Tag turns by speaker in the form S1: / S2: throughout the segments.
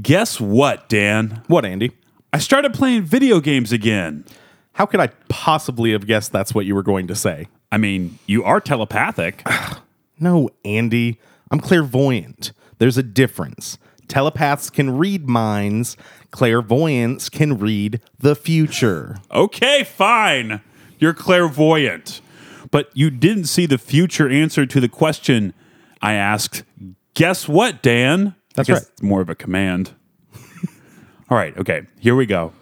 S1: Guess what, Dan?
S2: What, Andy?
S1: I started playing video games again.
S2: How could I possibly have guessed that's what you were going to say?
S1: I mean, you are telepathic.
S2: No, Andy. I'm clairvoyant. There's a difference. Telepaths can read minds, clairvoyants can read the future.
S1: okay, fine. You're clairvoyant. But you didn't see the future answer to the question I asked. Guess what, Dan?
S2: That's
S1: I guess
S2: right.
S1: It's more of a command. All right, okay. Here we go.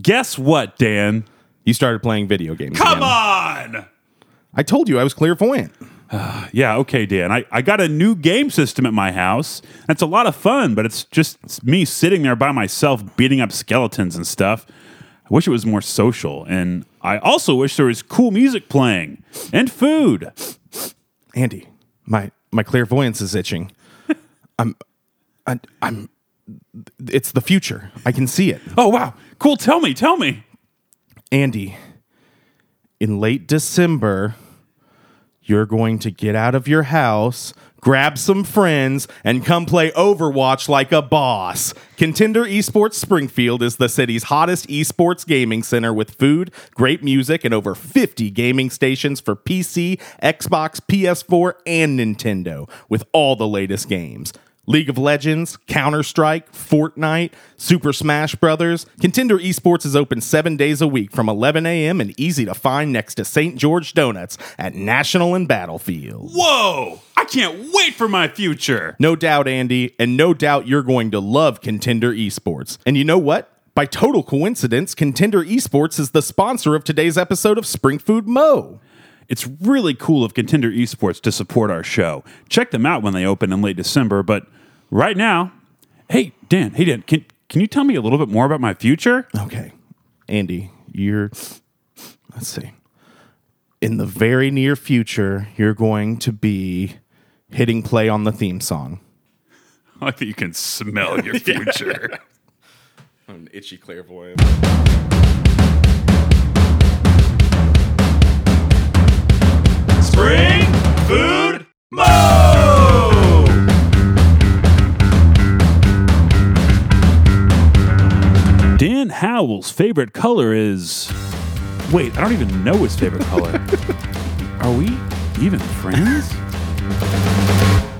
S1: Guess what, Dan?
S2: You started playing video games.
S1: Come
S2: again.
S1: on.
S2: I told you I was clairvoyant.
S1: Yeah, okay, Dan. I, I got a new game system at my house. That's a lot of fun, but it's just me sitting there by myself beating up skeletons and stuff. I wish it was more social, and I also wish there was cool music playing and food.
S2: Andy, my my clairvoyance is itching. I'm I, I'm it's the future. I can see it.
S1: Oh, wow. Cool. Tell me, tell me.
S2: Andy, in late December, you're going to get out of your house, grab some friends, and come play Overwatch like a boss. Contender Esports Springfield is the city's hottest esports gaming center with food, great music, and over 50 gaming stations for PC, Xbox, PS4, and Nintendo with all the latest games. League of Legends, Counter Strike, Fortnite, Super Smash Brothers. Contender Esports is open seven days a week from 11 a.m. and easy to find next to St. George Donuts at National and Battlefield.
S1: Whoa. I can't wait for my future.
S2: No doubt, Andy, and no doubt you're going to love Contender Esports. And you know what? By total coincidence, Contender Esports is the sponsor of today's episode of Spring Food Mo.
S1: It's really cool of Contender Esports to support our show. Check them out when they open in late December, but right now, hey, Dan, hey, Dan, can, can you tell me a little bit more about my future?
S2: Okay. Andy, you're let's see. In the very near future, you're going to be hitting play on the theme song.
S1: I like that you can smell your future.
S2: I'm an itchy clairvoyant.
S1: Spring Food Mo! Dan Howell's favorite color is. Wait, I don't even know his favorite color. Are we even friends?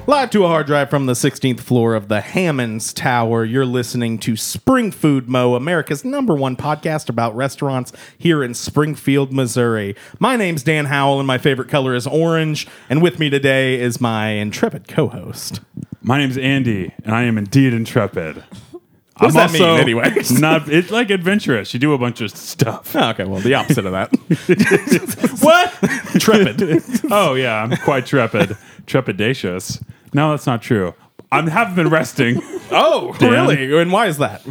S2: Live to a hard drive from the 16th floor of the Hammonds Tower, you're listening to Spring Food Mo, America's number one podcast about restaurants here in Springfield, Missouri. My name's Dan Howell, and my favorite color is orange. And with me today is my intrepid co host.
S1: My name's Andy, and I am indeed intrepid.
S2: What does that mean, anyways?
S1: not it's like adventurous. You do a bunch of stuff.
S2: Oh, okay, well, the opposite of that.
S1: what?
S2: Trepid.
S1: Oh yeah, I'm quite trepid, trepidatious. No, that's not true. I haven't been resting
S2: oh, really? And why is that?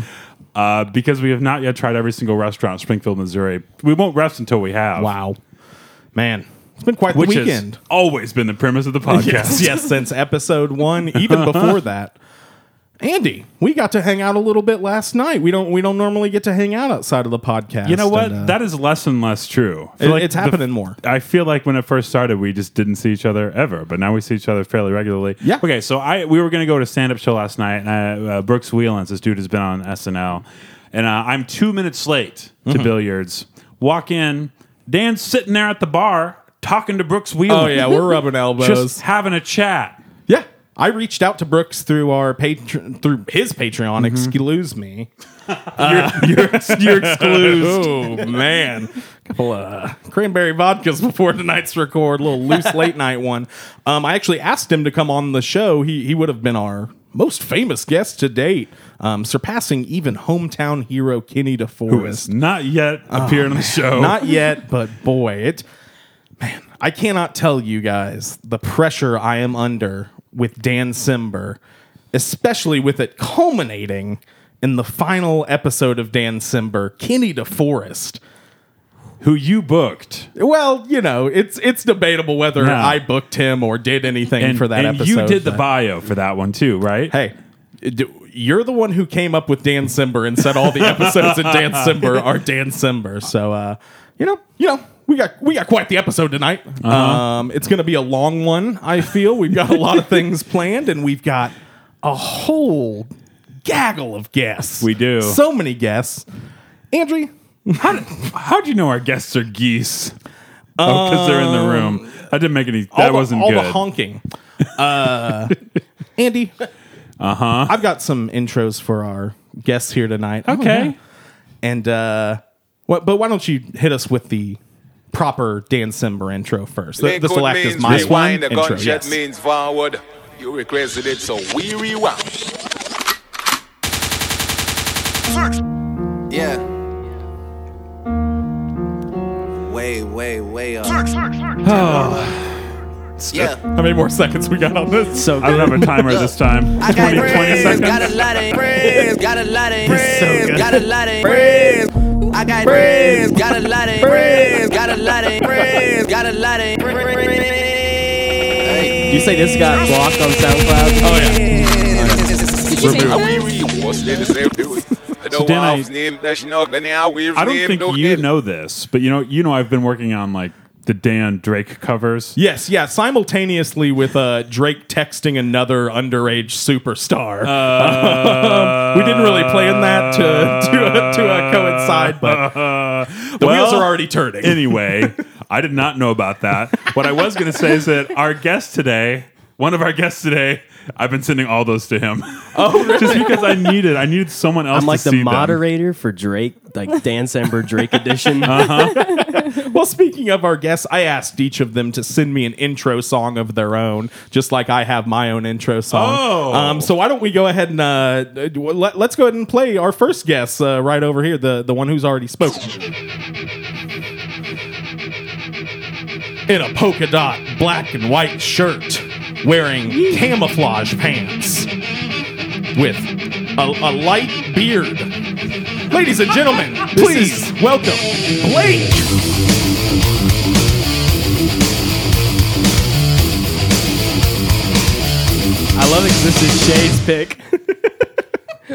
S1: uh, because we have not yet tried every single restaurant in Springfield, Missouri. We won't rest until we have.
S2: Wow. Man, it's been quite
S1: which
S2: the
S1: has
S2: weekend.
S1: always been the premise of the podcast.
S2: yes, since episode one, even before that. Andy, we got to hang out a little bit last night. We don't we don't normally get to hang out outside of the podcast.
S1: You know what?
S2: and, uh,
S1: that is less and less true. I feel
S2: it-
S1: like
S2: it's
S1: the-
S2: happening more.
S1: I feel like when it first started, we just didn't see each other ever, but now we see each other fairly regularly.
S2: Yeah.
S1: Okay, so I we were going to go to a stand up show last night, and uh, uh, Brooks Wheelans, this dude has been on SNL, and uh, I'm two minutes late to
S2: Mm-hmm.
S1: billiards. Walk in, Dan's sitting there at the bar talking to Brooks Wheelans.
S2: Oh yeah, we're rubbing
S1: just
S2: elbows.
S1: having a chat.
S2: yeah. I reached out to Brooks through our patron through his Patreon,
S1: Mm-hmm.
S2: excuse me.
S1: You're, you're exclused.
S2: Oh man, couple of cranberry vodkas before tonight's record. A little loose late night one. Um, I actually asked him to come on the show. He he would have been our most famous guest to date, um, surpassing even hometown hero Kenny DeForest.
S1: Who is not yet appearing on the show.
S2: Oh, Not yet, but boy, it man, I cannot tell you guys the pressure I am under with Dan Simber, especially with it culminating in the final episode of Dan Simber, Kenny DeForest.
S1: who you booked.
S2: Well, you know, it's it's debatable whether
S1: No.
S2: I booked him or did anything
S1: And,
S2: for that
S1: and
S2: episode.
S1: you did the
S2: but-
S1: bio for that one too, right?
S2: hey. d- You're the one who came up with Dan Simber and said all the episodes in Dan Simber are Dan Simber. So, uh, you know, you know, we got we got quite the episode tonight.
S1: Uh-huh.
S2: Um, it's going to be a long one. I feel we've got a lot of things planned, and we've got a whole gaggle of guests.
S1: We do.
S2: So many guests. Andrew,
S1: How do, how'd you know our guests are geese? Oh, because they're in the room. That didn't make any.
S2: Um, all
S1: That
S2: the-
S1: wasn't
S2: all
S1: good.
S2: the honking. Uh, Andy, uh huh. I've got some intros for our guests here tonight. I don't
S1: Okay.
S2: know. and uh, what? But why don't you hit us with the proper Dan Simber intro first? Th- This will
S3: Lakewood
S2: act as
S3: means
S2: my
S3: rewind, the
S2: intro.
S3: gunshot
S2: yes.
S3: means forward. You requested it, so we rewind.
S4: Yeah. Way, way, way up. Yeah.
S2: How many more seconds we got on this?
S1: I don't have a timer this time.
S4: I got
S1: 20, 20
S4: friends,
S1: seconds.
S4: got a lot of friends, got a lot of
S2: so
S4: friends,
S2: good.
S4: got a lot of friends. I got friends, got a lot of friends, got a lot of friends, got a lot of friends.
S5: You say this got blocked on SoundCloud?
S4: Oh yeah.
S3: We rewind. They just say do it. I don't
S1: Dan, I-
S3: want name that's not the name we
S1: I don't think you know this, but you know, you know, I've been working on like the Dan Drake covers.
S2: Yes, yeah. Simultaneously with uh, Drake texting another underage superstar. Um, we didn't really plan that to to, to uh, coincide, but the wheels
S1: Uh, well,
S2: are already turning.
S1: Anyway, I did not know about that. What I was going to say is that our guest today, one of our guests today, I've been sending all those to him. Oh, just because I needed, I needed someone else.
S5: I'm like
S1: to
S5: the
S1: see them.
S5: moderator for Drake, like Dan Samber Drake edition.
S2: Well, speaking of our guests, I asked each of them to send me an intro song of their own, just like I have my own intro song.
S1: Oh.
S2: Um, so why don't we go ahead and uh, let, us go ahead and play our first guest uh, right over here, the, the one who's already spoken. In a polka dot black and white shirt, wearing camouflage pants, with a, a light beard. Ladies and gentlemen, please welcome Blake.
S5: I love it 'cause this is Shay's pick.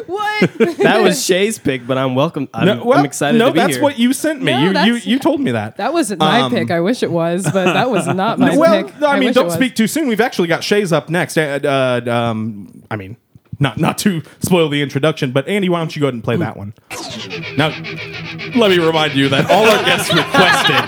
S6: What?
S5: That was Shay's pick, but I'm welcome. I'm,
S2: No, well,
S5: I'm excited
S2: No,
S5: to be
S2: that's
S5: here.
S2: what you sent me.
S6: No,
S2: you, you
S6: that's-
S2: you told me that.
S6: that wasn't my
S2: Um,
S6: pick. I wish it was, but that was not my
S2: well,
S6: pick.
S2: I mean,
S6: wish it
S2: don't
S6: was.
S2: speak too soon. We've actually got Shay's up next. Uh, uh, um, I mean, not not to spoil the introduction, but Andy, why don't you go ahead and play that one? Now, let me remind you that all our guests requested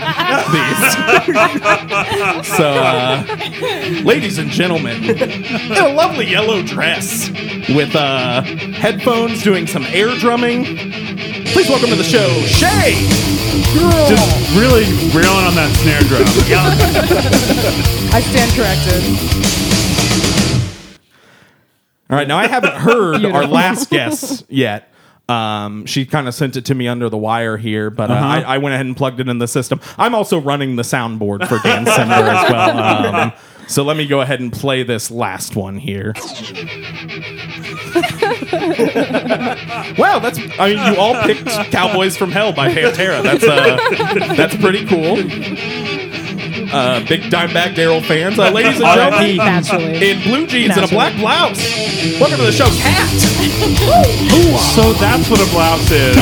S2: these. so, uh, ladies and gentlemen, in a lovely yellow dress with uh, headphones, doing some air drumming. Please welcome to the show, Shay.
S1: Just really reeling on that snare drum.
S6: I stand corrected.
S2: All right, now I haven't heard our
S6: Beautiful.
S2: last guest yet. Um, she kind of sent it to me under the wire here, but uh, I, I went ahead and plugged it in the system. I'm also running the soundboard for Dan Sender as well. Um, so let me go ahead and play this last one here. wow, that's I mean you all picked Cowboys from Hell by Pantera. That's uh, that's pretty cool. Uh, big Dimebag Daryl fans, uh, ladies and gentlemen
S6: Naturally.
S2: in blue jeans and a
S6: Naturally.
S2: black blouse. Welcome to the show, Cat.
S1: so that's what a blouse is.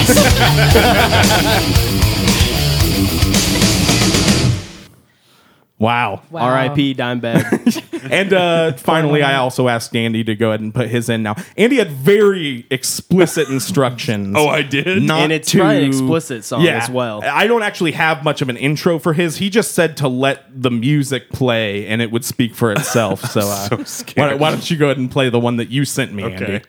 S2: Wow.
S6: Wow.
S5: R.I.P. Dimebag.
S2: And uh, finally, I also asked Andy to go ahead and put his in now. Andy had very explicit instructions.
S1: oh, I did.
S2: Not
S5: And it's
S2: to-
S5: probably an explicit song as well.
S2: I don't actually have much of an intro for his. He just said to let the music play and it would speak for itself. So, uh, why,
S1: scared.
S2: don't- why don't you go ahead and play the one that you sent me,
S1: Okay.
S2: Andy?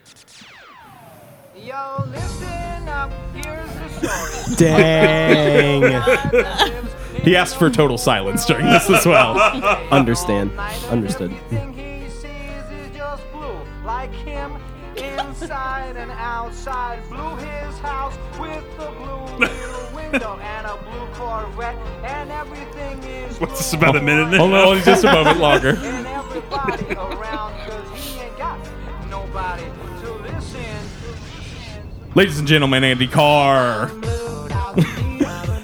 S7: Yo, listen up. Here's the story.
S5: Dang.
S2: He asked for total silence during this as well.
S5: Understand. Understood.
S7: Everything he sees is just blue, like him. Inside and outside, blew his house with a blue little window and a blue Corvette, and everything is
S1: What's this
S7: blue
S1: about a minute? and a
S2: Hold on,
S1: half?
S2: hold on just a moment longer.
S7: and everybody around, cause he ain't got nobody to listen.
S2: Ladies and gentlemen, Andy Carr.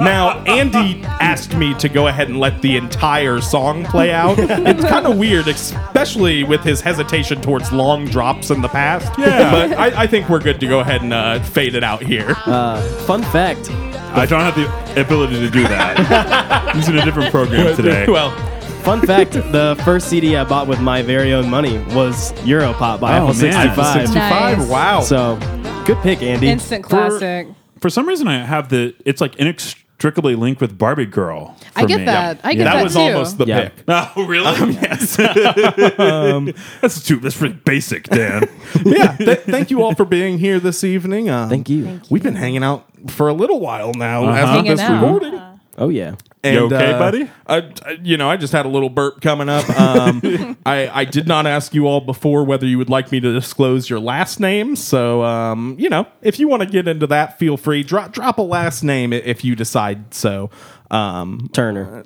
S2: Now, Andy asked me to go ahead and let the entire song play out. It's kind of weird, especially with his hesitation towards long drops in the past. Yeah. But I, I think we're good to go ahead and uh, fade it out here.
S5: Uh, Fun fact.
S1: I don't have the ability to do that. He's in a different program today.
S2: well,
S5: Fun fact: the first CD I bought with my very own money was Europop by
S1: Oh,
S5: Apple
S1: man.
S5: '65.
S6: Nice.
S2: 65? Wow.
S5: So, good pick, Andy.
S6: Instant classic.
S1: For some reason, I have the. It's like inextricably linked with Barbie Girl. for
S6: I get
S1: me.
S6: that. I get
S5: Yeah.
S6: that,
S2: that was
S6: too.
S2: almost the
S5: Yeah.
S2: pick.
S1: Oh, really? yes. Um, that's too. That's pretty basic, Dan.
S2: yeah. Th- thank you all for being here this evening. Um,
S5: Thank you.
S2: We've been hanging out for a little while now as of
S6: Hanging
S2: this
S6: out.
S2: recording.
S5: Oh yeah.
S1: You okay, buddy?
S2: uh, I, I- you know, I just had a little burp coming up. Um, I, I did not ask you all before whether you would like me to disclose your last name. So, um, you know, if you want to get into that, feel free. Drop drop a last name i- if you decide so. Um,
S5: Turner.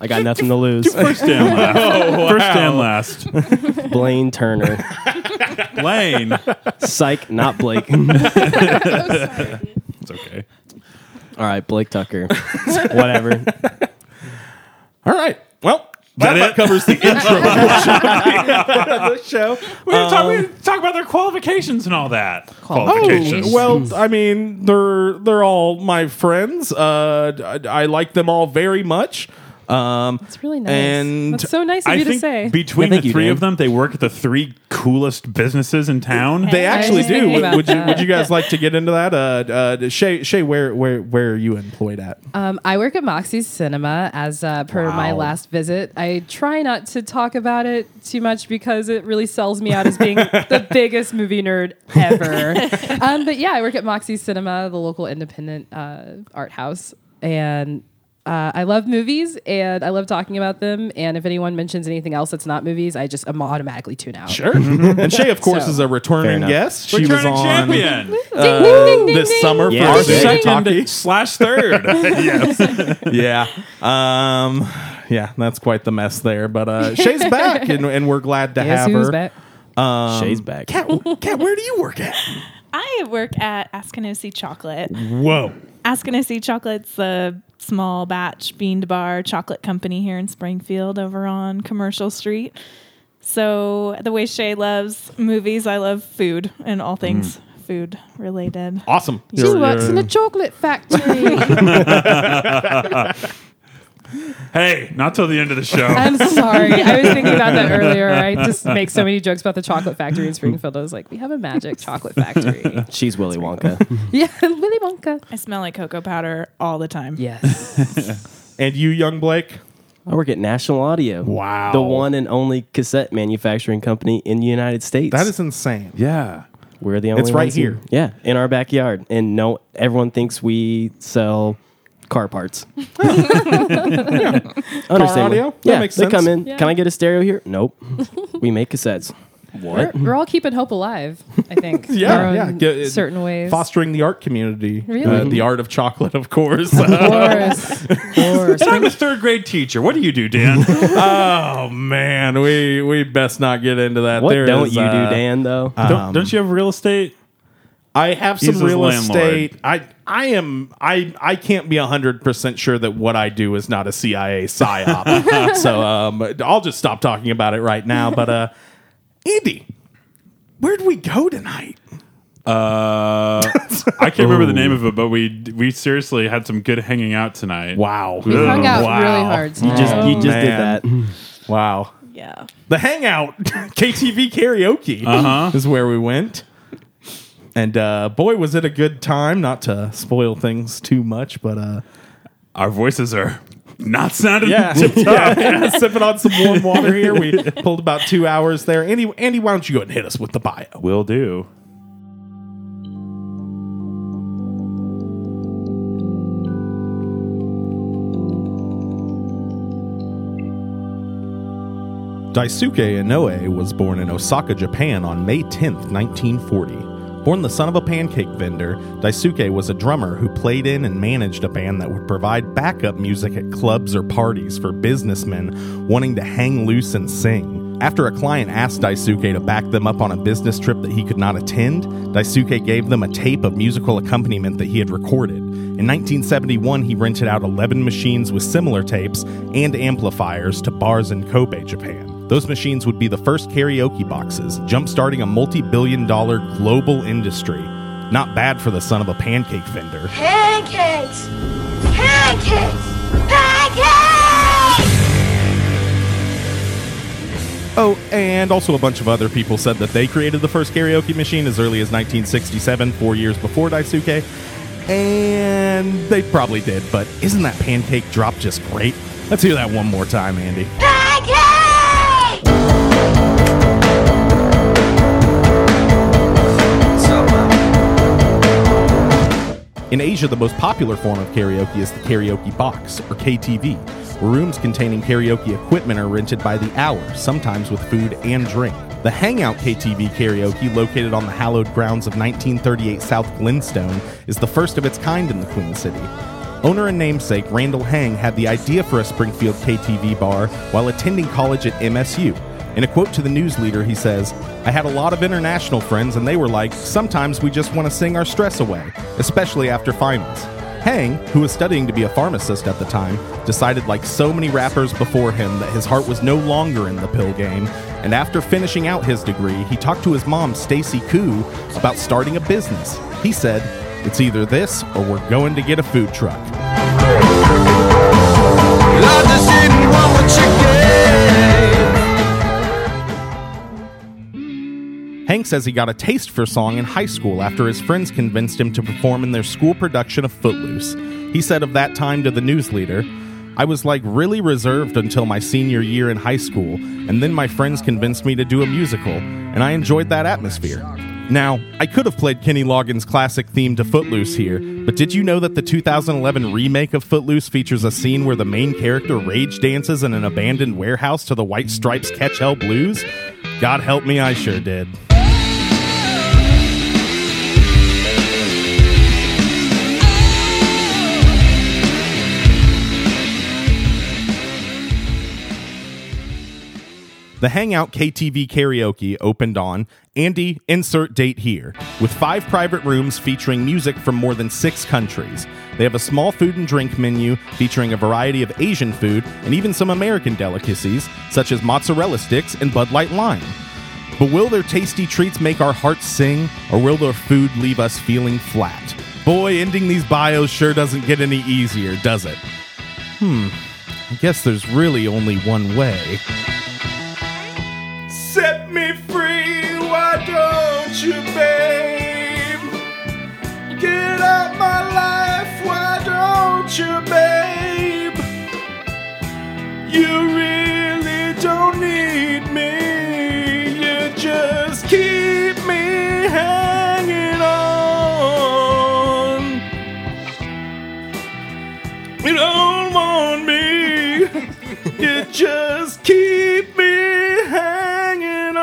S5: I got nothing to lose.
S1: First and last. First and last.
S5: Blaine Turner.
S1: Blaine. It's
S5: Psych, not Blake.
S1: okay.
S5: All right, Blake Tucker. Whatever.
S2: all right. Well, that,
S1: it?
S2: about covers the intro portion of the show.
S1: We didn't talk, we didn't talk about their qualifications and all that. Um, Qualifications.
S6: Qualifications.
S2: Well, I mean, they're they're all my friends. Uh, I, I like them all very much. Um,
S6: It's really nice.
S2: And
S6: That's so nice of
S1: I
S6: you to
S1: think
S6: say.
S1: between
S5: Yeah, thank
S1: the
S5: you,
S1: three
S5: Dan.
S1: of them, they work at the three coolest businesses in town.
S2: They
S6: I was
S2: actually
S6: just
S2: do.
S6: thinking
S2: Would,
S6: about
S2: would you
S6: that.
S2: Would you guys like to get into that? Uh, uh, Shay, Shay, where where where are you employed at?
S6: Um, I work at Moxie's Cinema as uh, per my last visit. I try not to talk about it too much because it really sells me out as being the biggest movie nerd ever. um, but yeah, I work at Moxie's Cinema, the local independent uh, art house. And uh, I love movies and I love talking about them. And if anyone mentions anything else that's not movies, I just am automatically tune out.
S2: Sure. Mm-hmm. and Shay, of course,
S6: So-
S2: is a returning
S5: enough.
S2: guest. She was
S1: Returning
S2: on
S1: champion.
S6: Ding, ding, ding, ding,
S2: uh, this
S6: ding.
S2: summer
S5: Yeah,
S2: for
S5: she did.
S2: Second
S1: Second slash third. yes.
S2: yeah. Um, yeah, that's quite the mess there. But uh, Shay's back, and, and we're glad to
S6: Guess
S2: have
S6: who's
S2: her.
S6: back?
S5: Shay's back.
S2: Kat, Kat, where do you work at?
S8: I work at Askenosi Chocolate.
S2: Whoa.
S8: Askenosi Chocolate's a small batch bean to bar chocolate company here in Springfield over on Commercial Street. So, the way Shay loves movies, I love food and all things food related.
S2: Awesome.
S6: She works in a chocolate factory.
S1: Hey, not till the end of the show.
S6: I'm sorry. I was thinking about that earlier. I just make so many jokes about the chocolate factory in Springfield. I was like, we have a magic chocolate factory.
S5: She's Willy Wonka.
S6: yeah, Willy Wonka.
S8: I smell like cocoa powder all the time.
S6: Yes.
S2: and you, young Blake?
S5: I work at National Audio.
S2: Wow.
S5: The one and only cassette manufacturing company in the United States.
S2: That is insane.
S1: yeah.
S5: We're the only
S2: It's right
S5: ones who-
S2: here.
S5: yeah, in our backyard. And no everyone thinks we sell car parts. Understandable.
S2: audio? That
S5: Yeah,
S2: makes
S5: they
S2: sense.
S5: come in.
S6: Yeah.
S5: Can I get a stereo here? Nope. we make cassettes.
S6: We're, we're all keeping hope alive, I think. Our
S2: Yeah,
S6: own
S2: yeah.
S1: uh,
S2: Get- it-
S6: certain ways.
S2: Fostering the art community.
S6: Really?
S2: Uh, the art of chocolate, of course.
S6: Of course. Of course.
S1: I'm a third grade teacher. What do you do, Dan?
S2: Oh man, we we best not get into that.
S5: What
S2: There
S5: don't
S2: is,
S5: you
S2: uh,
S5: do, Dan, though?
S1: don't, don't you have real estate?
S2: I have
S1: He's
S2: some
S1: his
S2: real
S1: landlord.
S2: estate. I I am I I can't be hundred percent sure that what I do is not a CIA psyop. so um, I'll just stop talking about it right now. But uh, Andy, where'd we go tonight?
S1: Uh, I can't remember the name of it, but we we seriously had some good hanging out tonight.
S2: Wow,
S6: We hung out
S2: Wow.
S6: really hard.
S5: you just, you just did
S2: man.
S5: that.
S2: Wow,
S8: Yeah.
S2: the hangout KTV karaoke is where we went. And uh, boy, was it a good time! Not to spoil things too much, but uh,
S1: Our voices are not sounding
S2: Yeah,
S1: tip top.
S2: yeah. sipping on some warm water here. We pulled about two hours there. Andy, Andy, why don't you go ahead and hit us with the bio?
S1: Will do.
S2: Daisuke Inoue was born in Osaka, Japan on May 10th, 1940. Born the son of a pancake vendor, Daisuke was a drummer who played in and managed a band that would provide backup music at clubs or parties for businessmen wanting to hang loose and sing. After a client asked Daisuke to back them up on a business trip that he could not attend, Daisuke gave them a tape of musical accompaniment that he had recorded. In 1971, he rented out 11 machines with similar tapes and amplifiers to bars in Kobe, Japan. Those machines would be the first karaoke boxes, jump-starting a multi billion dollar global industry. Not bad for the son of a pancake vendor.
S9: Pancakes! Pancakes! Pancakes!
S2: Oh, and also a bunch of other people said that they created the first karaoke machine as early as 1967, four years before Daisuke. And they probably did, but isn't that pancake drop just great? Let's hear that one more time, Andy. In Asia, the most popular form of karaoke is the karaoke box, or KTV, where rooms containing karaoke equipment are rented by the hour, sometimes with food and drink. The Hangout KTV karaoke, located on the hallowed grounds of 1938 South Glenstone, is the first of its kind in the Queen City. Owner and namesake Randall Hang had the idea for a Springfield KTV bar while attending college at MSU. In a quote to the news leader, he says, I had a lot of international friends, and they were like, sometimes we just want to sing our stress away, especially after finals. Hang, who was studying to be a pharmacist at the time, decided, like so many rappers before him, that his heart was no longer in the pill game. And after finishing out his degree, he talked to his mom, Stacy Koo, about starting a business. He said, It's either this or we're going to get a food truck. Hank says he got a taste for song in high school after his friends convinced him to perform in their school production of Footloose. He said of that time to the newsleader, I was like really reserved until my senior year in high school, and then my friends convinced me to do a musical, and I enjoyed that atmosphere. Now, I could have played Kenny Loggins' classic theme to Footloose here, but did you know that the 2011 remake of Footloose features a scene where the main character rage dances in an abandoned warehouse to the White Stripes' Catch Hell Blues? God help me, I sure did. The Hangout KTV Karaoke opened on Andy Insert Date Here, with five private rooms featuring music from more than six countries. They have a small food and drink menu featuring a variety of Asian food and even some American delicacies, such as mozzarella sticks and Bud Light Lime. But will their tasty treats make our hearts sing, or will their food leave us feeling flat? Boy, ending these bios sure doesn't get any easier, does it? Hmm, I guess there's really only one way. Set me free, why don't you, babe? Get out my life, why don't you, babe? You really don't need me, you just keep me hanging on. You don't want me. You just keep me hanging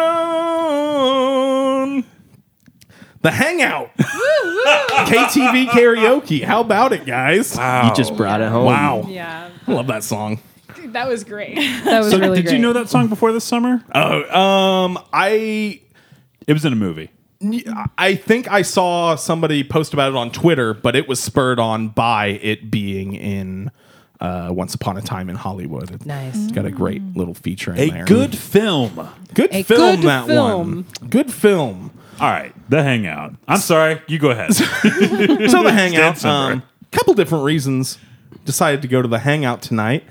S2: on. The Hangout. KTV karaoke. How about it, guys? Wow.
S5: You just brought it home.
S2: Oh, Wow.
S6: Yeah,
S2: I love that song.
S8: That was great.
S6: that was
S1: So
S6: really
S1: did
S6: great.
S1: you know that song before this summer?
S2: Um, I
S1: Uh, It was in a movie.
S2: I think I saw somebody post about it on Twitter, but it was spurred on by it being in uh, Once Upon a Time in Hollywood. It's
S6: Nice.
S2: Got a great little feature in there.
S1: film. All
S2: good
S6: A
S2: film
S6: good
S2: that
S6: film.
S2: one. Good film.
S1: right, The Hangout. I'm sorry, you go ahead.
S2: so the hangout. A
S1: somewhere.
S2: um, couple different reasons decided to go to the hangout tonight.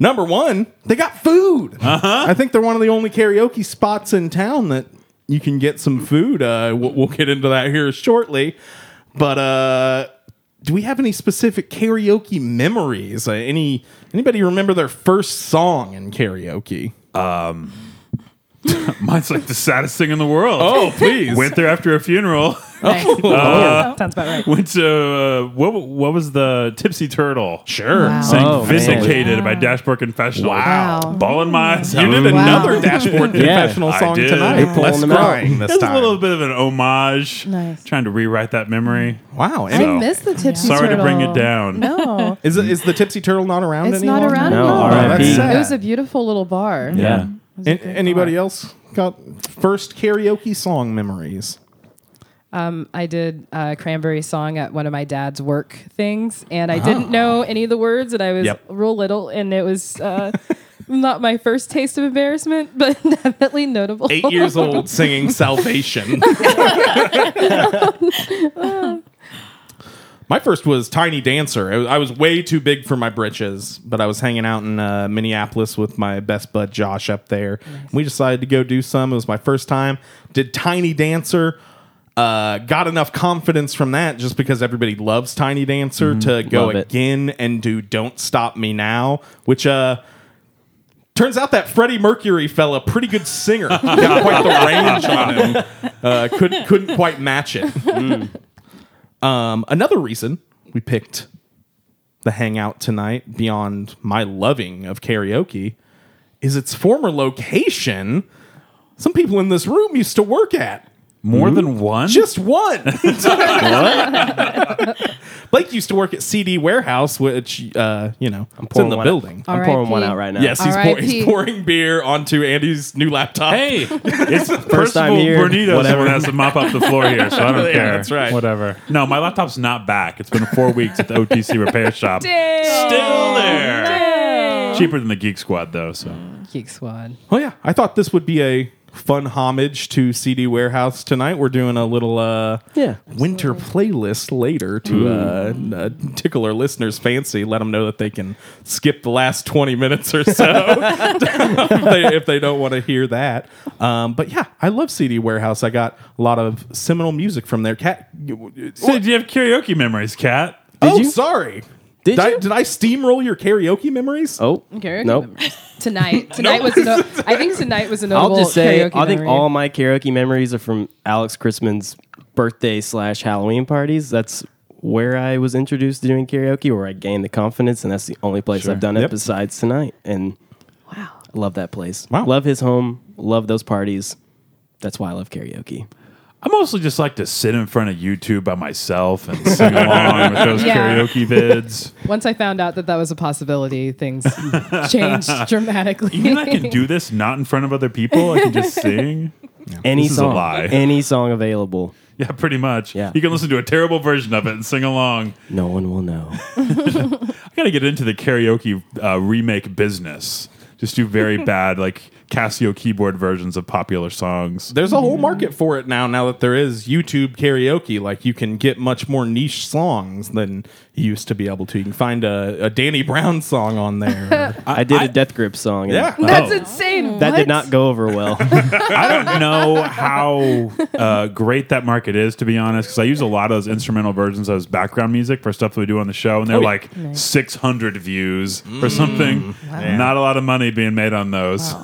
S2: Number one, they got food. Uh-huh. I think they're one of the only karaoke spots in town that you can get some food. Uh, we'll, we'll get into that here shortly. But uh, do we have any specific karaoke memories? Uh, any anybody remember their first song in karaoke?
S1: Mine's like the saddest thing in the world.
S2: Oh, please.
S1: Went there after a funeral.
S6: Nice. Sounds about right.
S1: Went to uh, what? What was the Tipsy Turtle?
S2: sure.
S6: Wow.
S1: Sang
S5: Oh, man.
S1: "Vindicated" by Dashboard Confessional.
S6: Wow. Wow.
S1: Balling my eyes out.
S2: You did
S6: Wow.
S2: another dashboard confessional
S1: I
S2: song
S1: did.
S2: tonight.
S1: They
S5: pulling
S2: Less
S5: them out.
S2: crying this
S1: That's a
S2: time.
S1: little bit of an homage.
S6: Nice.
S1: Trying to rewrite that memory.
S2: Wow.
S6: I
S2: and-
S6: miss the tipsy
S1: Sorry to
S6: turtle.
S1: bring it down.
S6: No,
S2: is, it, is the Tipsy Turtle not around
S6: it's
S2: anymore?
S6: not around.
S5: No,
S6: anymore.
S5: R.I.P.
S2: That's sad.
S6: It was a beautiful little bar.
S5: Yeah.
S2: An- anybody else got first karaoke song memories?
S6: Um, I did a cranberry song at one of my dad's work things, and I didn't know any of the words, and I was
S2: Yep.
S6: real little, and it was uh, not my first taste of embarrassment, but definitely notable.
S2: Eight years old singing Salvation. My first was Tiny Dancer. I was, I was way too big for my britches, but I was hanging out in uh, Minneapolis with my best bud Josh up there. We decided to go do some. It was my first time. Did Tiny Dancer. Uh, got enough confidence from that just because everybody loves Tiny Dancer to go
S5: Mm-hmm. love it.
S2: again and do Don't Stop Me Now, which uh, Turns out that Freddie Mercury fella, pretty good singer, got quite the range on him. Uh, couldn't couldn't quite match it.
S5: Mm.
S2: Um, another reason we picked the hangout tonight, beyond my loving of karaoke, is its former location. Some people in this room used to work at
S1: More than one?
S2: just one. Blake used to work at CD Warehouse, which uh, you know, it's in the
S5: one
S2: building.
S5: Out. I'm
S6: R.I.P.
S5: pouring one out right now.
S2: Yes, he's, pour- he's
S6: R.I.P..
S2: pouring beer onto Andy's new laptop.
S1: Hey, it's first
S5: time here,
S1: Bernito
S5: whatever.
S1: someone has to mop up the floor here, so I don't
S2: Yeah,
S1: care.
S2: that's right.
S1: Whatever. No, my laptop's not back. It's been four weeks at the OTC repair shop. Still there. Cheaper than the Geek Squad though. So
S6: Geek Squad.
S2: Oh yeah, I thought this would be a fun homage to CD Warehouse tonight. We're doing a little uh,
S5: Yeah. Hmm.
S2: winter playlist later to uh, uh, tickle our listeners' fancy. Let them know that they can skip the last twenty minutes or so if, they, if they don't want to hear that. Um, but yeah, I love CD Warehouse. I got a lot of seminal music from there. Cat,
S1: So do you have karaoke memories, Kat?
S2: oh
S5: you?
S2: sorry,
S5: Did
S2: I,
S5: you?
S2: did I steamroll your karaoke memories?
S5: Oh,
S6: Karaoke
S5: nope.
S6: memories. Tonight. Tonight was a no- I think tonight was a notable
S5: I'll just say, I
S6: karaoke
S5: think
S6: memory.
S5: all my karaoke memories are from Alex Chrisman's birthday slash Halloween parties. That's where I was introduced to doing karaoke, where I gained the confidence, and that's the only place I've done it
S2: Yep.
S5: besides tonight. And wow, I love that place.
S2: Wow.
S5: Love his home. Love those parties. That's why I love karaoke.
S1: I mostly just like to sit in front of YouTube by myself and sing along with those
S6: Yeah.
S1: karaoke vids.
S6: Once I found out that that was a possibility, things changed dramatically.
S1: You know I can do this not in front of other people. I can just sing.
S5: Any
S1: This is a
S5: song,
S1: lie.
S5: any song available,
S1: Yeah, pretty much.
S5: Yeah.
S1: You can listen to a terrible version of it and sing along.
S5: no one will know.
S1: I gotta get into the karaoke uh, remake business. Just do very bad, like Casio keyboard versions of popular songs.
S2: there's a whole market for it now now that there is youtube karaoke like you can get much more niche songs than you used to be able to you can find a, a danny brown song on there
S5: I did a Death Grip song. and
S2: yeah
S6: That's
S1: Oh.
S6: insane.
S5: That
S6: What?
S5: did not go over well.
S1: I don't know how uh, great that market is, to be honest, because I use a lot of those instrumental versions of background music for stuff that we do on the show, and they're like 600 views or something. Not a lot of money being made on those.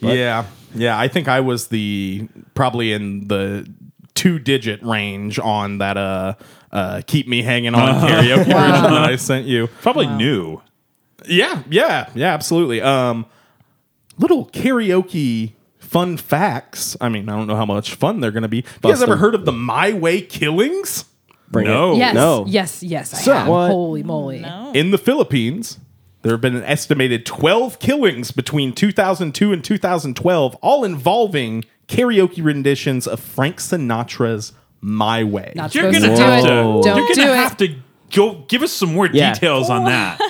S2: yeah yeah i think i was the probably in the two digit range on that uh uh keep me hanging on karaoke version that i sent you
S1: Probably new.
S2: Yeah, yeah, yeah, absolutely. Um, little karaoke fun facts. I mean, I don't know how much fun they're going to be. you guys
S5: Bust
S2: ever
S5: 'em.
S2: heard of the My Way killings?
S5: Bring
S1: No.
S5: It.
S6: Yes,
S5: No.
S6: yes, yes. I
S2: So-
S6: have.
S5: What?
S6: Holy moly!
S2: In the Philippines, there have been an estimated 12 killings between 2002 and 2012, all involving karaoke renditions of Frank Sinatra's My Way.
S6: Not
S1: You're
S6: supposed
S1: gonna
S6: to do
S1: have
S6: it.
S1: to.
S5: Whoa.
S6: Don't
S1: you're gonna
S6: do
S1: have
S6: it.
S1: to go. Give us some more
S5: Yeah.
S1: details on that.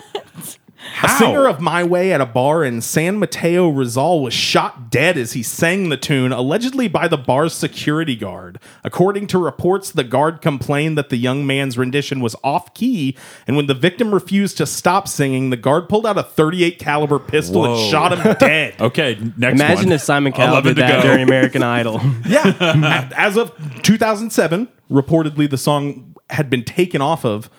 S2: A
S1: How?
S2: singer of My Way at a bar in San Mateo, Rizal was shot dead as he sang the tune, allegedly by the bar's security guard. According to reports, the guard complained that the young man's rendition was off key, and when the victim refused to stop singing, the guard pulled out a 38 caliber pistol
S1: Whoa.
S2: and shot him dead.
S1: Okay, next
S5: Imagine
S1: one.
S5: if Simon
S1: I'll
S5: Cowell
S1: love it
S5: did
S1: to
S5: that
S1: go.
S5: during American Idol.
S2: Yeah. A- As of 2007, reportedly the song had been taken off of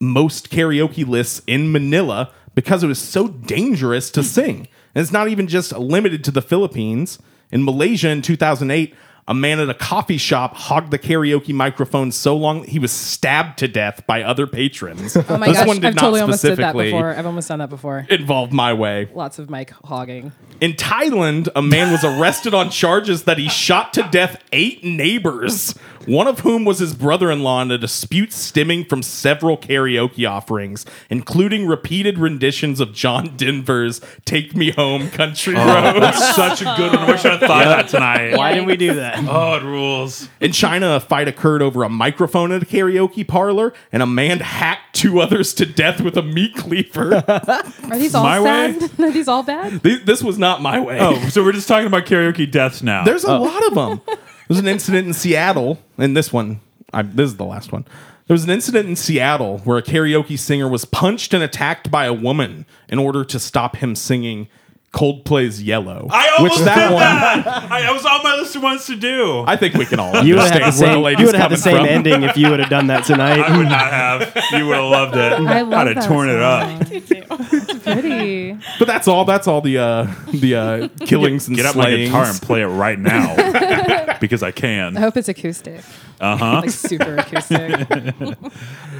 S2: most karaoke lists in Manila because it was so dangerous to sing. And it's not even just limited to the Philippines. In Malaysia in 2008, a man at a coffee shop hogged the karaoke microphone so long that he was stabbed to death by other patrons.
S6: Oh my
S2: this
S6: gosh!
S2: one did
S6: I've
S2: not
S6: totally almost did that
S2: specifically
S6: before. I've almost done that before.
S2: involve my way.
S6: Lots of mic hogging.
S2: In Thailand, a man was arrested on charges that he shot to death eight neighbors, one of whom was his brother in law in a dispute stemming from several karaoke offerings, including repeated renditions of John Denver's Take Me Home Country Road.
S1: Oh, That's such a good one. I wish I thought of that tonight.
S5: Why did we do that?
S1: Oh, it rules.
S2: In China, a fight occurred over a microphone at a karaoke parlor, and a man hacked two others to death with a meat cleaver.
S6: Are these all
S1: My way?
S6: sad? Are these all bad?
S2: Th- this was not my way.
S1: Oh, so we're just talking about karaoke deaths now.
S2: There's a lot of them. There's an incident in Seattle, and this one, I, this is the last one. There was an incident in Seattle where a karaoke singer was punched and attacked by a woman in order to stop him singing Coldplay's Yellow.
S1: I almost
S2: which that
S1: did
S2: one
S1: that. I, I was on my list of ones to do.
S2: I think we can all
S5: You would have
S2: understand
S5: had the
S2: where the
S5: same, you
S2: lady's
S5: would have had the
S2: coming
S5: same
S2: from.
S5: ending if you would have done that
S1: I would
S5: tonight.
S1: not have. You would have loved it.
S6: I love
S1: I'd have
S6: that
S1: torn it
S6: song.
S1: up.
S6: Oh, Pretty.
S2: But that's all. That's all the uh, the uh, killings and
S1: Get up my
S2: slayings.
S1: guitar and play it right now because I can.
S6: I hope it's acoustic. Uh huh. Like super acoustic.
S1: Uh,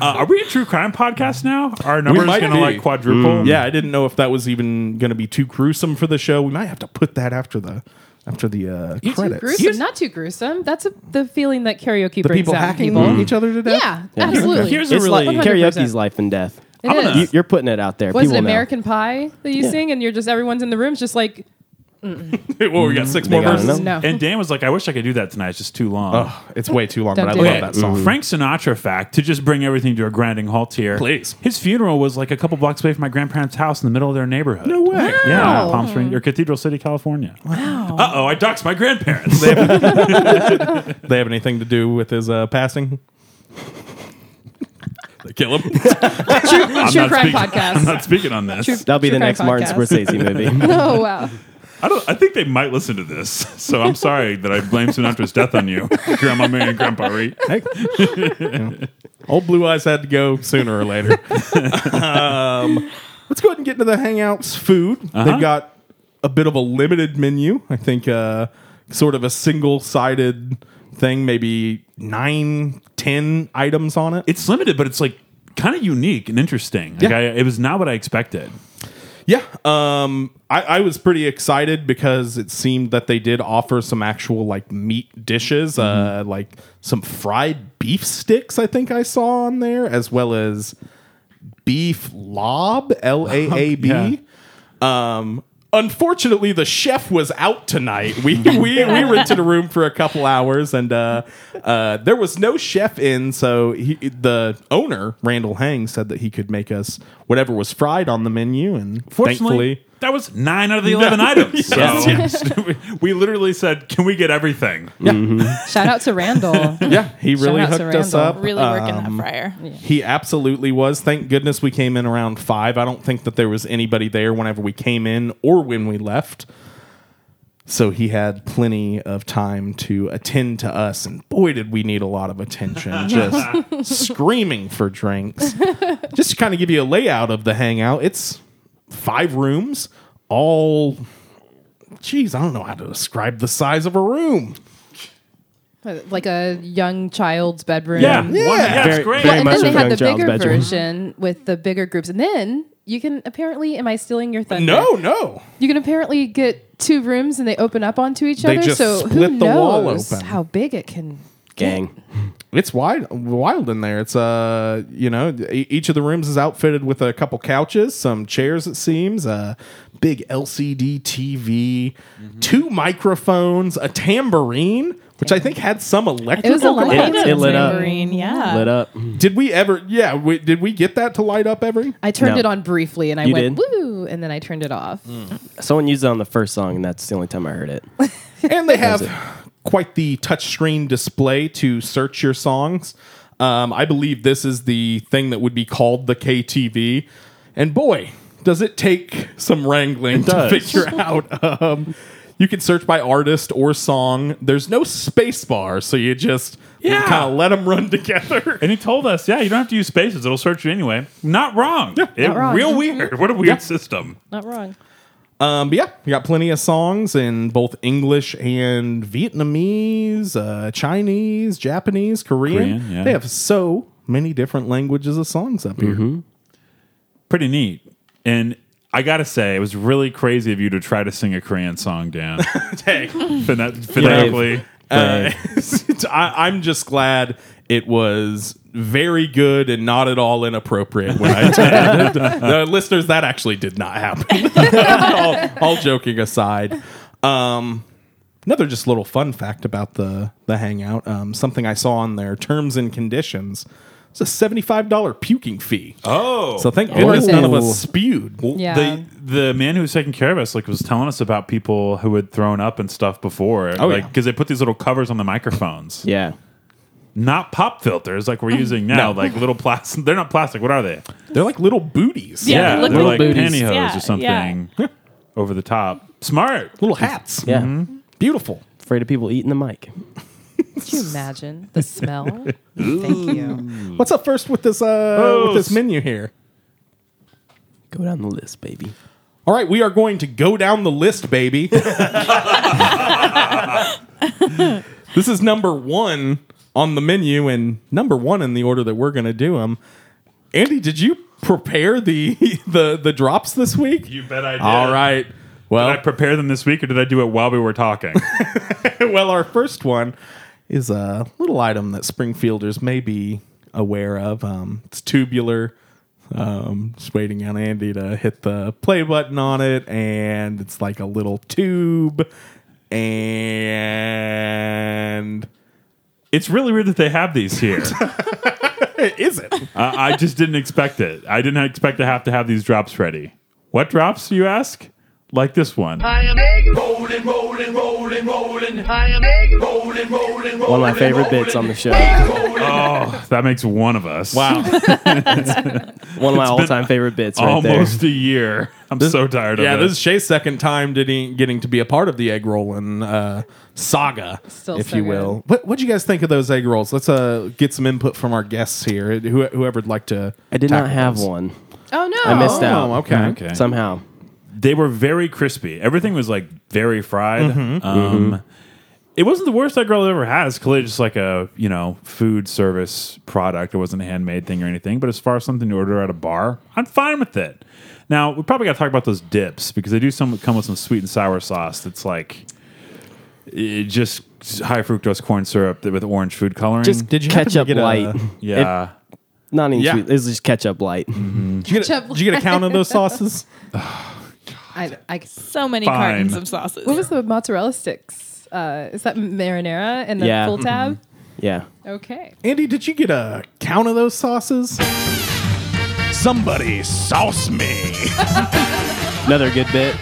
S1: are we a true crime podcast now? Our numbers
S2: might
S1: going
S2: be. Mm.
S1: to like quadruple.
S2: yeah, I didn't know if that was even going to be too gruesome for the show. We might have to put that after the after the uh,
S6: too
S2: credits.
S6: gruesome. Not too gruesome. That's a, the feeling that karaoke
S2: the
S6: brings
S2: people
S6: out in
S2: hacking
S6: people.
S2: each other to death.
S6: Yeah, absolutely.
S1: Here's a
S5: It's like
S1: really.
S5: karaoke's life and death.
S6: It I'm gonna-
S5: You, you're putting it out there.
S6: was it
S5: People know.
S6: American Pie that you sing, and you're just everyone's in the room's just like
S2: well, we Mm. got six
S5: They
S2: more
S5: got
S2: verses.
S5: enough.
S6: no.
S1: and Dan was like, I wish I could do that tonight. It's just too long.
S2: Ugh, it's way too long,
S6: Don't
S2: but I
S6: do
S2: love
S6: it.
S2: that song.
S1: Frank Sinatra fact to just bring everything to a grinding halt here.
S2: Please.
S1: His funeral was like a couple blocks away from my grandparents' house in the middle of their neighborhood.
S2: No way.
S1: Yeah,
S6: Wow.
S1: Palm Springs or Cathedral City, California. Wow. Uh oh, I doxed my grandparents.
S2: They have anything to do with his uh, passing? they kill him.
S1: I'm
S6: true
S1: not
S6: crime
S1: speaking-
S6: podcast.
S1: I'm not speaking on this.
S5: That'll be
S6: True
S5: the
S6: crime
S5: next Martin
S6: podcast.
S5: Scorsese movie.
S6: oh wow.
S1: I don't. I think they might listen to this, so I'm sorry that I blame Sinatra's death on you, Grandma Mary and Grandpa Ree.
S2: Old Blue Eyes had to go sooner or later. um, let's go ahead and get into the Hangouts food. They've got a bit of a limited menu. I think uh, sort of a single sided thing, maybe nine, ten items on it.
S1: It's limited, but it's like kind of unique and interesting. Like
S2: Yeah.
S1: I, it was not what I expected.
S2: Yeah, um, I, I was pretty excited because it seemed that they did offer some actual like meat dishes, uh, like some fried beef sticks. I think I saw on there, as well as beef lob, L A A B. Um, unfortunately, the chef was out tonight. We we, we rented a room for a couple hours, and uh, uh, there was no chef in. So he, the owner, Randall Hang, said that he could make us whatever was fried on the menu, and
S1: Fortunately,
S2: thankfully.
S1: that was nine out of the eleven items. So
S2: Yes,
S1: we literally said, "Can we get everything?"
S6: Shout out to Randall.
S2: Yeah, he really
S6: out to
S2: hooked us
S6: Randall.
S2: up. Uh,
S8: Really working that fryer.
S2: He absolutely was. Thank goodness we came in around five. I don't think that there was anybody there whenever we came in or when we left. So he had plenty of time to attend to us, and boy, did we need a lot of attention. Just screaming for drinks. Just to kind of give you a layout of the hangout, it's five rooms, all. Geez, I don't know how to describe the size of a room.
S6: like a young child's bedroom.
S1: Yeah, one- yeah, it's
S5: Very-
S1: great.
S5: very
S6: and
S5: much
S6: then they
S5: of
S6: had
S5: young
S6: the
S5: child's
S6: bigger
S5: bedroom.
S6: version with the bigger groups, and then you can apparently. Am I stealing your thunder?
S2: No, no.
S6: You can apparently get two rooms, and they open up onto each
S2: They
S6: other.
S2: just
S6: so who
S2: split the wall
S6: knows
S2: open.
S6: how big it can?
S5: Gang.
S2: it's wide wild in there it's uh you know e- each of the rooms is outfitted with a couple couches some chairs it seems a big lcd tv two microphones a tambourine which i think had some
S6: It was a
S2: electrical
S6: lot.
S5: It- it lit up.
S8: Tambourine,
S6: Uh,
S8: yeah.
S5: Lit up.
S2: did we ever yeah we, did we get that to light up every
S6: I turned
S5: No.
S6: it on briefly, and I
S5: You
S6: went
S5: did?
S6: woo, and then I turned it off.
S5: Someone used it on the first song, and that's the only time I heard it.
S2: and they have quite the touchscreen display to search your songs. Um, I believe this is the thing that would be called the KTV. And boy, does it take some wrangling to
S5: does.
S2: figure out. Um, you can search by artist or song. There's no space bar, so you just
S1: Yeah.
S2: kind of let them run together.
S1: And he told us, "Yeah, you don't have to use spaces; it'll search it anyway." Not wrong. Mm-hmm. It-
S6: not wrong.
S1: Real weird. What a weird system.
S6: Not wrong.
S2: Um, but yeah, we got plenty of songs in both English and Vietnamese, uh, Chinese, Japanese, Korean.
S1: Korean, yeah.
S2: They have so many different languages of songs up here.
S1: Pretty neat. And I gotta say, it was really crazy of you to try to sing a Korean song, Dan.
S2: Hey,
S1: Fana- fanatically.
S2: uh, I, I'm just glad it was very good and not at all inappropriate when I attended. the listeners, that actually did not happen. all, all joking aside. Um, another just little fun fact about the the hangout. Um, something I saw on their terms and conditions. It's a seventy-five dollar puking fee.
S1: Oh,
S2: So thank
S6: worth
S2: goodness none
S6: it.
S2: of us spewed.
S6: Yeah.
S1: The the man who was taking care of us like was telling us about people who had thrown up and stuff before.
S2: Oh,
S1: like
S2: yeah.
S1: because they put these little covers on the microphones.
S5: Yeah.
S1: not pop filters like we're using now, like little plastic. They're not plastic. What are they?
S2: They're like little booties.
S8: Yeah,
S1: they're
S8: look
S1: like
S5: little booties.
S1: pantyhose
S8: Yeah,
S1: or something over the top. Smart.
S2: Little hats.
S5: Yeah.
S1: Mm-hmm.
S2: Beautiful.
S5: Afraid of people eating the mic.
S6: Could you imagine the smell? Thank you.
S2: What's up first with this uh with this
S1: s-
S2: menu here?
S5: Go down the list, baby.
S2: All right, we are going to go down the list, baby. this is number one on the menu and number one in the order that we're going to do them. Andy, did you prepare the the the drops this week?
S1: You bet I did.
S2: All right.
S1: Did
S2: Well,
S1: I prepare them this week or did I do it while we were talking?
S2: well, our first one is a little item that Springfielders may be aware of. Um, it's tubular. Um, just waiting on Andy to hit the play button on it, and it's like a little tube, and
S1: it's really weird that they have these here.
S2: is it?
S1: Uh, I just didn't expect it. I didn't expect to have to have these drops ready. What drops, you ask? Like this one.
S5: One of my favorite bits on the show.
S1: Oh, that makes one of us.
S2: Wow,
S5: One of my all time favorite bits right
S1: Almost a year. I'm so tired
S2: yeah,
S1: of it.
S2: this is Shay's second time getting getting to be a part of the egg rolling uh, saga,
S6: Still
S2: if
S6: so
S2: you
S6: good.
S2: will. What what do you guys think of those egg rolls? Let's uh, get some input from our guests here. Who, whoever'd like to,
S5: there. I did not
S2: tackle
S5: have
S2: those.
S5: one. Mm-hmm.
S6: Oh no!
S5: I missed out.
S2: Oh, okay.
S5: Somehow.
S1: they were very crispy. Everything was like very fried. Um, It wasn't the worst that girl ever had. It's clearly just like a you know food service product. It wasn't a handmade thing or anything. But as far as something to order at a bar, I'm fine with it. Now we probably got to talk about those dips because they do some come with some sweet and sour sauce. That's like it just high fructose corn syrup with orange food coloring.
S5: Just
S2: Did you happen to
S5: ketchup
S2: get a-
S5: light.
S1: yeah, Mm.
S5: Not even
S2: Yeah.
S5: sweet. It's just ketchup light.
S2: Did you, get a,
S6: Ketchup.
S2: did you get a count of those sauces?
S6: I, I,
S8: So many
S1: Fine.
S8: cartons of sauces.
S6: what was the mozzarella sticks? Uh, is that marinara and the
S5: Yeah.
S6: full tab?
S5: Yeah.
S6: Okay.
S2: Andy, did you get a count of those sauces?
S1: somebody sauce me.
S5: Another good bit.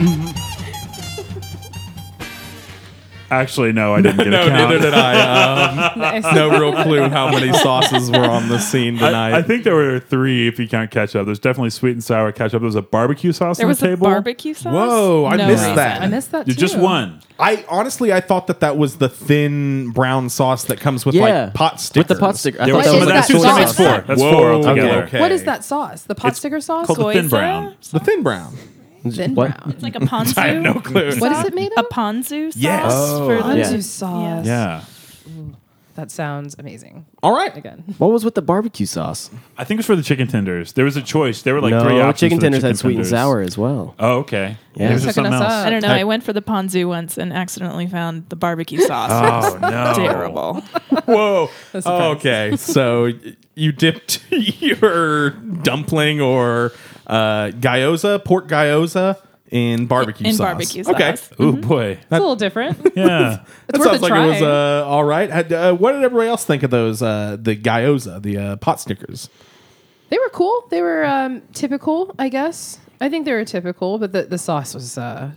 S1: Actually, no, I didn't get a
S2: No,
S1: count.
S2: neither did I. Um,
S6: Nice.
S2: no real clue how many sauces were on the scene tonight.
S1: I, I think there were three if you count ketchup. There's definitely sweet and sour ketchup. There was a barbecue sauce
S8: there
S1: on
S8: was
S1: the
S8: a
S1: table.
S8: barbecue sauce.
S2: Whoa, I missed
S8: reason.
S2: that.
S6: I missed that.
S1: You- Just
S6: too.
S1: one.
S2: I honestly, I thought that that was the thin brown sauce that comes with
S5: Yeah.
S2: like pot
S5: With
S2: stickers.
S5: the pot sticker. I
S1: There
S5: thought
S1: was
S6: What
S1: some
S6: is
S1: of that
S6: that
S1: too. So
S6: sauce?
S1: that's four. That's four
S2: Whoa,
S1: altogether.
S2: okay.
S6: What is that sauce? The pot
S1: It's
S6: sticker sauce?
S1: Called the
S8: Soy
S1: thin
S8: sauce?
S1: brown.
S2: The thin brown.
S6: Thin
S5: What?
S6: brown.
S8: Like a ponzu.
S2: I have no clue.
S6: What is it made
S8: A
S6: of?
S8: ponzu sauce?
S2: Yes.
S8: For the,
S6: Ponzu
S5: Yeah.
S6: sauce.
S1: Yeah,
S6: That sounds amazing.
S2: All right.
S6: Again.
S5: What was with the barbecue sauce?
S1: I think it was for the chicken tenders. There was a choice. There were like
S5: no,
S1: three options.
S5: chicken
S1: for the
S5: tenders had sweet and
S1: tenders.
S5: sour as well.
S1: Oh, okay.
S5: Yeah.
S1: Maybe it was
S6: Hooking
S1: something
S6: us
S1: else.
S6: up.
S8: I don't know. I went for the ponzu once and accidentally found the barbecue sauce.
S1: Oh no!
S8: Terrible.
S2: Whoa.
S6: surprise.
S2: Oh, okay. So y- you dipped your dumpling or uh, gyoza, pork gyoza, in barbecue
S8: In
S2: sauce.
S8: barbecue
S2: Okay.
S8: sauce.
S1: Ooh boy.
S6: It's a little different.
S1: Yeah.
S2: That
S6: worth
S2: sounds
S6: a
S2: like it was
S6: try.
S2: uh, all right. Had- uh, what did everybody else think of those? Uh, the gyoza, the uh, pot stickers.
S6: they were cool. They were um, typical, I guess. I think they were typical, but the, the sauce was, uh,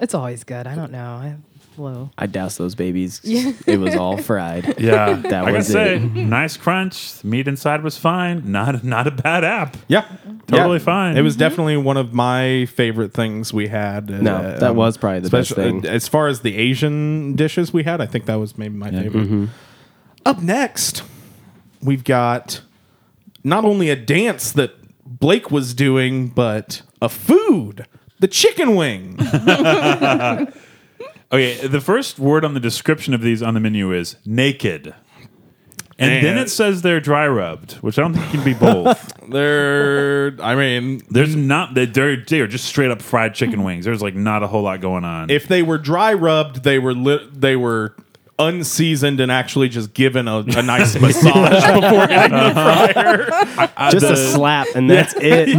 S6: it's always good. I don't know. I, low.
S5: I doused those babies. it was all fried.
S1: Yeah.
S5: That
S1: I gotta
S5: was it.
S1: say, nice crunch. The meat inside was fine. Not not a bad app.
S2: Yeah,
S1: Totally
S2: Yeah.
S1: fine.
S6: Mm-hmm.
S2: It was definitely one of my favorite things we had. uh, um,
S5: No, that was probably the best
S2: especially- uh,
S5: thing.
S2: As far as the Asian dishes we had, I think that was maybe my favorite.
S5: Mm-hmm.
S2: Up next, we've got not only a dance that Blake was doing, but a food. The chicken wing.
S1: Okay, the first word on the description of these on the menu is naked. And
S2: Man.
S1: then it says they're dry rubbed, which I don't think can be both.
S2: They're, I mean,
S1: There's not they- they're they're just straight up fried chicken wings. There's like not a whole lot going on.
S2: if they were dry rubbed, they were lit, they were unseasoned and actually just given a, a nice massage before hitting the fryer.
S1: Uh,
S5: Just
S1: the-
S5: a slap, and that's it.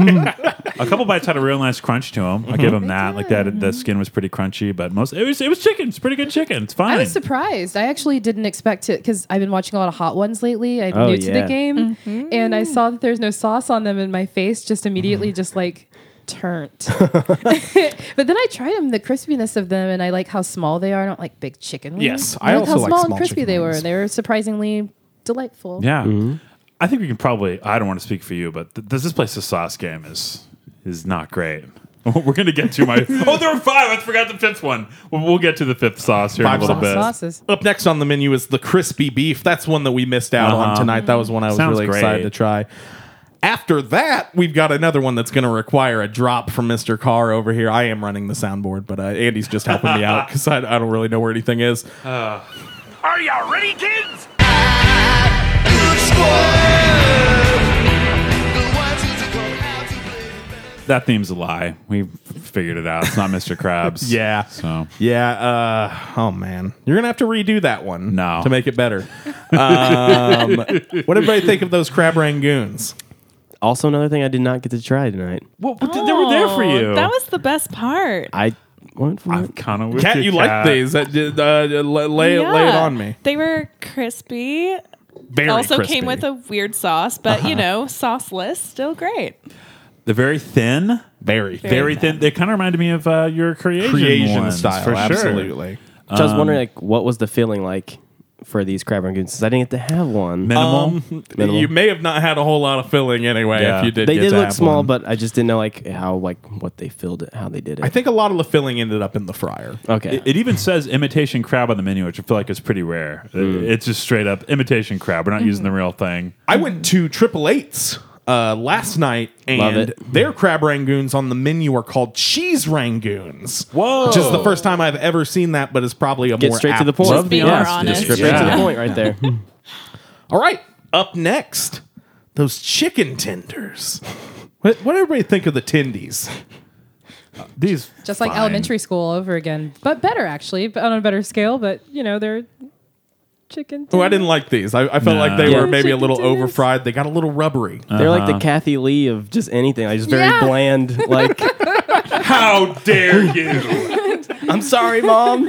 S1: a couple bites had a real nice crunch to them. I give them that. Like that, the skin was pretty crunchy, but most it was it was chicken. It's pretty good chicken. It's fine.
S6: I
S2: Hmm.
S6: was surprised. I actually didn't expect it because I've been watching a lot of hot ones lately. I'm
S5: Oh,
S6: new to
S5: yeah.
S6: the game, and I saw that there's no sauce on them, and my face just immediately just like turned. but then I tried them, the crispiness of them, and I like how small they are. I don't like big chicken wings.
S2: Yes,
S6: I,
S2: I
S6: like
S2: also
S6: how
S2: like
S6: small
S2: small
S6: and crispy
S2: chicken
S6: they
S2: wings.
S6: were. They were surprisingly delightful.
S1: Yeah.
S2: Mm-hmm.
S1: I think we can probably. I don't want to speak for you, but th- this this place's sauce game is is not great. We're gonna get to my. oh, there were five. I forgot the fifth one. We'll, we'll get to the fifth sauce here
S2: Five
S1: in a little
S2: sauce.
S1: bit.
S6: Sauces.
S2: Up next on the menu is the crispy beef. That's one that we missed out on tonight. That was one I was
S1: Uh-huh. Sounds
S2: really excited
S1: great.
S2: to try. After that, we've got another one that's going to require a drop from Mr. Carr over here. I am running the soundboard, but uh, Andy's just helping me out because I, I don't really know where anything is.
S3: Are y'all ready, kids?
S1: That theme's a lie. We figured it out. It's not Mr. Krabs.
S2: Yeah.
S1: So
S2: Yeah. Uh, oh, man. You're going to have to redo that one
S1: No.
S2: to make it better. um, what did everybody think of those crab rangoons?
S5: Also, another thing I did not get to try tonight.
S1: well, but they- they were there for
S8: Oh,
S1: you.
S8: That was the best part.
S5: I went for
S1: I'm
S5: it.
S1: kind of with
S2: Cat, you like
S1: Kat.
S2: these. Uh, uh, lay, lay it
S8: Yeah.
S2: on me.
S8: They were crispy.
S2: Very
S8: also
S2: crispy.
S8: came with a weird sauce, but you know, sauceless, still great.
S1: They're very thin.
S2: very,
S1: Very thin. They kind of reminded me of uh, your Creation,
S2: Creation
S1: ones,
S2: style,
S1: for sure.
S2: absolutely.
S5: So
S1: um,
S5: I was wondering, like, what was the feeling like for these crab rangoons? Since I didn't get to have one.
S1: Minimal.
S5: Minimal.
S2: You may have not had a whole lot of filling anyway
S1: Yeah.
S2: if you did.
S5: they
S2: get
S5: did
S2: to
S5: look
S2: have
S5: small,
S2: one.
S5: but I just didn't know like how like what they filled it, how they did it.
S2: I think a lot of the filling ended up in the fryer.
S5: okay.
S1: It, it even says imitation crab on the menu, which I feel like is pretty rare. It- It's just straight up imitation crab. We're not using
S5: Mm-hmm.
S1: the real thing.
S2: I went to Triple Eights uh, last night,
S5: Love
S2: and
S5: it.
S2: their crab rangoons on the menu are called cheese rangoons.
S1: Whoa.
S2: Which is the first time I've ever seen that, but it's probably a
S5: Get
S2: more
S5: straight to
S2: apt
S5: the point.
S8: Just be more
S1: honesty.
S8: honest.
S1: Description.
S5: Straight to
S1: Yeah.
S5: the point right there.
S2: All right, up next, those chicken tenders. What, what did everybody think of the tendies?
S1: These
S6: Just like
S1: fine.
S6: elementary school all over again, but better actually, but on a better scale. But you know, they're chicken.
S2: Oh, I didn't like these. I, I felt like they
S1: Yeah.
S2: were maybe a little
S6: Chicken tenders.
S2: over fried. They got a little rubbery.
S5: They're like
S1: Uh-huh.
S5: the Kathy Lee of just anything. Like just very
S6: Yeah.
S5: bland. Like
S1: How dare you?
S5: I'm sorry, mom.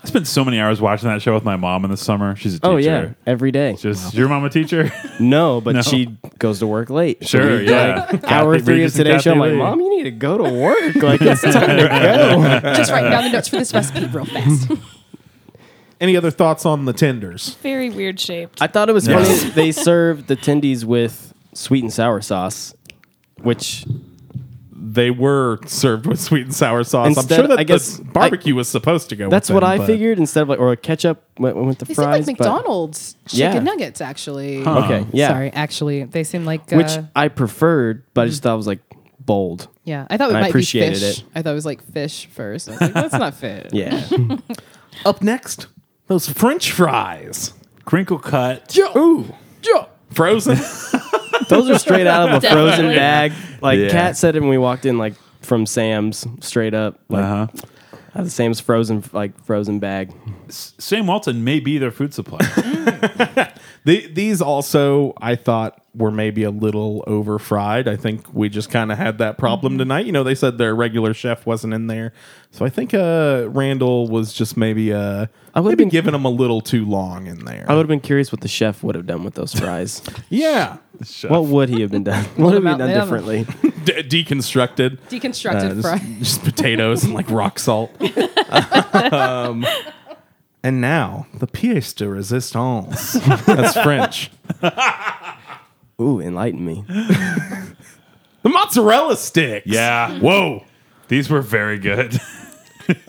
S1: I spent so many hours watching that show with my mom in the summer. She's a teacher.
S5: oh yeah, every day.
S1: Just is your mom a teacher?
S5: No, but
S1: No.
S5: she goes to work late.
S1: sure, yeah.
S5: Hour
S1: Kathy
S5: three
S1: Regis
S5: of
S1: and
S5: today's show, I'm
S1: Kathy
S5: like,
S1: Lee.
S5: mom, you need to go to work. Like it's time to go.
S6: Just writing down the notes for this recipe real fast.
S2: Any other thoughts on the tenders?
S8: Very weird shaped.
S5: I thought it was funny. they served the tendies with sweet and sour sauce, which
S2: they were served with sweet and sour sauce.
S5: Instead-
S2: I'm sure that
S5: I guess-
S2: the barbecue was supposed to go.
S5: that's
S2: with
S5: what
S2: them,
S5: I
S2: but-
S5: figured instead of like or ketchup went, went with the
S6: They seem
S5: fries.
S6: like
S5: but-
S6: McDonald's chicken
S5: Yeah.
S6: nuggets, actually.
S5: Okay, yeah.
S6: Sorry, actually, they seem like.
S5: which
S6: uh, Mm.
S5: I preferred, but I just thought it was like bold.
S6: yeah, I thought it
S5: I
S6: might be
S5: appreciated
S6: fish.
S5: it.
S6: I thought it was like fish first. I was like, that's not fish.
S5: Yeah,
S2: Up next, those French fries.
S1: Crinkle cut.
S2: Ooh, frozen.
S5: those are straight out of a frozen bag. Like
S1: Yeah.
S5: Kat said it when we walked in, like from Sam's, straight up, like
S1: Uh-huh.
S5: out of Sam's frozen, like frozen bag.
S1: Sam Walton may be their food supply.
S2: the, these also, I thought, were maybe a little over fried. I think we just kind of had that problem
S5: Mm-hmm.
S2: tonight. You know, they said their regular chef wasn't in there, so I think uh, Randall was just maybe uh, I
S5: would've
S2: maybe
S5: been-
S2: giving them a little too long in there.
S5: I would have been curious what the chef would have done with those fries.
S2: yeah,
S5: what would he have been done? What would have
S6: about
S5: he done
S6: them?
S5: differently?
S2: De- deconstructed.
S6: Deconstructed
S2: Uh,
S6: fry.
S2: just, just potatoes and like rock salt. um, and now the pièce de résistance. That's French.
S5: Ooh, enlighten me.
S2: The mozzarella sticks.
S1: yeah. Whoa. These were very good.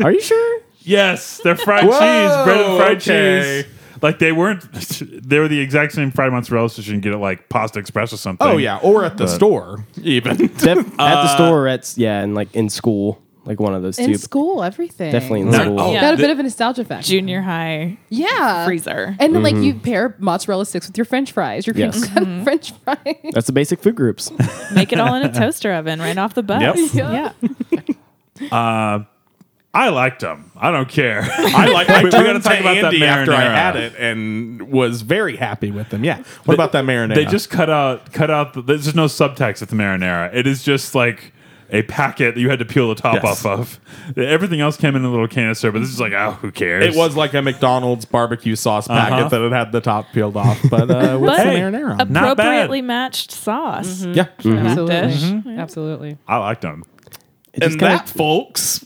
S5: Are you sure?
S1: Yes, they're fried
S2: Whoa,
S1: cheese, bread and fried
S2: okay.
S1: cheese. Like they weren't, they were the exact same fried mozzarella, so you can get it like Pasta Express or something.
S2: Oh yeah, or at the store even.
S5: Def- Uh, at the store, or at yeah, and like in school, like one of those
S6: In
S5: two.
S6: school, everything.
S5: Definitely in
S1: Not-
S5: school.
S1: oh,
S8: Yeah.
S6: Got a bit of a nostalgia factor.
S8: Junior high
S6: Yeah.
S8: freezer.
S6: And then, like, you pair mozzarella sticks with your french fries. Your
S5: Mm-hmm. Yes.
S6: crinkle cut french fries.
S5: That's the basic food groups.
S8: Make it all in a toaster oven right off the bus.
S1: Yep.
S6: Yeah.
S1: I liked them. I don't care. I like. we, we got to
S2: Turned
S1: talk about
S2: Andy
S1: that marinara.
S2: after I had it and was very happy with them. Yeah. What about that marinara?
S1: They just cut out, cut out. The, there's just no subtext with the marinara. It is just like a packet that you had to peel the top
S2: Yes.
S1: off of. Everything else came in a little canister, but this is like, oh, who cares?
S2: it was like a McDonald's barbecue sauce packet
S1: Uh-huh.
S2: that it had the top peeled off, but uh, with
S8: But-
S2: some
S8: Hey,
S2: marinara. on it.
S1: Not bad.
S8: Appropriately matched sauce.
S2: yeah.
S8: for that
S6: Mm-hmm. Absolutely.
S8: dish.
S6: Absolutely.
S1: I liked them.
S5: It just
S2: And
S5: kinda-
S2: that, folks,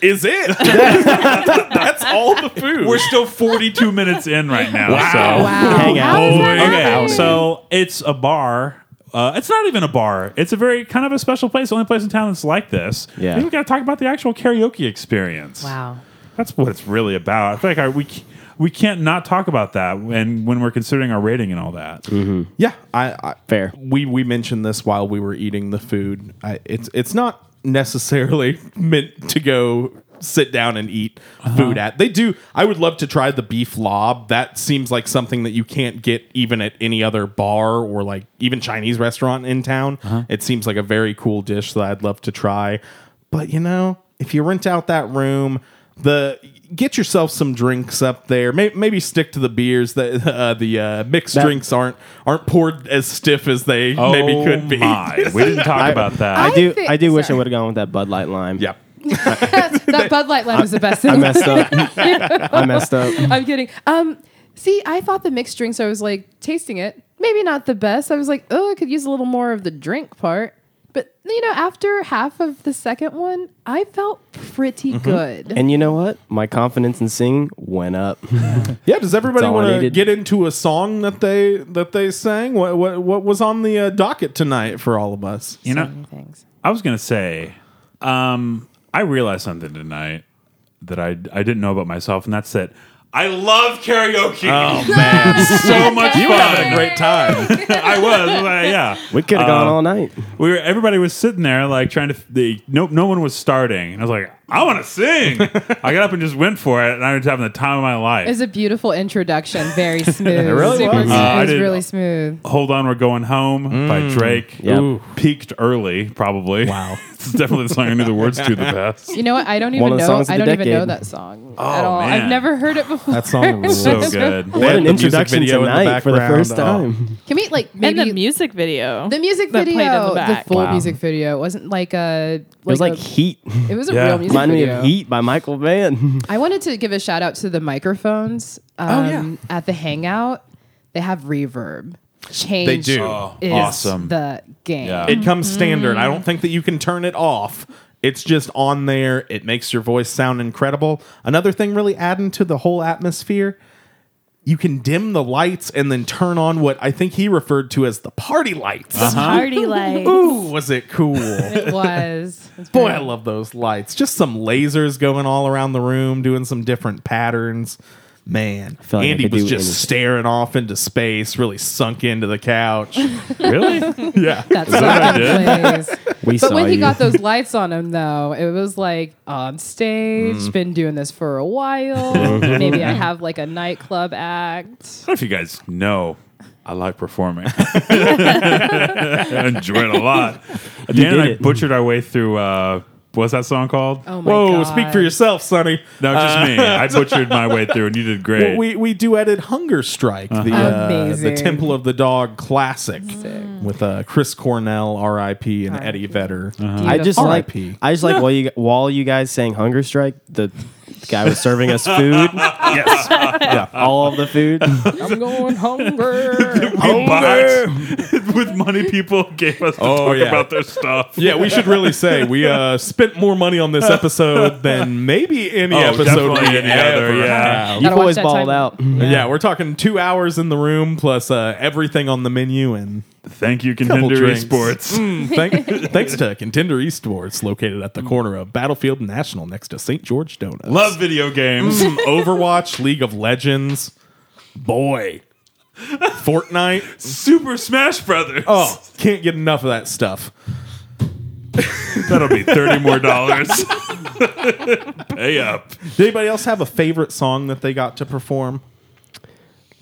S2: is it. That's, all the food.
S1: We're still 42 minutes in right now.
S2: Wow.
S1: So.
S6: Wow.
S5: Hang out.
S6: How does that
S1: Okay,
S6: happen?
S1: so it's a bar. Uh, it's not even a bar. It's a very kind of a special place. The only place in town that's like this.
S5: Yeah.
S1: we got to talk about the actual karaoke experience.
S6: Wow.
S1: that's what it's really about. I feel like I, we c- we can't not talk about that when when we're considering our rating and all that.
S2: yeah, I, I
S5: Fair.
S2: we we mentioned this while we were eating the food. I, it's it's not necessarily meant to go sit down and eat food at. They do. I would love to try the beef lob. That seems like something that you can't get even at any other bar or like even Chinese restaurant in town. It seems like a very cool dish that I'd love to try. But you know, if you rent out that room, the get yourself some drinks up there. Maybe, maybe stick to the beers. That uh, the uh, mixed
S5: That-
S2: drinks aren't aren't poured as stiff as they maybe could be.
S1: Oh My. We didn't talk about that.
S5: I,
S6: I
S5: do.
S6: think-
S5: I do wish I
S6: sorry.
S5: would have gone with that Bud Light lime.
S2: Yeah.
S6: that Bud Light line was the best
S5: I
S6: thing.
S5: messed up. I messed up.
S6: I'm kidding. Um, see, I thought the mixed drinks. I was like tasting it. Maybe not the best. I was like, oh, I could use a little more of the drink part. But you know, after half of the second one, I felt pretty good.
S5: And you know what? My confidence in singing went up.
S2: Yeah, does everybody
S5: all I
S2: want to
S5: needed.
S2: get into a song that they that they sang? What what, what was on the uh, docket tonight for all of us?
S1: you know,
S6: So many things.
S1: I was gonna say, um, I realized something tonight that I I didn't know about myself, and that's that I love karaoke. Oh man, so much
S2: You
S1: fun.
S2: had a great time.
S1: I was, uh, yeah.
S5: We could have gone
S2: Uh,
S5: all night.
S1: we were everybody was sitting there like trying to the no no one was starting and I was like I want to sing I got up and just went for it and I was having the time of my life
S6: It was a beautiful introduction. Very smooth. it
S2: really
S6: Super
S2: was.
S6: smooth.
S1: Uh, I
S6: it was
S1: did-
S6: really smooth.
S1: Hold on We're Going Home by Drake
S5: Yep.
S1: Ooh, peaked early probably wow it's definitely the song I knew the words to the best
S6: You know what? I don't
S5: One
S6: even
S5: of the
S6: know.
S5: songs of
S6: I
S5: the
S6: don't even know
S5: decade.
S6: that song at all.
S1: man.
S6: I've never heard it before.
S2: That song was
S1: so good
S5: What an
S2: the music
S5: introduction
S2: video in the
S5: tonight for the
S2: background.
S5: first
S2: Oh.
S5: time.
S6: Can we like
S8: And
S6: maybe
S8: the music video.
S6: the music
S8: that
S6: video,
S8: played in the
S6: the,
S8: back.
S6: full
S5: Wow.
S6: music video it wasn't like a. Like
S5: It was like
S6: a-
S5: Heat.
S6: it was a
S1: Yeah.
S6: real music
S5: Reminded me
S6: video.
S5: of Heat by Michael Mann.
S6: I wanted to give a shout out to the microphones um, at the Hangout. They have reverb. Change
S2: They do.
S6: is
S1: awesome.
S6: the game.
S1: Yeah.
S2: It comes standard. I don't think that you can turn it off. It's just on there. It makes your voice sound incredible. Another thing really adding to the whole atmosphere, you can dim the lights and then turn on what I think he referred to as the party lights.
S5: Uh-huh.
S8: party light.
S2: Ooh, was it cool.
S6: It was. It's
S2: Boy,
S6: very-
S2: I love those lights. Just some lasers going all around the room, doing some different patterns. Man,
S5: like I
S2: Andy
S5: could
S2: was
S5: do
S2: just
S5: anything.
S2: staring off into space, really sunk into the couch.
S1: really
S2: yeah.
S6: That's what
S1: that what
S6: I plays.
S5: We
S6: But
S5: saw
S6: when he
S5: you.
S6: got those lights on him, though, it was like on stage, been doing this for a while. Maybe I have like a nightclub
S1: I
S6: act.
S1: don't know if you guys know I like performing I enjoy it a lot Dan and
S5: did
S1: I
S5: it.
S1: butchered our way through uh what's that song called
S6: Oh my
S2: Whoa,
S6: God.
S2: speak for yourself, Sonny.
S1: no just me I butchered my way through and you did great
S2: Uh, We we duetted Hunger Strike, the uh, the
S6: Amazing.
S2: Temple of the Dog classic, with uh, Chris Cornell, R.I.P., and Eddie Vedder.
S1: Uh-huh.
S5: I just
S6: Beautiful.
S5: like.
S2: RIP.
S5: I just like while you while you guys sang "Hunger Strike," the guy was serving us food.
S1: yes
S5: all of the food.
S6: I'm going hungry.
S2: Oh,
S1: we boxed with money people gave us to
S2: Oh,
S1: talk
S2: yeah.
S1: about their stuff.
S2: Yeah, we should really say we uh, spent more money on this episode than maybe any
S1: Oh,
S2: episode
S1: definitely
S2: we
S1: any
S2: ever
S1: other, yeah.
S2: have.
S5: You've
S6: watch
S5: always
S6: that
S5: balled
S6: time.
S5: out.
S2: Yeah, we're talking two hours in the room plus uh, everything on the menu and
S1: Thank you,
S2: couple
S1: Contender
S2: drinks.
S1: Esports.
S2: Mm, thank- thanks to Contender Eastwards, located at the corner of Battlefield National next to St. George Donuts.
S1: Love video games.
S2: Mm, Overwatch, League of Legends, boy, Fortnite.
S1: Super Smash Brothers.
S2: Oh, can't get enough of that stuff.
S1: That'll be 30 more dollars. Pay up.
S2: Did anybody else have a favorite song that they got to perform?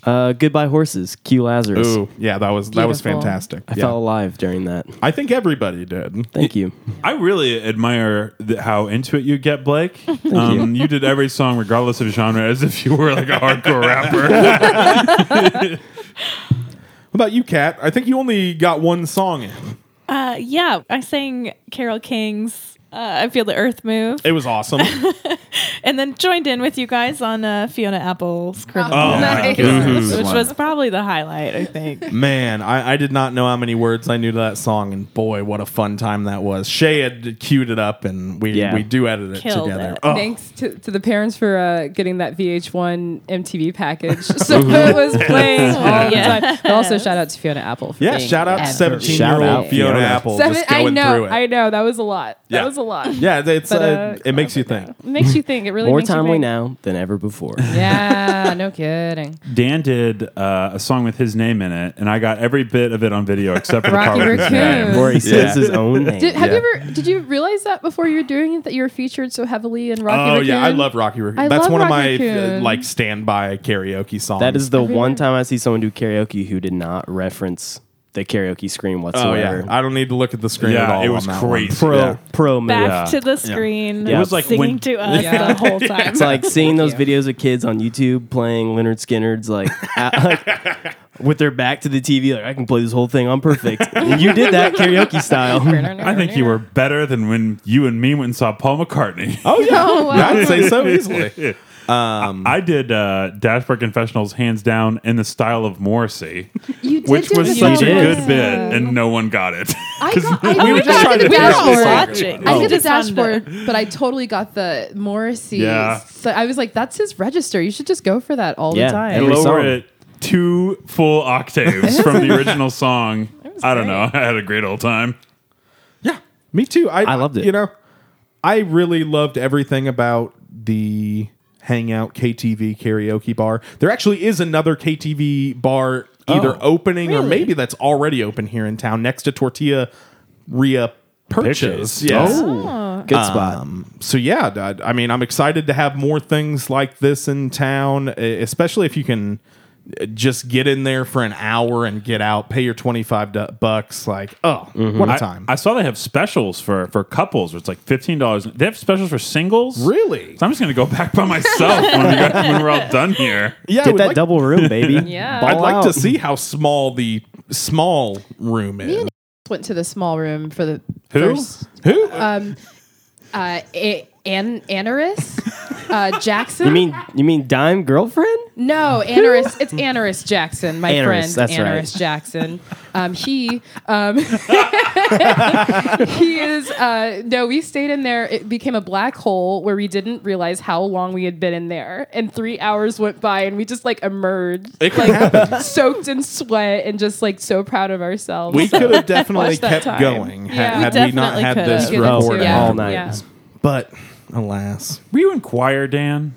S5: Uh, Goodbye horses. Q Lazarus.
S2: Ooh, yeah, that was that was
S6: Beautiful.
S2: fantastic.
S5: I
S2: yeah.
S5: fell alive during that.
S2: I think everybody did.
S5: Thank you.
S1: I really admire th- how into it you get, Blake. Um, you. did every song, regardless of genre, as if you were like a hardcore rapper.
S2: How about you, Kat? I think you only got one song in.
S8: Uh, yeah, I sang Carol King's uh, I Feel the Earth Move,
S2: It was awesome.
S8: and then joined in with you guys on uh, Fiona Apple's Criminal,
S1: Oh,
S6: Nice.
S1: my
S2: Mm-hmm.
S1: God.
S8: which
S2: uh,
S8: was probably the highlight, I think.
S2: Man, I, I did not know how many words I knew to that song, and boy, what a fun time that was. Shay had queued it up, and we
S5: Yeah.
S2: we duetted it
S8: Killed
S2: together.
S8: it.
S2: Oh,
S6: Thanks to, to the parents for uh, getting that VH1 MTV package. so it was playing all
S8: Yeah.
S6: the time. But also shout out to Fiona Apple. For
S2: yeah!
S6: being
S2: Shout out
S6: ever.
S2: to seventeen
S5: Shout
S2: year
S5: out
S2: old Fiona
S5: Fiona.
S2: Apple
S6: Seven-
S2: just
S6: I
S2: going
S6: know.
S2: through it.
S6: I know. That was a lot.
S2: Yeah.
S6: That was a lot.
S2: yeah, it's
S6: But,
S2: uh,
S6: uh,
S2: it makes you think.
S6: Makes you think. It really
S5: More
S6: makes you
S5: timely
S6: think.
S5: now than ever before.
S6: Yeah, no kidding.
S1: Dan did uh, a song with his name in it, and I got every bit of it on video except for the part
S6: Rocky
S1: with his
S6: Raccoon.
S1: name.
S5: Where he says
S2: Yeah.
S5: his own name.
S6: Did, have
S2: Yeah.
S6: you ever? Did you realize that before you were doing it that you were featured so heavily in Rocky?
S2: oh yeah, I
S6: Raccoon?
S2: love Rocky Raccoon.
S6: I
S2: That's
S6: love
S2: one of
S6: Rocky
S2: my uh,
S6: Raccoon.
S2: like standby karaoke songs.
S5: That is the one time I see someone do karaoke who did not reference the karaoke screen
S2: Oh
S5: whatsoever.
S2: yeah, I don't need to look at the screen at
S1: Yeah,
S2: all.
S1: it was
S2: on that one.
S1: crazy.
S5: pro pro move.
S8: Back to the screen,
S5: It was like
S8: singing
S1: when-
S8: to us
S6: Yeah.
S8: the whole time.
S5: It's like seeing those videos of kids on YouTube playing Leonard Skinner's like, at- like, with their back to the TV, like I can play this whole thing. I'm perfect. And you did that karaoke style.
S1: I think you were better than when you and me went and saw Paul McCartney.
S2: Oh yeah, Yeah, I'd say so easily. Um,
S1: I did uh, Dashboard Confessionals hands down in the style of Morrissey,
S6: You did
S1: which
S6: do
S1: was
S6: the
S1: such a
S5: You did.
S1: good bit, and no one got it.
S6: I
S1: 'Cause
S6: got- I
S1: we
S6: got
S1: were
S6: it.
S1: just trying to
S6: We
S1: figure
S6: were
S1: out
S6: all
S1: what song. Oh.
S8: watching.
S6: I did the
S8: Just on the-
S6: dashboard, but I totally got the Morrissey.
S1: Yeah.
S6: So I was like, that's his register. You should just go for that all
S5: Yeah.
S6: the time.
S1: and
S5: Every
S1: lower
S5: song.
S1: it two full octaves from the original song. I don't
S6: great.
S1: know. I had a great old time.
S2: Yeah, me too. I,
S5: I loved it.
S2: You know, I really loved everything about the Hangout KTV karaoke bar. There actually is another KTV bar either
S5: Oh,
S2: opening or maybe that's already open here in town next to Tortilla Ria Purchase.
S1: Purchase.
S2: Yes.
S5: Oh.
S2: Um,
S5: Good spot.
S2: So yeah, I- I mean, I'm excited to have more things like this in town, e- especially if you can uh, just get in there for an hour and get out, pay your 25 du- bucks. Like, oh,
S5: Mm-hmm.
S2: what a
S1: I,
S2: time.
S1: I saw they have specials for for couples where it's like fifteen dollars. They have specials for singles.
S2: really?
S1: So I'm just gonna go back by myself when, we got, when we're all done here.
S2: Yeah, I
S5: Get
S2: would
S5: that
S2: like-
S5: double room, baby.
S6: Yeah.
S5: Ball
S2: I'd like to
S5: out.
S2: see how small the small room is.
S6: Went to the small room for the
S1: Who?
S6: first.
S2: Who?
S6: Um, uh, a- An- Anaris? Uh, Jackson?
S5: You mean you mean dime girlfriend?
S6: No, Anaris. It's Anaris Jackson, my
S5: Anaris,
S6: friend.
S5: that's right.
S6: Anaris Jackson. Um, he um, he is. Uh, no, we stayed in there. It became a black hole where we didn't realize how long we had been in there, and three hours went by, and we just like emerged, like soaked in sweat, and just like so proud of ourselves.
S2: we
S6: So-
S2: could have definitely
S6: Watch that
S2: kept
S6: time.
S2: going ha-
S6: Yeah. We
S2: had we not
S8: definitely
S2: had
S8: could
S2: this
S8: have.
S6: We could have
S2: report.
S6: too, yeah.
S5: Oh, all night.
S6: Yeah.
S2: But alas,
S1: Were you in choir, Dan?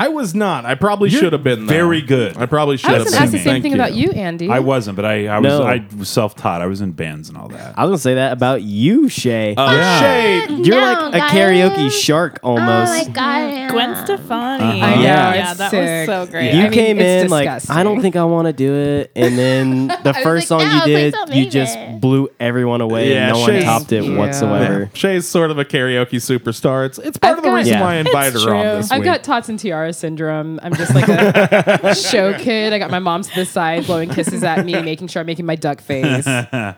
S2: I was not. I probably
S1: You're
S2: should have been though.
S1: very good.
S2: I probably should
S6: I
S2: have
S6: was
S2: been.
S6: going to ask the same
S2: Thank
S6: thing about you, Andy.
S1: I wasn't, but I, I was
S5: No.
S1: I was self taught. I was in bands and all that.
S5: I was gonna say that about you, Shay.
S2: Yeah. Shay,
S5: You're like a karaoke Uh-huh. shark almost.
S8: Gwen Stefani.
S6: Oh, I know,
S5: Yeah.
S6: it's
S8: yeah, that
S6: sick.
S8: was so great.
S5: you
S6: I mean,
S5: came
S6: it's
S5: in like I don't
S6: disgusting.
S5: think I want to do it, and then the first
S9: like,
S5: song
S9: "No,
S5: you
S9: please
S5: did,
S9: don't
S5: you
S9: make
S5: just
S9: it."
S5: blew everyone away,
S2: Yeah,
S5: and no
S2: Shay's-
S5: one topped it
S6: Yeah.
S5: whatsoever.
S2: yeah. Shay's sort of a karaoke superstar. It's it's part
S6: I've
S2: of the
S6: got-
S2: reason
S5: Yeah.
S2: why I invited her on this
S6: I've
S2: week.
S6: got tots and tiara syndrome. I'm just like a show kid. I got my mom to the side blowing kisses at me, making sure I'm making my duck face. Yeah,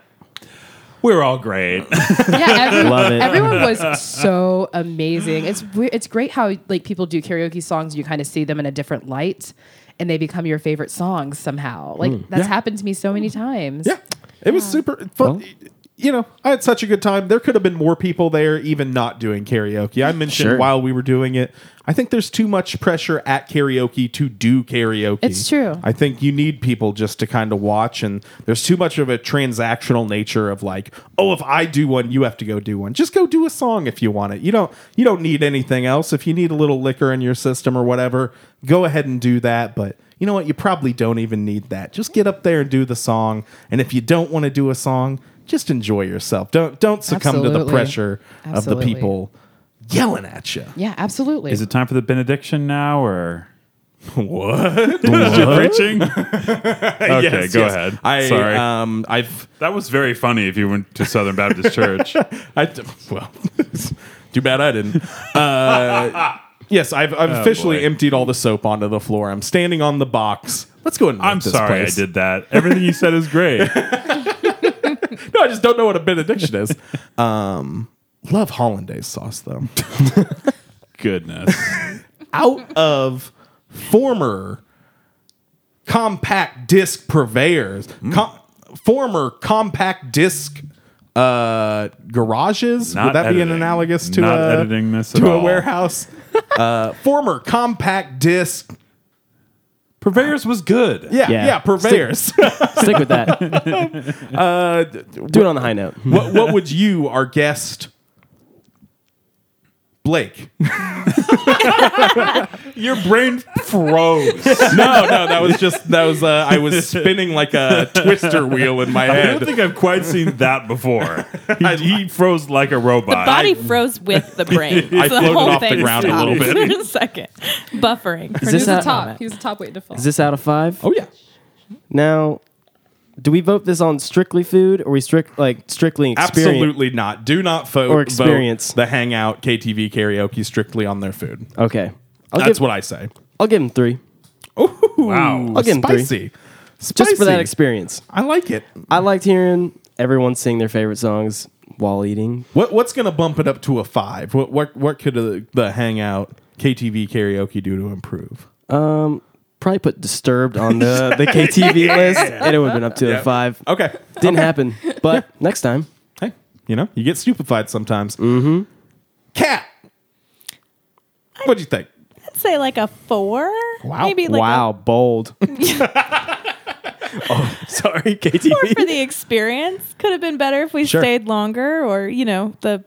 S1: We were all great.
S6: everyone,
S5: Love it.
S6: everyone was so amazing. It's we- it's great how like people do karaoke songs. You kind of see them in a different light, and they become your favorite songs somehow. Like that's happened to me so many times.
S2: Yeah, it was super fun. you know, I had such a good time. There could have been more people there, even not doing karaoke. I mentioned
S5: Sure.
S2: while we were doing it. I think there's too much pressure at karaoke to do karaoke.
S6: It's true.
S2: I think you need people just to kind of watch, and there's too much of a transactional nature of like, oh, if I do one, you have to go do one. Just go do a song if you want it. You don't. You don't need anything else. If you need a little liquor in your system or whatever, go ahead and do that. But you know what? You probably don't even need that. Just get up there and do the song. And if you don't want to do a song, just enjoy yourself. Don't don't succumb to the
S6: Absolutely.
S2: pressure of
S6: Absolutely.
S2: the people yelling at you.
S6: Yeah, absolutely.
S1: Is it time for the benediction now or
S2: What?
S1: preaching? okay, go ahead.
S2: I
S1: Sorry.
S2: um I've
S1: uh, that was very funny if you went to Southern Baptist Church.
S2: I d- well, too bad I didn't. Uh, yes, I've, I've officially
S1: Oh, boy.
S2: emptied all the soap onto the floor. I'm standing on the box. Let's go ahead and.
S1: I'm
S2: rate this
S1: sorry
S2: place.
S1: I did that. Everything you said is great.
S2: No, I just don't know what a benediction is. Um, Love hollandaise sauce though.
S1: Goodness.
S2: out of former compact disc purveyors,
S1: Hmm.
S2: com- former compact disc uh, garages.
S1: Not
S2: Would that be an
S1: editing.
S2: analogous to
S1: Not
S2: a,
S1: editing this at
S2: to a
S1: all.
S2: warehouse? uh, former compact disc.
S1: Purveyors was good.
S2: Yeah, yeah,
S5: Yeah.
S2: purveyors.
S5: Stick with that. Do it on the high note.
S2: Uh, what, what would you, our guest, Blake?
S1: Your brain froze.
S2: no, no, that was just that was uh, I was spinning like a twister wheel in my
S1: I
S2: head.
S1: don't think I've quite seen that before. He, he froze like a
S8: The
S1: robot.
S8: body froze with the brain.
S2: I
S8: So
S2: floated
S8: whole
S2: off the
S8: thing
S2: ground a little
S8: stopped
S2: bit.
S8: for a second. Buffering.
S5: Is
S6: He was
S5: this
S6: the
S5: out,
S6: top. He was the top weight to fall.
S5: is this out of five?
S2: oh yeah.
S5: Now, do we vote this on strictly food or we strict like strictly experience?
S2: Absolutely not. Do not fo-
S5: Or
S2: vote
S5: experience.
S2: the hangout KTV karaoke strictly on their food.
S5: Okay. I'll
S2: That's
S5: give,
S2: what I say.
S5: I'll give him three.
S1: Wow.
S5: I'll give him three.
S2: spicy. spicy.
S5: Just for that experience.
S2: I like it.
S5: I liked hearing everyone sing their favorite songs while eating.
S2: What what's gonna bump it up to a five? What what what could uh the hangout KTV karaoke do to improve?
S5: Probably put Disturbed on the, the KTV list and it would have been up to a five.
S2: Okay.
S5: Didn't happen, but next time.
S2: Hey, you know you get stupefied sometimes. Mm-hmm. Cat. What do you think?
S8: I'd say like a four.
S2: Wow.
S8: Maybe like
S5: wow, bold. oh,
S2: Oh,
S5: sorry,
S8: a four for
S5: KTV.
S8: the experience. Could have been better if we
S5: Sure.
S8: stayed longer or, you know, the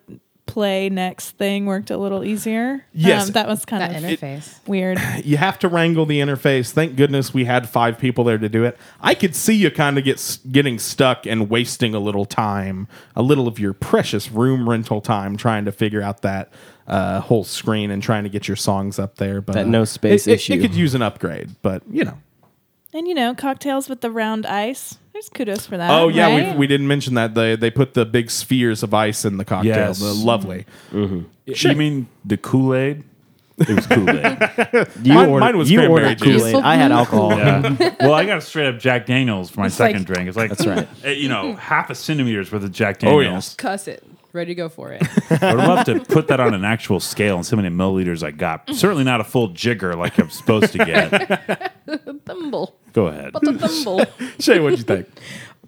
S8: play next thing worked a little easier. Um,
S2: Yes.
S8: that was kind
S6: that
S8: of
S6: interface.
S8: weird.
S2: you have to wrangle the interface. Thank goodness we had five people there to do it. I could see you kind of get s- getting stuck and wasting a little time, a little of your precious room rental time trying to figure out that uh, whole screen and trying to get your songs up there. But
S5: That
S2: uh,
S5: no space
S2: it- it-
S5: issue.
S2: It could use an upgrade, but you know.
S8: and, you know, cocktails with the round ice. There's kudos for that.
S2: Oh yeah,
S8: right?
S2: we, we didn't mention that they they put the big spheres of ice in the cocktail.
S1: Yes.
S2: The lovely.
S1: You mean the Kool Aid? It was Kool Aid.
S5: You
S2: Mine- mine was
S5: you
S2: cranberry
S5: ordered
S2: juice.
S5: Kool-Aid. I had alcohol.
S1: Yeah. well, I got a straight up Jack Daniels for my
S6: like-
S1: second drink. It's like
S5: That's right.
S1: eh, You know, half a centimeter's worth of Jack
S2: Oh, yeah.
S1: Daniels.
S6: Cuss it. Ready to go for it.
S1: I would love to put that on an actual scale and see how many milliliters I got. Certainly not a full jigger like I'm supposed to get.
S6: Thumble.
S1: Go ahead.
S6: But the thumble.
S2: Shay, what'd you think?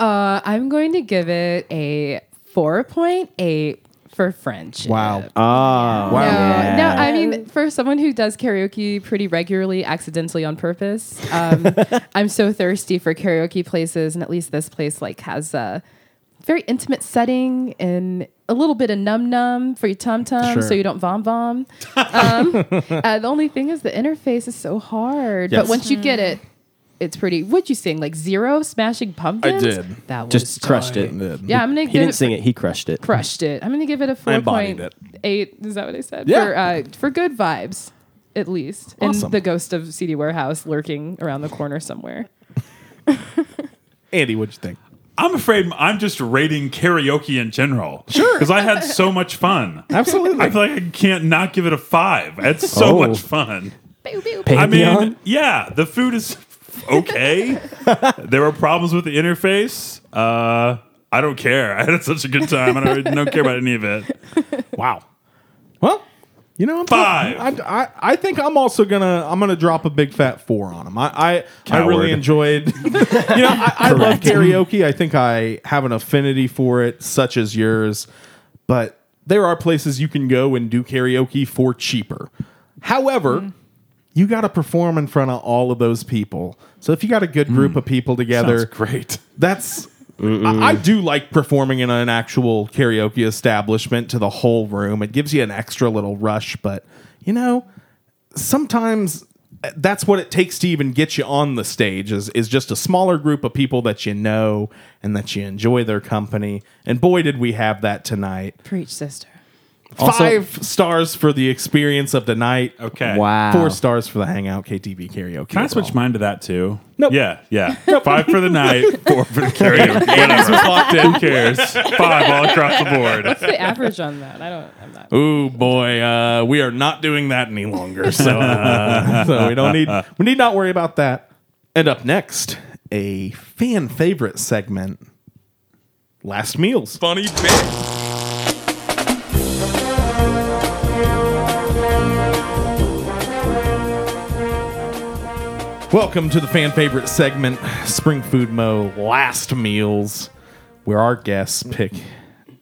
S6: Uh, I'm going to give it a 4.8 for friendship.
S2: Wow.
S5: Ah,
S6: No,
S5: Yeah.
S6: Uh, no, I mean, for someone who does karaoke pretty regularly, accidentally on purpose, um, I'm so thirsty for karaoke places, and at least this place like has a very intimate setting and a little bit of num num for your tum tum,
S2: Sure.
S6: so you don't vom vom. Um, uh, the only thing is the interface is so hard,
S2: Yes.
S6: but once you get it, it's pretty. What'd you sing? Like zero smashing pumpkins.
S2: did.
S6: That was
S5: just crushed it.
S6: Yeah, I'm gonna
S5: He
S6: give
S5: didn't
S6: it
S5: sing it. He crushed it.
S6: crushed it. I'm gonna give it a
S2: I
S6: four
S2: embodied
S6: point
S2: it.
S6: eight. Is that what I said?
S2: Yeah.
S6: For, uh, for good vibes, at least.
S2: Awesome.
S6: And the ghost of CD Warehouse lurking around the corner somewhere.
S2: Andy, what'd you think?
S1: I'm afraid I'm just rating karaoke in general. Sure. Because I had so much fun.
S2: Absolutely.
S1: I feel like I can't not give it a five. It's so
S5: Oh.
S1: much fun.
S5: Pantheon?
S1: I mean, yeah, the food is okay. there were problems with the interface. Uh, I don't care. I had such a good time. I don't, I don't care about any of it.
S2: Wow. Well, you know, I'm
S1: Five.
S2: I, I, I think I'm also gonna I'm gonna drop a big fat four on them. I I, I
S1: Coward.
S2: really enjoyed. you know, I, I love karaoke. I think I have an affinity for it, such as yours. But there are places you can go and do karaoke for cheaper. However. You got to perform in front of all of those people. So if you got a good group of people
S1: Mm.
S2: together,
S1: Sounds great.
S2: that's I, I do like performing in an actual karaoke establishment to the whole room. It gives you an extra little rush, but you know, sometimes uh, that's what it takes to even get you on the stage is is just a smaller group of people that you know and that you enjoy their company. And boy did we have that tonight.
S6: Preach, sister.
S2: 5 stars for the experience of the night.
S1: Okay.
S5: Wow.
S2: 4 stars for the hangout KTV karaoke.
S1: Can I
S2: overall.
S1: switch mine to that too?
S2: Nope.
S1: Yeah, yeah. Five for the night, four for the karaoke. Whatever. Who cares? Five all across the board.
S6: The average on that. I don't. I'm not.
S2: Ooh boy, uh, we are not doing that any longer. So, uh, so we don't need we need not worry about that. And up next, a fan favorite segment: last meals.
S3: Funny bit.
S2: Welcome to the fan favorite segment, Spring Food Mo Last Meals, where our guests pick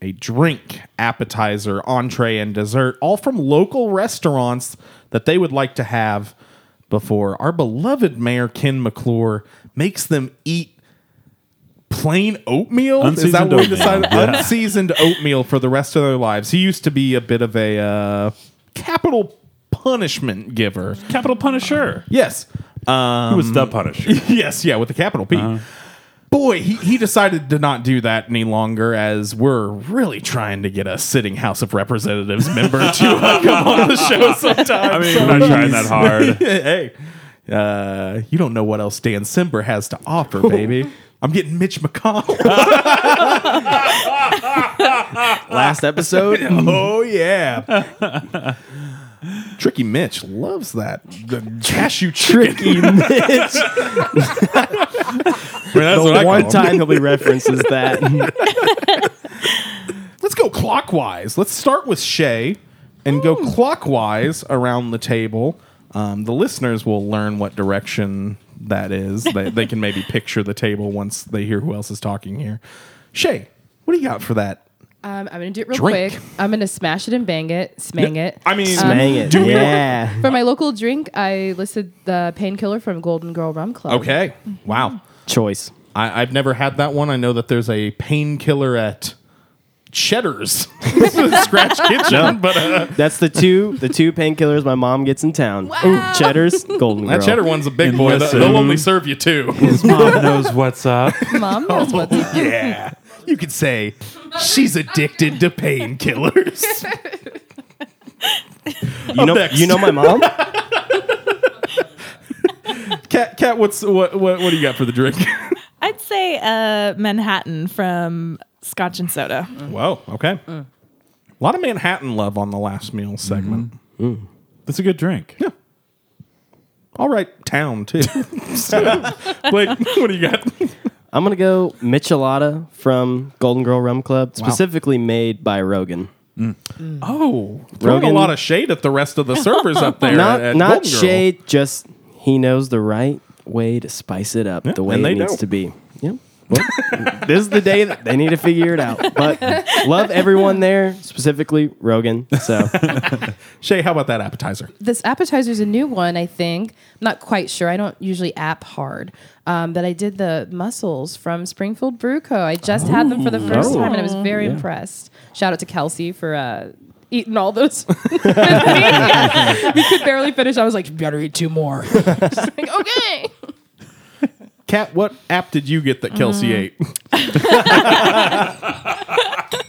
S2: a drink, appetizer, entree, and dessert, all from local restaurants that they would like to have before our beloved mayor Ken McClure makes them eat plain oatmeal. Is that
S1: Unseasoned
S2: what we
S1: oatmeal,
S2: decided?
S1: yeah.
S2: Unseasoned oatmeal for the rest of their lives. He used to be a bit of a uh, capital punishment giver.
S1: Capital Punisher.
S2: Yes. Um,
S1: Who was the Punisher?
S2: yes, yeah, with a capital P. Boy, he, he decided to not do that any longer as we're really trying to get a sitting House of Representatives member to uh, come on the show sometime.
S1: I mean, I'm not trying that hard.
S2: hey, uh, you don't know what else Dan Simber has to offer, baby. I'm getting Mitch McConnell.
S5: Last episode,
S2: oh, yeah. Tricky Mitch loves that. The cashew chicken.
S5: Tricky Mitch. the one time nobody references
S2: Um,
S5: that.
S2: Let's go clockwise. Let's start with Shay and go clockwise around the table. Um, the listeners will learn what direction that is. They, they can maybe picture the table once they hear who else is talking here. Shay, what do you got for that?
S6: Um, I'm gonna do it real
S2: Drink.
S6: quick. I'm gonna smash it and bang it, smang it.
S2: I mean,
S5: Dang it.
S2: do
S5: yeah.
S6: For my local drink, I listed the painkiller from Golden Girl Rum Club.
S2: okay. Wow.
S5: Choice.
S2: I, I've never had that one. I know that there's a painkiller at Cheddar's Scratch Kitchen, but uh,
S5: That's the two the two painkillers my mom gets in town. Cheddars, golden girl.
S2: that cheddar one's a big boy.
S1: Listen.
S2: They'll only serve you two.
S1: His mom knows what's up.
S6: Mom knows what's up.
S2: yeah. You could say she's addicted to painkillers.
S5: You know,
S2: next.
S5: you know my mom?
S2: Cat, cat, what's what, what? What do you got for the drink?
S8: I'd say uh, Manhattan from Scotch and Soda.
S2: Whoa. Okay. A lot of Manhattan love on the last meal segment.
S1: That's a good drink.
S2: All right, town too. Blake, what do you got?
S5: I'm gonna go Michelada from Golden Girl Rum Club, specifically made by Rogan.
S2: Oh, throwing a
S5: Rogan.
S2: lot of shade at the rest of the servers up there.
S5: Not
S2: at
S5: not
S2: Golden Girl.
S5: shade, just he knows the right way to spice it up the way
S2: and
S5: it
S2: they
S5: needs
S2: don't.
S5: to be. Yep. Well, this is the day that they need to figure it out. But love everyone there, specifically Rogan. So
S2: Shay, how about that appetizer?
S6: This appetizer is a new one, I think. I'm not quite sure. I don't usually app hard, um, but I did the mussels from Springfield Brew Co. I just had them for the first
S5: Oh.
S6: time, and I was very impressed. Shout out to Kelsey for. Uh, Eating all those, we could barely finish. I was like, "You "Better eat two more." She's like, okay.
S2: Cat, what app did you get that Kelsey ate?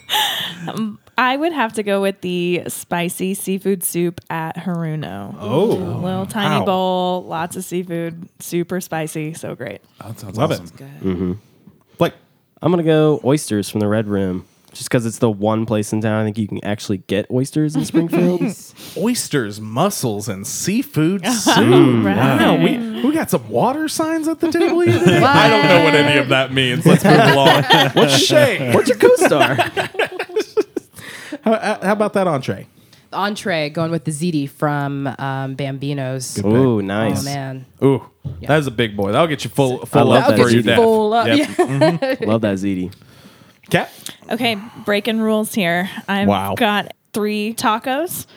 S8: I would have to go with the spicy seafood soup at Haruno.
S2: Oh,
S8: Little tiny
S2: Wow.
S8: bowl, lots of seafood, super spicy, so great.
S1: That sounds
S2: love
S1: awesome.
S2: it. Mm-hmm. Blake,
S5: I'm gonna go oysters from the Red Room. Just because it's the one place in town I think you can actually get oysters in Springfield.
S2: oysters, mussels, and seafood soup.
S8: Right.
S2: Wow, we, we got some water signs at the table here today. I don't know what any of that means. Let's move along. What's Shay?
S5: What's your co-star?
S2: How, how about that entree?
S6: entree going with the ziti from um, Bambino's.
S5: Ooh, nice.
S6: Oh man,
S2: Ooh, that is a big boy. That'll get you full,
S5: I
S2: full
S5: love
S2: up
S5: that
S2: for your
S5: ziti.
S2: death.
S6: full up.
S5: Yep.
S6: Yeah.
S5: Love that ziti.
S2: Cat?
S8: Okay, breaking rules here. I've
S2: Wow.
S8: got three tacos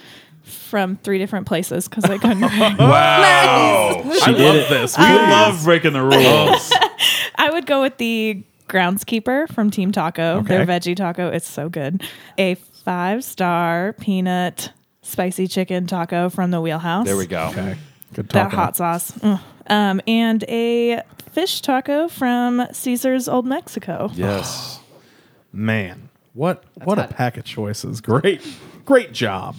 S8: from three different places because I couldn't.
S5: Oh.
S1: Wow.
S2: I
S5: did
S2: love
S5: it. Oh.
S2: this.
S1: We love breaking the rules.
S8: I would go with the groundskeeper from Team Taco. Their veggie taco, it's so good. A five star peanut spicy chicken taco from the Wheelhouse.
S1: there we go.
S2: Good
S8: That
S2: talking.
S8: hot sauce. Mm. Um, and a fish taco from Caesar's Old Mexico.
S1: Yes.
S2: Man, what what a
S6: hot.
S2: pack of choices. Great, great job.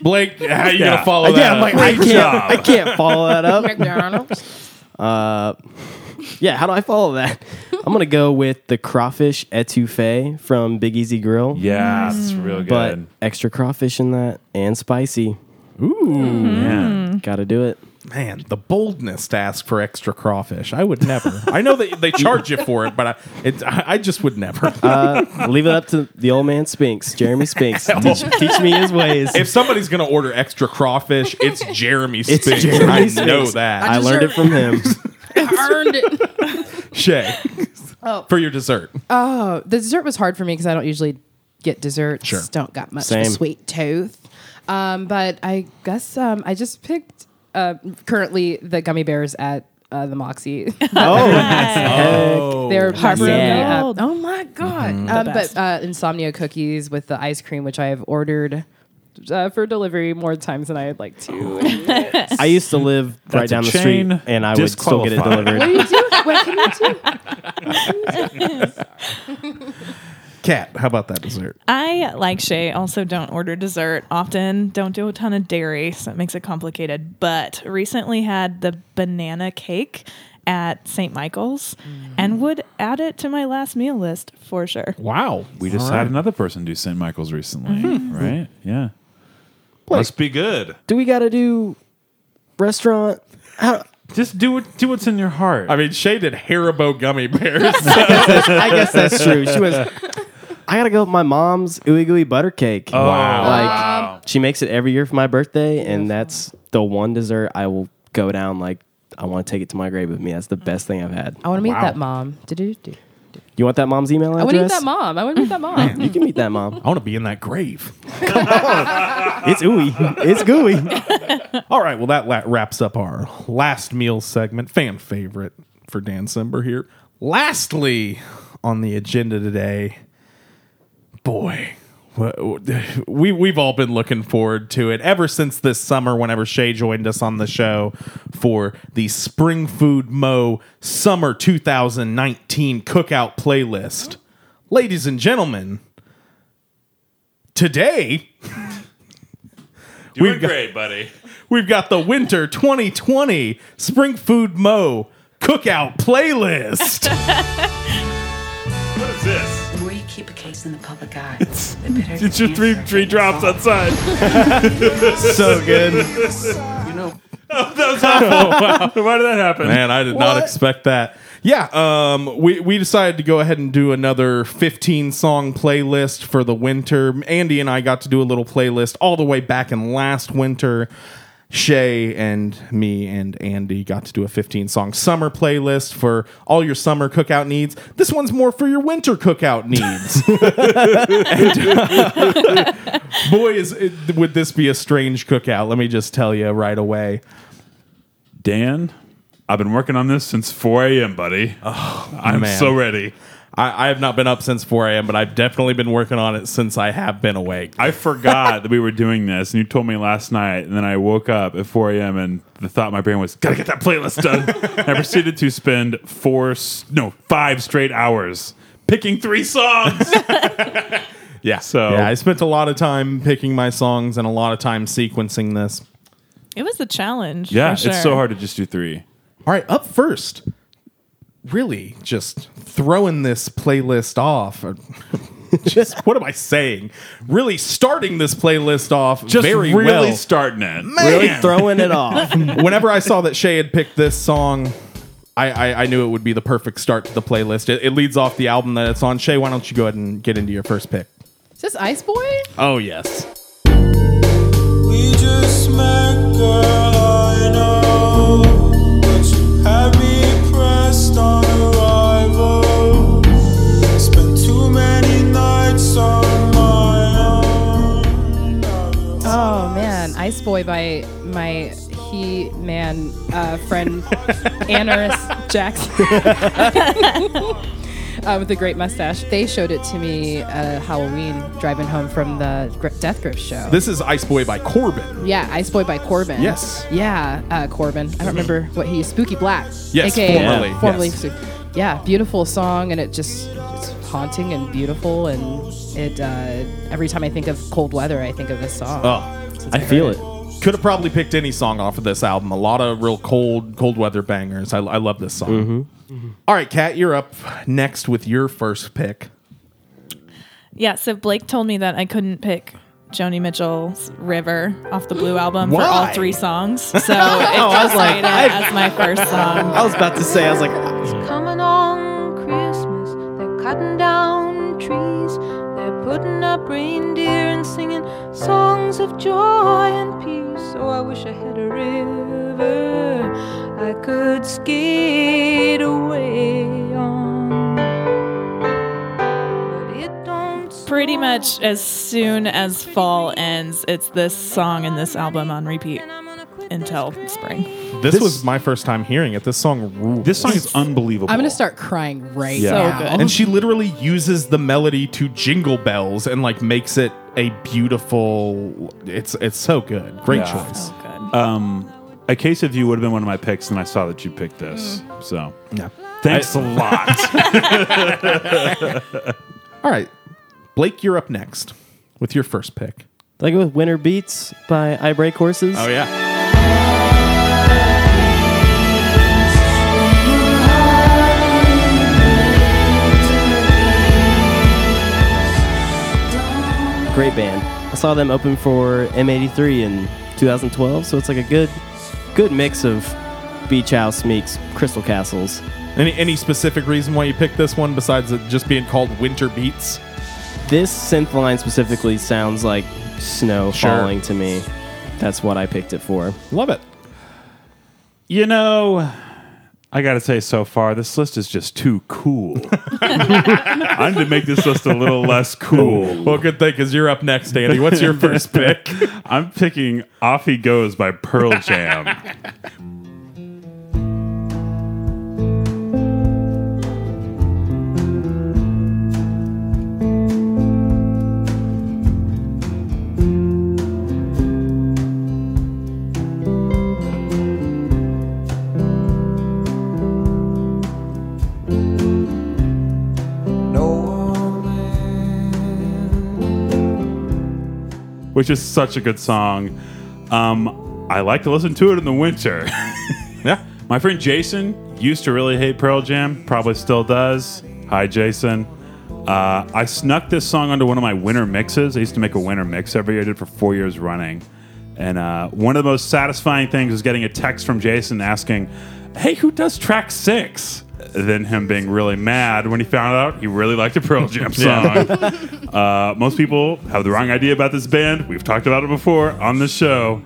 S2: Blake, how you
S1: Yeah.
S2: gonna follow that?
S5: Yeah, I'm
S2: up?
S5: like, I can't, I can't follow that up.
S6: McDonald's.
S5: Yeah, how do I follow that? I'm gonna go with the crawfish etouffee from Big Easy Grill,
S1: Yeah, it's real good.
S5: but extra crawfish in that and spicy.
S1: Ooh. Yeah.
S5: Got to do it.
S2: Man, the boldness to ask for extra crawfish. I would never. I know that they charge you for it, but I, it, I I just would never.
S5: Uh, Leave it up to the old man Spinks, Jeremy Spinks. teach, teach me his ways.
S2: if somebody's going to order extra crawfish, it's Jeremy
S5: It's
S2: Spinks.
S5: Jeremy
S2: I
S5: Spinks.
S2: know that.
S5: I learned it from him.
S6: I earned it.
S2: Shay, for your dessert.
S6: Oh, the dessert was hard for me because I don't usually get desserts.
S2: Sure.
S6: Don't got much
S5: Same.
S6: of a sweet tooth. Um, but I guess um, I just picked uh, currently the gummy bears at uh, the Moxie.
S2: oh,
S6: They're
S8: Harbor
S6: messing me
S5: Yeah.
S6: up. Oh my god! Um, but
S8: best.
S6: uh, insomnia cookies with the ice cream, which I have ordered. Uh, for delivery more times than I would like to. what
S5: I used to live right
S1: That's a
S5: down the
S1: chain
S5: street, and I would still get it
S1: disqualified.
S6: do
S5: delivered.
S6: you do? What can you do?
S2: Cat, how about that dessert?
S8: I, like Shay, also don't order dessert often. Don't do a ton of dairy, so it makes it complicated. But recently had the banana cake at St. Michael's
S1: Mm.
S8: and would add it to my last meal list for sure.
S2: Wow.
S1: We just had another person do St. Michael's recently,
S5: Mm-hmm.
S1: right? Yeah. Must be good.
S5: do we got to do restaurant?
S1: Just do what do what's in your heart.
S2: I mean, Shay did Haribo gummy bears.
S5: I guess that's true. She was. I gotta go with my mom's ooey gooey butter cake.
S1: Wow.
S5: Like she makes it every year for my birthday, and that's the one dessert I will go down like I want to take it to my grave with me. That's the best thing I've had.
S6: I want to meet
S2: Wow.
S6: that mom. Do-do-do.
S5: You want that mom's email address?
S6: Oh. I want to meet that mom. I want to meet that mom.
S5: You can meet that mom.
S2: I want to be in that grave.
S5: It's ooey. It's gooey.
S2: All right, well, that la- wraps up our last meal segment, fan favorite for Dan Simber here. Lastly, on the agenda today, boy, wha- we, we've all been looking forward to it ever since this summer, whenever Shay joined us on the show for the Spring Food Mo Summer 2019 Cookout Playlist. Ladies and gentlemen, today
S9: Doing
S2: got-
S9: great, buddy.
S2: We've got the winter 2020 Spring Food Mo cookout playlist.
S9: What is this?
S10: The more you keep a case in the public eye, the better
S9: It's your three three drops outside.
S2: so good.
S9: Why did that happen?
S2: Man, I did not expect that. Yeah, um, we, we decided to go ahead and do another 15 song playlist for the winter. Andy and I got to do a little playlist all the way back in last winter. Shay and me and Andy got to do a 15 song summer playlist for all your summer cookout needs. This one's more for your winter cookout needs. boy is it, would this be a strange cookout let me just tell you right away
S1: Dan, I've been working on this since 4 a.m., buddy. I'm
S2: man.
S1: so ready.
S2: I, I have not been up since 4 a.m but i've definitely been working on it since i have been awake
S1: I forgot that we were doing this, and you told me last night, and then I woke up at 4 a.m. and the thought in my brain was, "Gotta get that playlist done." I proceeded to spend four, s- no, five straight hours picking three songs.
S2: yeah
S1: so-
S2: yeah i spent a lot of time picking my songs and a lot of time sequencing this
S8: It was a challenge.
S1: yeah,
S8: for sure.
S1: it's so hard to just do three.
S2: all right up first really just throwing this playlist off or- just what am i saying really starting this playlist off
S1: Just
S2: very
S1: really
S2: well
S1: starting it.
S5: Really throwing it off.
S2: whenever I saw that Shay had picked this song, I, I, I knew it would be the perfect start to the playlist. It, it leads off the album that it's on. Shay, why don't you go ahead and get into your first pick?
S6: Is this Ice Boy?
S2: Oh yes,
S11: We just met, girl, I know. But you had me pressed on arrival. Spent too many nights on my own. Now you're
S6: Oh man, Ice Boy by my he man uh, friend Anaris Jackson uh, with the great mustache. They showed it to me at Halloween driving home from the Gri- Death Grip show.
S2: this is Ice Boy by Corbin.
S6: yeah, Ice Boy by Corbin.
S2: Yes.
S6: Yeah, uh, Corbin. I don't remember what he is. Spooky Black.
S2: Yes,
S6: AKA,
S2: formerly,
S6: Yeah, formerly
S2: yes.
S6: Spook- Yeah, beautiful song, and it just it's haunting and beautiful, and it uh, every time I think of cold weather, I think of this song.
S2: Oh,
S5: I feel it.
S2: could have probably picked any song off of this album. A lot of real cold cold weather bangers. I, I love this song.
S1: Mm-hmm.
S2: Mm-hmm. All right, Kat, you're up next with your first pick.
S8: Yeah, so Blake told me that I couldn't pick Joni Mitchell's River off the Blue album for all
S5: Why?
S8: three songs. So it
S5: Oh, I was
S8: just
S5: like,
S8: made it
S5: I-
S8: as my first song.
S5: I was about to say, I was like,
S12: Coming on Christmas, they're cutting down trees, they're putting up reindeer and singing songs of joy and peace. Oh, I wish I had a river I could skate away on. But it don't
S8: Pretty much as soon as fall ends, it's this song and this album on repeat until spring.
S2: This, was my first time hearing it. This song rules. This
S1: song is unbelievable.
S6: I'm gonna start crying right now.
S2: And she literally uses the melody to Jingle Bells and like makes it a beautiful. It's it's so good. Great
S1: Yeah.
S2: choice.
S1: Um, a case of you would have been one of my picks, and I saw that you picked this. So, thanks a
S2: I-
S1: lot.
S2: All right, Blake, you're up next with your first pick.
S5: Did I go with Winter Beats by I Break Horses?
S2: Oh yeah.
S5: Great band. I saw them open for M83 in 2012, so it's like a good, good mix of beach house meets Crystal Castles.
S2: Any any specific reason why you picked this one besides it just being called Winter Beats?
S5: This synth line specifically sounds like snow
S2: Sure.
S5: falling to me. That's what I picked it for.
S2: Love it.
S1: you know, I got to say, so far, this list is just too cool. I need to make this list a little less cool.
S2: Well, good thing, because you're up next, Andy. What's your first pick?
S1: I'm picking Off He Goes by Pearl Jam. which is such a good song. Um, I like to listen to it in the winter. yeah. My friend Jason used to really hate Pearl Jam, probably still does. Hi, Jason. Uh, I snuck this song onto one of my winter mixes. I used to make a winter mix every year, I did for four years running. And uh, one of the most satisfying things is getting a text from Jason asking, Hey, who does track six? Then him being really mad when he found out he really liked a Pearl Jam
S9: Yeah.
S1: song. Uh, most people have the wrong idea about this band. We've talked about it before on the show.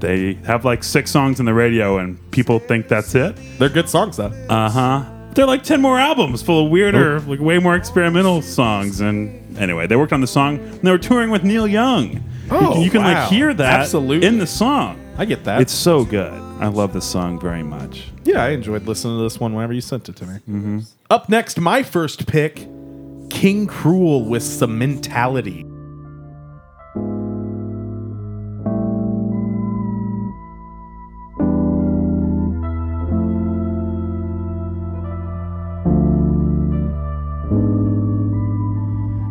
S1: They have like six songs on the radio, and people think that's it.
S2: They're good songs, though.
S1: Uh huh. They're like ten more albums full of weirder, like way more experimental songs. And anyway, they worked on the song. And they were touring with Neil Young. you
S2: Oh,
S1: can, you can
S2: wow.
S1: like hear that
S2: Absolutely.
S1: in the song.
S2: I get that.
S1: It's so good. I love this song very much.
S2: Yeah, I enjoyed listening to this one whenever you sent it to me. Up next, my first pick King Cruel with some mentality.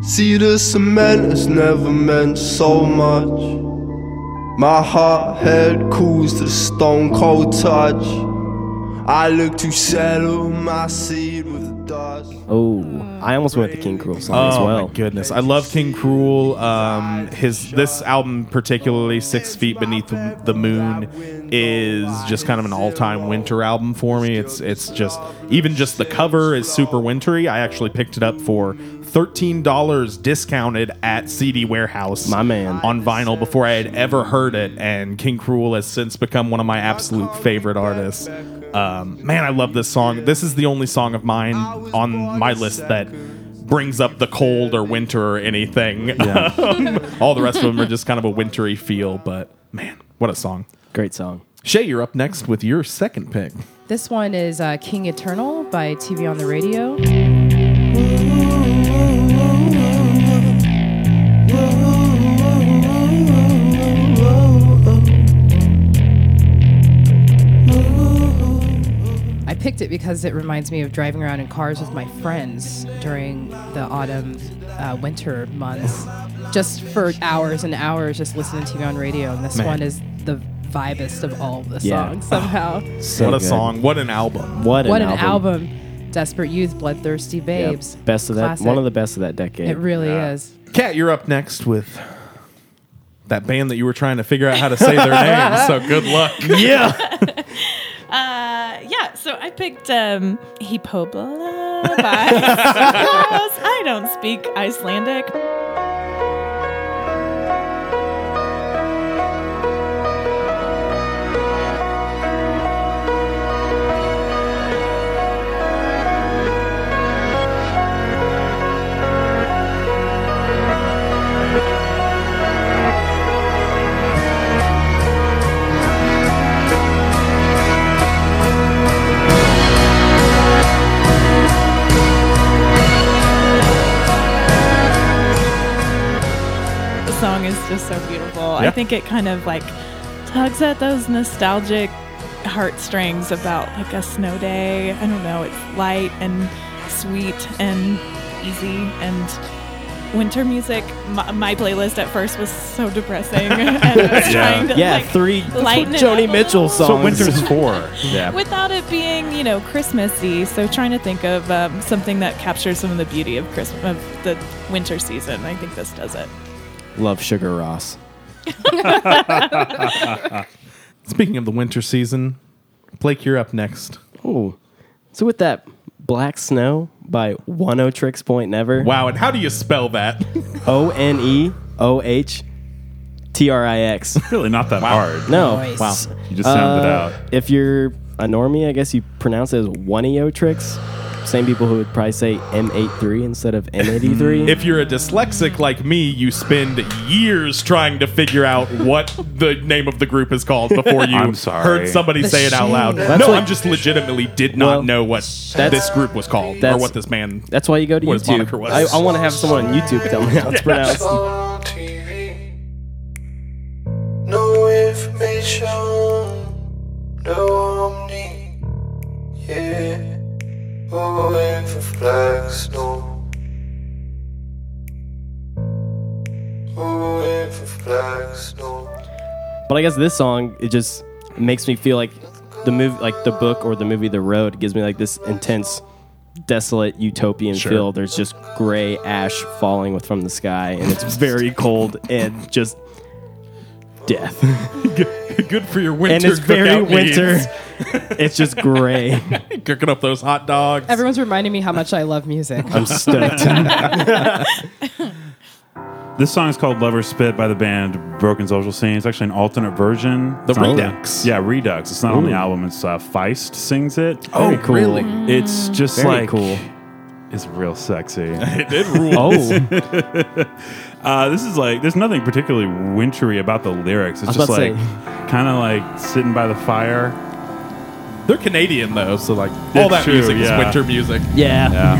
S13: See the cement has never meant so much. My hot head cools to the stone cold touch. I look to settle my seed with dust.
S5: Oh,
S6: Mm.
S5: I almost went with the King Cruel song as
S2: oh
S5: well.
S2: my goodness, I love King Cruel. Um, his this album, particularly Six Feet Beneath the the Moon, is just kind of an all time winter album for me. It's it's just even just the cover is super wintry. I actually picked it up for thirteen dollars discounted at CD Warehouse. My
S5: man
S2: on vinyl before I had ever heard it, and King Cruel has since become one of my absolute favorite artists. Um, man, I love this song. This is the only song of mine on my list that brings up the cold or winter or anything. Um, all the rest of them are just kind of a wintry feel, but man, what a song.
S5: Great song.
S2: Shay, you're up next with your second pick.
S6: This one is uh, King Eternal by TV on the Radio. I picked it because it reminds me of driving around in cars with my friends during the autumn, uh, winter months, just for hours and hours, just listening to TV on radio. And this
S2: Man.
S6: one is the vibest of all the
S2: Yeah.
S6: songs somehow.
S5: So
S2: what a
S5: good.
S2: song. What an album.
S6: what an album. Desperate Youth, Bloodthirsty
S5: Yep.
S6: Babes.
S5: Best of that.
S6: Classic.
S5: One of the best of that decade.
S6: It really is.
S2: Kat, you're up next with
S1: That band that you were trying to figure out how to say their name. So good luck. Yeah.
S8: Uh, yeah, so I picked um, Hipobola by Sigur Rós. I don't speak Icelandic. The song is just so beautiful. I
S1: Yeah.
S8: think it kind of like tugs at those nostalgic heartstrings about like a snow day. I don't know. It's light and sweet and easy and winter music. My, my playlist at first was so depressing. and I was trying to
S5: yeah,
S8: like
S5: three
S8: lighten it up a
S5: Joni Mitchell songs.
S2: So winter's four.
S5: yeah.
S8: without it being you know christmassy so trying to think of um, something that captures some of the beauty of christmas of the winter season i think this does it
S5: Love Sugar Ross.
S1: Speaking of the winter season, Blake, you're up next.
S5: Oh, so with that Black Snow by One O Tricks Point Never.
S1: Wow, and how do you spell that?
S5: O N E O H T R I X.
S2: Really not that hard.
S5: No. Uh,
S2: Nice. Wow. You just sounded it out.
S5: If you're a normie, I guess you pronounce it as One E O Tricks. Same people who would probably say M83 instead of M83.
S1: If you're a dyslexic like me, you spend years trying to figure out what the name of the group is called before you
S2: I'm sorry.
S1: heard somebody
S2: The
S1: say it out loud.
S5: shame. That's
S1: no,
S5: like-
S1: I'm just legitimately did not
S5: Well,
S1: know what
S5: that's-
S1: this group was called or
S5: that's-
S1: what this man.
S5: That's why you go to
S1: What his
S5: YouTube.
S1: moniker was.
S5: I, I want to have someone on YouTube tell me how it's pronounced.
S14: No information, no omni, yeah. Waiting for flags, no. Waiting for flags, no.
S5: But I guess this song it just makes me feel like the move, like the book or the movie The Road gives me like this intense desolate utopian
S2: Sure.
S5: feel. There's just gray ash falling with from the sky and it's very cold and just death.
S1: Good for your winter.
S5: and it's very
S1: cookout needs.
S5: winter. it's just gray.
S1: Cooking up those hot dogs.
S6: Everyone's reminding me how much I love music.
S5: I'm stoked.
S2: This song is called Lover Spit by the band Broken Social Scene. It's actually an alternate version.
S1: The
S2: It's not-
S1: Redux.
S2: yeah, Redux. It's not on the
S1: Ooh.
S2: album. It's uh, Feist sings it.
S1: Oh, Very cool. really?
S2: It's just
S5: Very
S2: like
S5: cool.
S2: It's real sexy.
S1: It did rule.
S5: Oh,
S2: uh, this is like there's nothing particularly wintry about the lyrics. It's
S5: I was
S2: just
S5: about to
S2: like kind of like sitting by the fire.
S1: They're Canadian though, so like all
S2: It's
S1: that
S2: true,
S1: music
S2: yeah.
S1: is winter music.
S5: Yeah.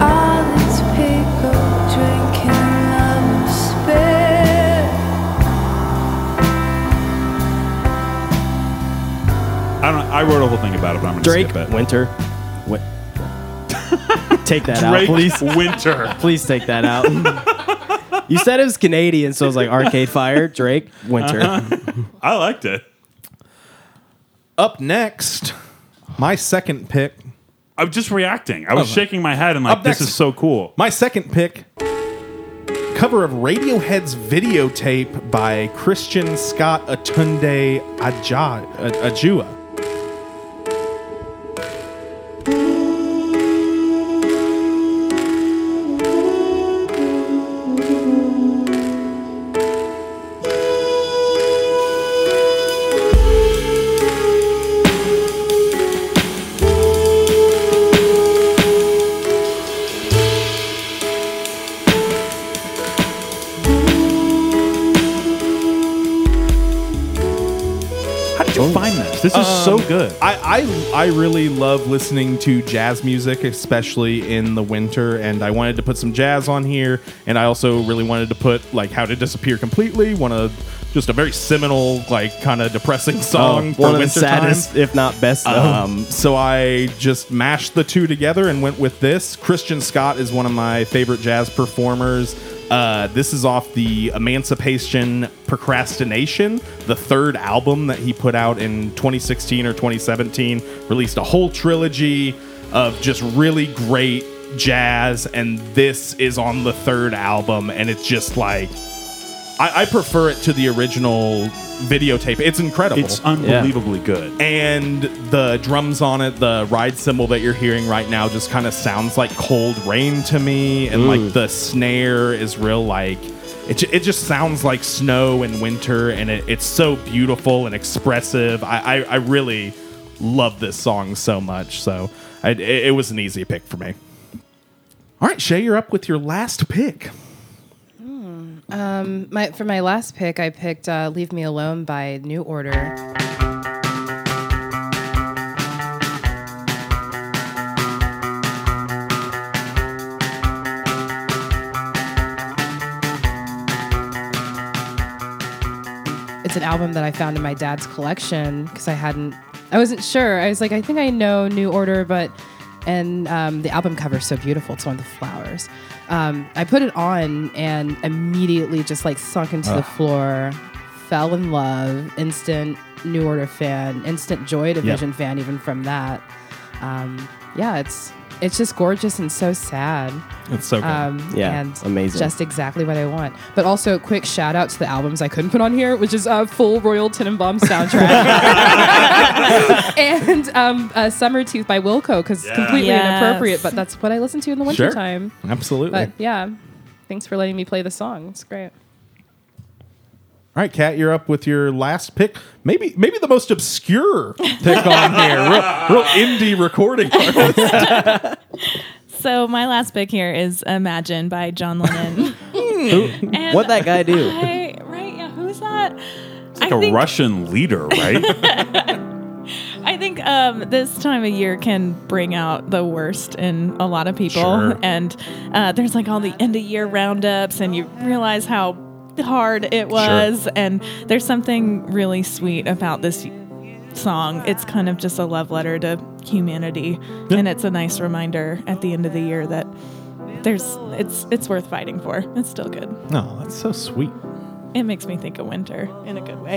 S15: All these people drinking love spit.
S2: I don't. I wrote a whole thing about it, but I'm gonna
S5: Drake
S2: skip it.
S5: Winter. What? take that out,
S2: Drake
S5: please.
S2: Winter.
S5: Please take that out. you said it was Canadian, so I was like Arcade Fire, Drake Uh-huh. Winter.
S2: I liked it.
S1: Up next, my second pick.
S2: I'm just reacting. I was
S1: Oh.
S2: shaking my head and like,
S1: Up
S2: this
S1: next.
S2: is so cool.
S1: My second pick cover of Radiohead's videotape by Christian Scott Atunde Aja, A- Ajua.
S2: How did you find this? This is so
S1: Um,
S2: good.
S1: I, I I really love listening to jazz music, especially in the winter. And I wanted to put some jazz on here, and I also really wanted to put like "How to Disappear Completely," one of just a very seminal, like kind of depressing song.
S5: Um,
S1: Oh, for
S5: one of the
S1: winter time.
S5: saddest, if not best. Though.
S1: Um, so I just mashed the two together and went with this. Christian Scott is one of my favorite jazz performers. Uh, this is off the Emancipation Procrastination, the third album that he put out in 2016 or 2017. Released a whole trilogy of just really great
S2: jazz, and this is on the third album, and it's just like I, I prefer it to the original videotape. It's incredible.
S1: It's unbelievably good.
S2: And the drums on it, the ride cymbal that you're hearing right now, just kind of sounds like cold rain to me, and
S1: Ooh.
S2: like the snare is real like. It, ju- it just sounds like snow and winter, and it, it's so beautiful and expressive. I, I, I really love this song so much. So I, it, it was an easy pick for me. All right, Shay, you're up with your last pick.
S6: Um, my, for my last pick, I picked uh, "Leave Me Alone" by New Order. It's an album that I found in my dad's collection because I hadn't, I wasn't sure. I was like, I think I know New Order, but, and um, the album cover is so beautiful. It's one of the flowers. Um, I put it on and immediately just like sunk into the
S16: Ugh.
S6: floor, fell in love, instant New Order fan, instant Joy Division fan, even from that. Um, yeah, it's it's just gorgeous and so sad.
S2: It's so good. Yeah,
S6: and
S2: amazing.
S6: Just exactly what I want. But also, a quick shout out to the albums I couldn't put on here, which is uh, full Royal Tenenbaum soundtrack and um, uh, Summer Tooth by Wilco because completely
S8: Yes.
S6: inappropriate, but that's what I listen to in the
S2: Sure.
S6: wintertime.
S2: Absolutely.
S6: But yeah, thanks for letting me play the song. It's great.
S2: All right, Kat, you're up with your last pick. Maybe maybe the most obscure pick on here. Real, real indie recording artist.
S8: So my last pick here is "Imagine" by John Lennon. And
S1: what'd that guy do?
S8: I- right? Yeah. Who's that?
S1: It's like a Russian leader, right?
S8: I think um, this time of year can bring out the worst in a lot of people.
S1: Sure.
S8: And uh, there's like all the end of year roundups, and you realize how hard it was. And there's something really sweet about this song. It's kind of just a love letter to humanity, and it's a nice reminder at the end of the year that there's it's it's worth fighting for. It's still good.
S2: No, Oh, that's so sweet.
S8: It makes me think of winter in a good way.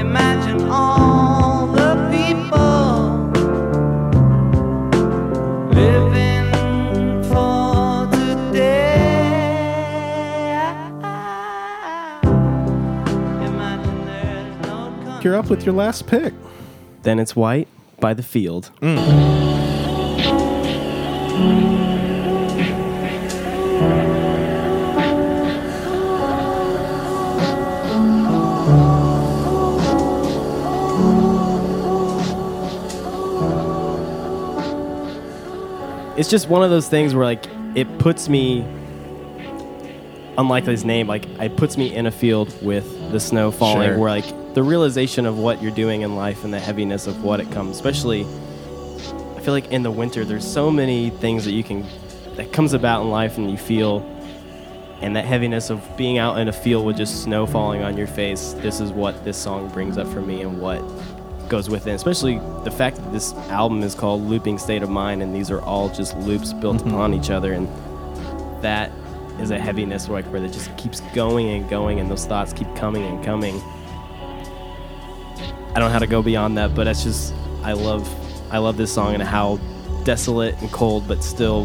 S16: Imagine all the people living for today.
S2: You're up with your last pick.
S5: Then it's white by the field. It's just one of those things where like it puts me unlike his name, like it puts me in a field with the snow falling,
S16: Sure.
S5: where like the realization of what you're doing in life and the heaviness of what it comes, especially. I feel like in the winter, there's so many things that you can that comes about in life and you feel, and that heaviness of being out in a field with just snow falling on your face. This is what this song brings up for me and what goes with it. Especially the fact that this album is called "Looping State of Mind" and these are all just loops built
S2: Mm-hmm.
S5: upon each other and that is a heaviness like where it just keeps going and going and those thoughts keep coming and coming i don't know how to go beyond that but that's just i love i love this song and how desolate and cold but still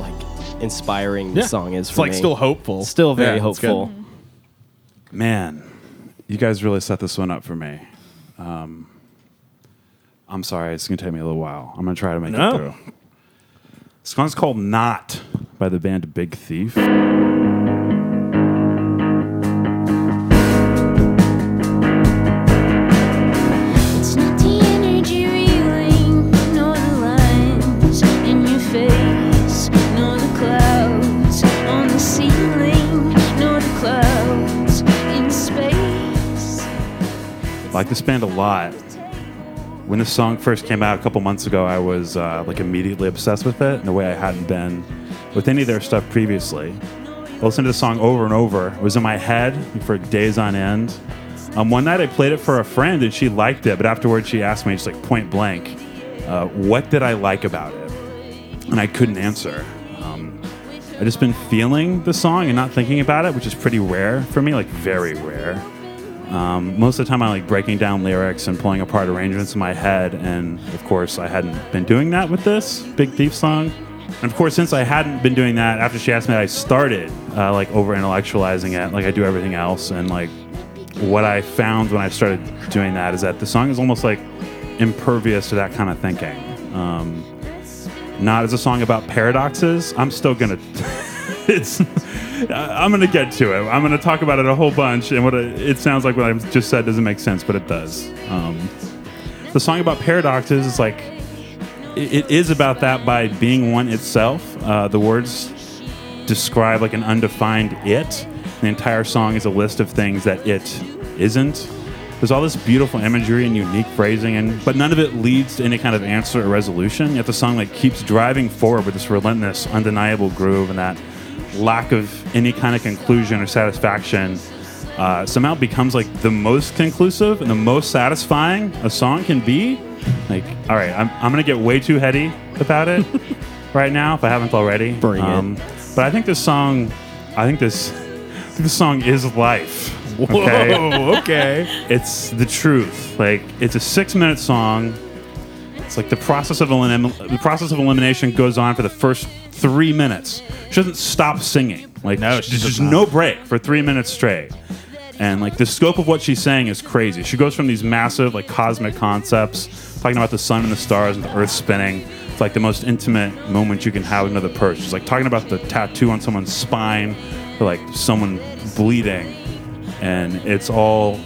S5: like inspiring
S2: Yeah.
S5: this song is
S2: It's
S5: for
S2: like
S5: me.
S2: still hopeful.
S5: still very
S1: Yeah, it's good.
S5: hopeful
S1: Man, you guys really set this one up for me. Um, I'm sorry, it's going to take me a little while. I'm going to try to make
S2: No.
S1: it through. This song's called Not by the band Big Thief.
S16: It's not the energy reeling, nor the lines in your face, nor the clouds on the ceiling, nor the clouds in space.
S1: like this band a lot. When this song first came out a couple months ago, I was uh, like immediately obsessed with it in a way I hadn't been with any of their stuff previously. I listened to the song over and over. It was in my head for days on end. Um, one night I played it for a friend and she liked it, but afterwards she asked me just like point blank, uh, "What did I like about it?" And I couldn't answer. Um, I just been feeling the song and not thinking about it, which is pretty rare for me, like very rare. Um, most of the time, I like breaking down lyrics and pulling apart arrangements in my head, and of course, I hadn't been doing that with this Big Thief song. And of course, since I hadn't been doing that, after she asked me, I started uh, like over intellectualizing it, like I do everything else. And like what I found when I started doing that is that the song is almost like impervious to that kind of thinking. Um, not as a song about paradoxes. I'm still gonna. it's. I'm gonna get to it. I'm gonna talk about it a whole bunch, and what it it sounds like what I just said doesn't make sense, but it does. Um, the song about paradoxes is like. It it is about that by being one itself. Uh, the words describe like an undefined it. The entire song is a list of things that it isn't. There's all this beautiful imagery and unique phrasing, and but none of it leads to any kind of answer or resolution. Yet the song like keeps driving forward with this relentless, undeniable groove and that lack of any kind of conclusion or satisfaction. Uh, somehow becomes like the most conclusive and the most satisfying a song can be. Like, all right, I'm, I'm gonna get way too heady about it right now if I haven't already. Bring it. But I think this song, I think this, I think this song is life.
S2: Whoa, okay.
S1: It's the truth. Like it's a six-minute song. It's like the process of elimin- the process of elimination goes on for the first three minutes. She doesn't stop singing. Like no,
S2: she
S1: there's
S2: does
S1: just
S2: not.
S1: no break for three minutes straight. And like the scope of what she's saying is crazy. She goes from these massive like cosmic concepts, talking about the sun and the stars and the earth spinning, to like the most intimate moment you can have with another person. She's like talking about the tattoo on someone's spine, or like someone bleeding, and it's all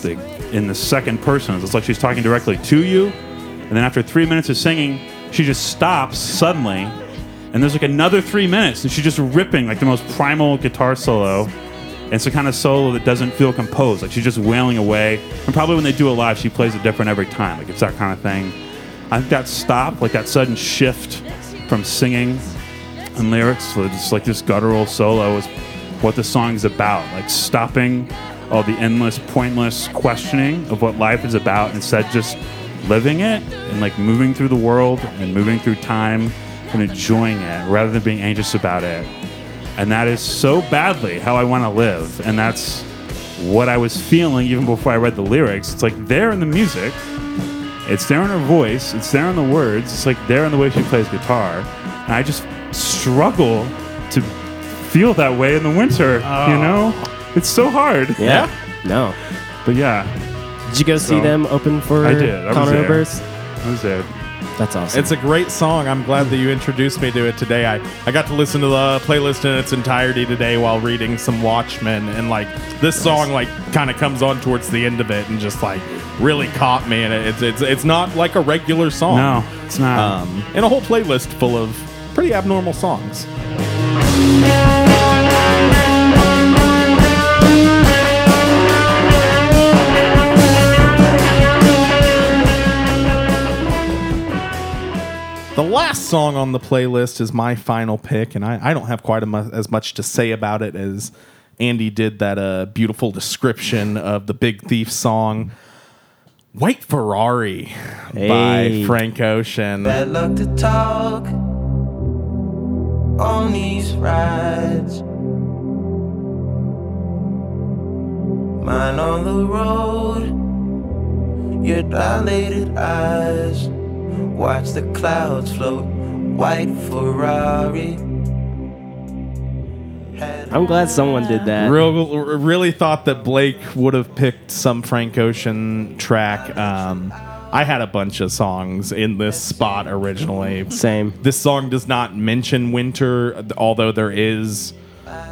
S1: the, in the second person. It's like she's talking directly to you. And then after three minutes of singing, she just stops suddenly. And there's like another three minutes, and she's just ripping like the most primal guitar solo. And it's the kind of solo that doesn't feel composed. Like she's just wailing away. And probably when they do it live, she plays it different every time. Like it's that kind of thing. I think that stop, like that sudden shift from singing and lyrics so it's like this guttural solo is what the song's about like stopping all the endless pointless questioning of what life is about instead just living it and like moving through the world and moving through time and enjoying it rather than being anxious about it and that is so badly how i want to live and that's what i was feeling even before i read the lyrics it's like there in the music it's there in her voice. It's there in the words. It's like there in the way she plays guitar. And I just struggle to feel that way in the winter. You know, it's so hard.
S5: Yeah. No.
S1: But yeah.
S5: Did you go see
S1: So-
S5: them open for
S1: I did. I was
S5: Conor
S1: there.
S5: Oberst?
S1: I was there.
S5: That's awesome.
S2: It's a great song. I'm glad that you introduced me to it today. I, I got to listen to the playlist in its entirety today while reading some Watchmen, and like this song like kind of comes on towards the end of it and just like really caught me. And it, it's it's it's not like a regular song.
S1: No, it's not.
S2: Um, and a whole playlist full of pretty abnormal songs. The last song on the playlist is my final pick, and I, I don't have quite a mu- as much to say about it as Andy did that uh, beautiful description of the Big Thief song. White Ferrari by
S11: Hey.
S2: Frank Ocean.
S11: That love to talk on these rides. Mine on the road, your dilated eyes. Watch the clouds float, white Ferrari.
S5: I'm glad someone did that.
S2: Real, really thought that Blake would have picked some Frank Ocean track. Um, I had a bunch of songs in this spot originally.
S5: Same.
S2: This song does not mention winter, although there is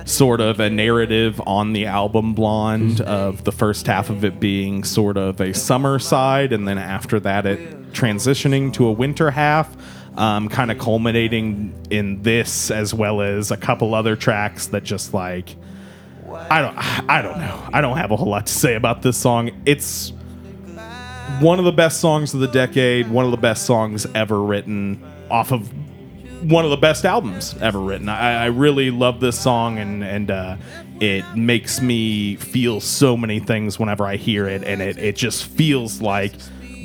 S2: sort of a narrative on the album Blonde of the first half of it being sort of a summer side, and then after that it transitioning to a winter half. Um, kind of culminating in this, as well as a couple other tracks that just like I don't I don't know. I don't have a whole lot to say about this song. It's one of the best songs of the decade, one of the best songs ever written off of one of the best albums ever written. I, I really love this song and and uh, it makes me feel so many things whenever I hear it and it, it just feels like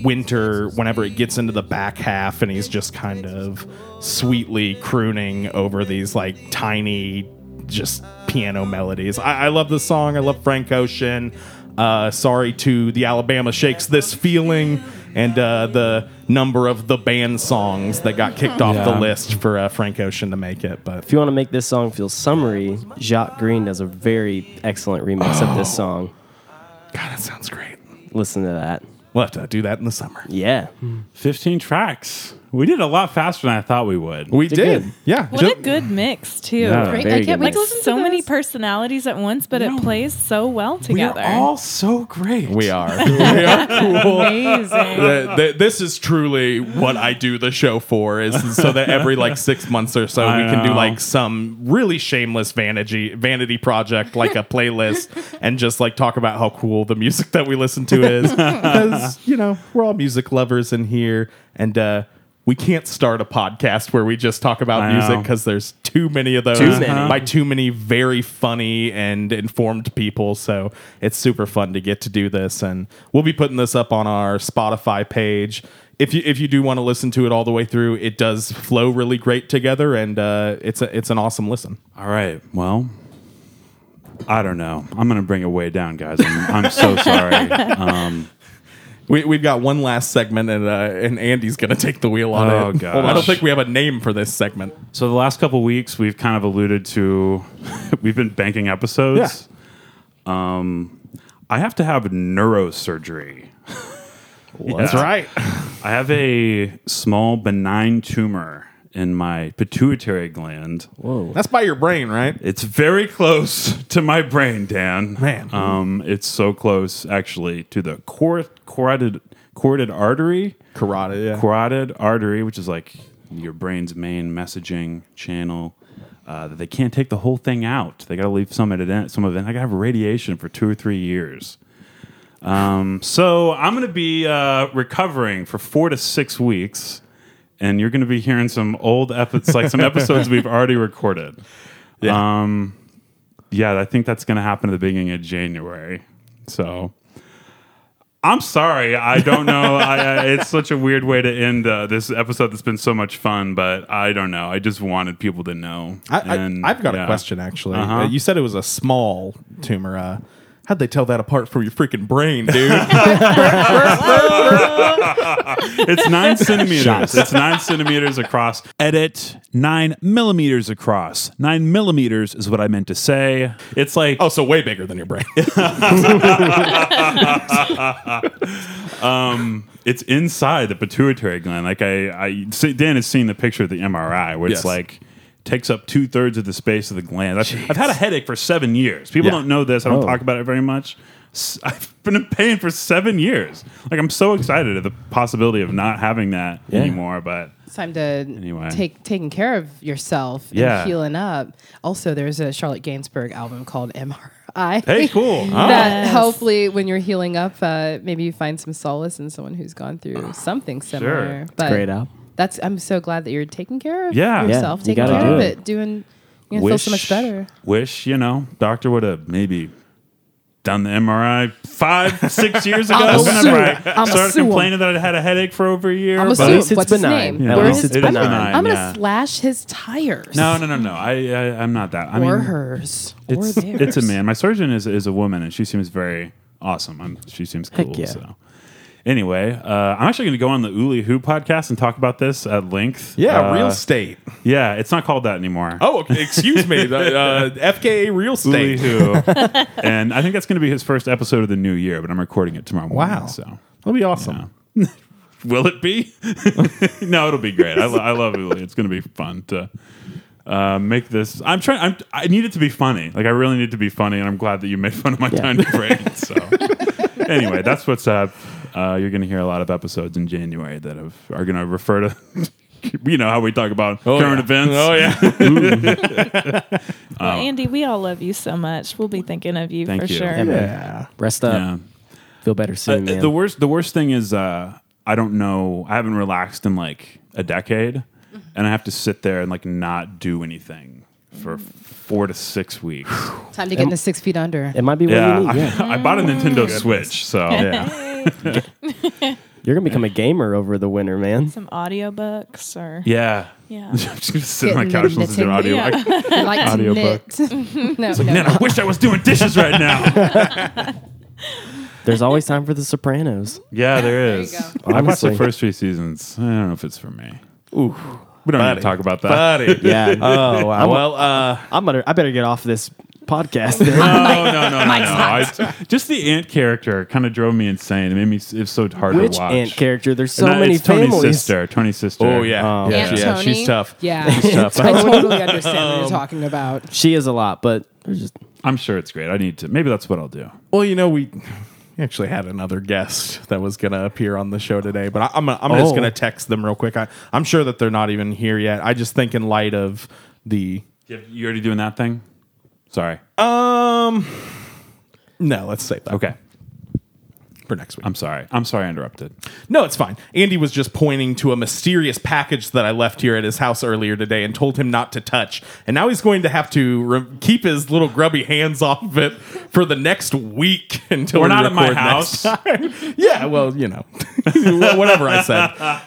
S2: winter whenever it gets into the back half and he's just kind of sweetly crooning over these like tiny just piano melodies. I, I love this song. I love Frank Ocean. Uh, sorry to the Alabama Shakes This Feeling and uh, the number of the band songs that got kicked off
S5: Yeah.
S2: the list for uh, Frank Ocean to make it. But
S5: If you want to make this song feel summery, Jacques Green does a very excellent remix of
S1: Oh.
S5: this song.
S2: God, that sounds great.
S5: Listen to that.
S2: We'll have to do that in the summer.
S5: Yeah.
S1: 15 tracks. We did a lot faster than I thought we would.
S2: We
S8: Did did. good.
S2: Yeah.
S8: What a good mix too.
S1: Yeah, Great. I very can't good wait to mix. listen to
S8: so many personalities at once, but it plays so well together.
S2: so great. We are.
S8: We are
S2: cool.
S8: Amazing.
S2: The- the- this is truly what I do the show for is so that every like six months or so
S1: I
S2: we can do
S1: know.
S2: like some really shameless vanity vanity project like a playlist and just like talk about how cool the music that we listen to is because you know we're all music lovers in here and uh we can't start a podcast where we just talk about
S1: I
S2: music
S1: know.
S2: because there's too many of those
S1: Too many.
S2: by too many very funny and informed people. So it's super fun to get to do this, and we'll be putting this up on our Spotify page. If you if you do want to listen to it all the way through, it does flow really great together, and uh, it's a, it's an awesome listen.
S1: All right. Well, I don't know. I'm going to bring it way down, guys. I'm, I'm so sorry. Um,
S2: we, we've got one last segment, and uh, and Andy's gonna take the wheel on
S1: Oh,
S2: it.
S1: gosh.
S2: Well, I don't think we have a name for this segment.
S1: So the last couple weeks, we've kind of alluded to we've been banking episodes. Um, I have to have neurosurgery.
S2: That's right.
S1: I have a small benign tumor in my pituitary gland. Whoa,
S2: that's by your brain, right?
S1: It's very close to my brain, Dan.
S2: Man,
S1: um, it's so close actually to the cor- carotid carotid artery,
S2: carotid, yeah.
S1: carotid artery, which is like your brain's main messaging channel. Uh, that they can't take the whole thing out. They got to leave some of it in. Some of it. in. I got to have radiation for two or three years. Um, so I'm going to be uh, recovering for four to six weeks, and you're going to be hearing some old episodes, like some episodes we've already recorded. Yeah. Um, yeah, I think that's going to happen at the beginning of January. So I'm sorry. I don't know. I, I, it's such a weird way to end uh, this episode that's been so much fun, but I don't know. I just wanted people to know.
S2: I,
S1: And,
S2: I, I've got
S1: yeah.
S2: a question actually.
S1: Uh-huh.
S2: Uh, you said it was a small tumor. Uh, how'd they tell that apart from your freaking brain, dude?
S1: it's nine centimeters.
S2: Shots.
S1: It's nine centimeters across. Edit nine millimeters across. Nine millimeters is what I meant to say. It's like
S2: oh, so way bigger than your brain.
S1: um, it's inside the pituitary gland. Like I, I see- Dan has seen the picture of the MRI where
S2: Yes.
S1: it's like takes up two thirds of the space of the gland. I've, I've had a headache for seven years. People
S2: Yeah.
S1: don't know this. I don't
S2: Oh.
S1: talk about it very much. S- I've been in pain for seven years. Like I'm so excited at the possibility of not having that
S6: Yeah.
S1: anymore. But
S6: It's time to
S1: Anyway.
S6: take taking care of yourself
S1: Yeah.
S6: and healing up. Also, there's a Charlotte Gainsbourg album called MRI.
S1: Hey, cool. Ah.
S6: that
S1: Yes.
S6: hopefully, when you're healing up, uh, maybe you find some solace in someone who's gone
S1: Ah,
S6: through something similar.
S5: It's great album.
S6: That's I'm so glad that you're taking care of
S1: Yeah. Yeah,
S6: yourself,
S1: you
S6: taking
S1: gotta
S6: care
S1: do
S6: of
S1: it.
S6: it, doing. You're gonna feel so much better.
S1: Wish you know, doctor would have maybe done the MRI five, six years ago.
S9: I'ma
S1: whenever
S9: sue
S1: I
S9: him. I'ma
S1: started
S9: sue him.
S1: complaining that I had a headache for over a year.
S6: I'm
S1: but-
S6: gonna sue him. What's his name?
S1: Yeah,
S6: Where
S1: well,
S6: is
S1: it is
S6: I'm gonna,
S1: benign,
S6: I'm gonna
S1: yeah.
S6: slash his tires.
S1: No, no, no, no. I, I I'm not that. I
S6: Or
S1: mean,
S6: hers. Or
S1: It's,
S6: theirs.
S1: it's a man. My surgeon is is a woman, and she seems very awesome. I'm, she seems cool.
S6: yeah.
S1: So. Anyway, uh, I'm actually going to go on the Uli Who podcast and talk about this at length.
S2: Yeah,
S1: Uh,
S2: real estate.
S1: Yeah, it's not called that anymore.
S2: Oh, okay, excuse me. The, uh, FKA real estate.
S1: Uli Who. and I think that's going to be his first episode of the new year, but I'm recording it tomorrow morning.
S2: Wow.
S1: So
S2: That'll be awesome.
S1: Will it be? no, it'll be great. I, lo- I love Uli. It's going to be fun to uh, make this. I'm trying. I'm, I need it to be funny. Like I really need to be funny, and I'm glad that you made fun of my tiny brain. So anyway, that's what's up. Uh, you're going to hear a lot of episodes in January that have, are going to refer to. You know how we talk about
S2: Oh,
S1: current
S2: yeah.
S1: events. Oh yeah.
S8: Well, Andy, we all love you so much. We'll be thinking of you
S1: Thank
S8: for
S1: you.
S8: sure.
S1: Oh, Yeah, man.
S5: Rest up.
S1: Yeah.
S5: Feel better soon,
S1: Uh,
S5: man.
S1: The worst the worst thing is uh, I don't know. I haven't relaxed in like a decade, and I have to sit there and like not do anything for four to six weeks.
S6: Time to get into six feet under.
S5: It might be what
S1: yeah,
S5: you need.
S1: I, I bought a Nintendo Switch, so
S8: Yeah.
S5: You're gonna become a gamer over the winter, man.
S8: Some audiobooks or
S1: Yeah.
S8: Yeah.
S1: I'm just gonna sit on my couch and listen to an audio.
S8: Yeah.
S1: I-
S8: Like to
S1: audiobook.
S8: knit.
S6: no,
S1: It's like,
S6: no,
S1: man, I wish I was doing dishes right now.
S5: There's always time for The Sopranos.
S1: Yeah, there is. I watched the first three seasons. I don't know if it's for me. Ooh, we don't need
S5: Buddy.
S1: to talk about that.
S5: Buddy. Yeah.
S2: Oh, wow. Well,
S5: uh, I'm gonna. I better get off this podcast.
S1: no, no, no, no. no. I, just the ant character kind of drove me insane. It made me. It's so hard
S5: Which
S1: to watch.
S5: ant character? There's so
S1: And, uh,
S5: many
S1: it's Tony's
S5: families.
S1: sister. Tony's sister. Um,
S5: Oh, yeah.
S2: Um,
S5: Oh,
S1: yeah,
S5: Aunt
S1: she- yeah,
S5: Tony?
S1: she's tough.
S6: Yeah.
S1: she's tough. Um,
S6: I totally understand what you're talking about.
S5: She is a lot, but
S1: I'm sure it's great. I need to. Maybe that's what I'll do.
S2: Well, you know, we actually had another guest that was going to appear on the show today, but I, I'm, gonna- I'm just
S1: Oh.
S2: going to text them real quick. I, I'm sure that they're not even here yet. I just think in light of the.
S1: You already doing that thing? Sorry.
S5: Uh,
S2: Um, no, let's save that.
S1: Okay.
S2: For next week.
S1: I'm sorry. I'm sorry I interrupted.
S2: No, it's fine. Andy was just pointing to a mysterious package that I left here at his house earlier today and told him not to touch. And now he's going to have to re- keep his little grubby hands off of it for the next week until
S1: We're
S2: we
S1: not at my
S2: record
S1: house.
S2: next time. yeah, well, you know, whatever I said.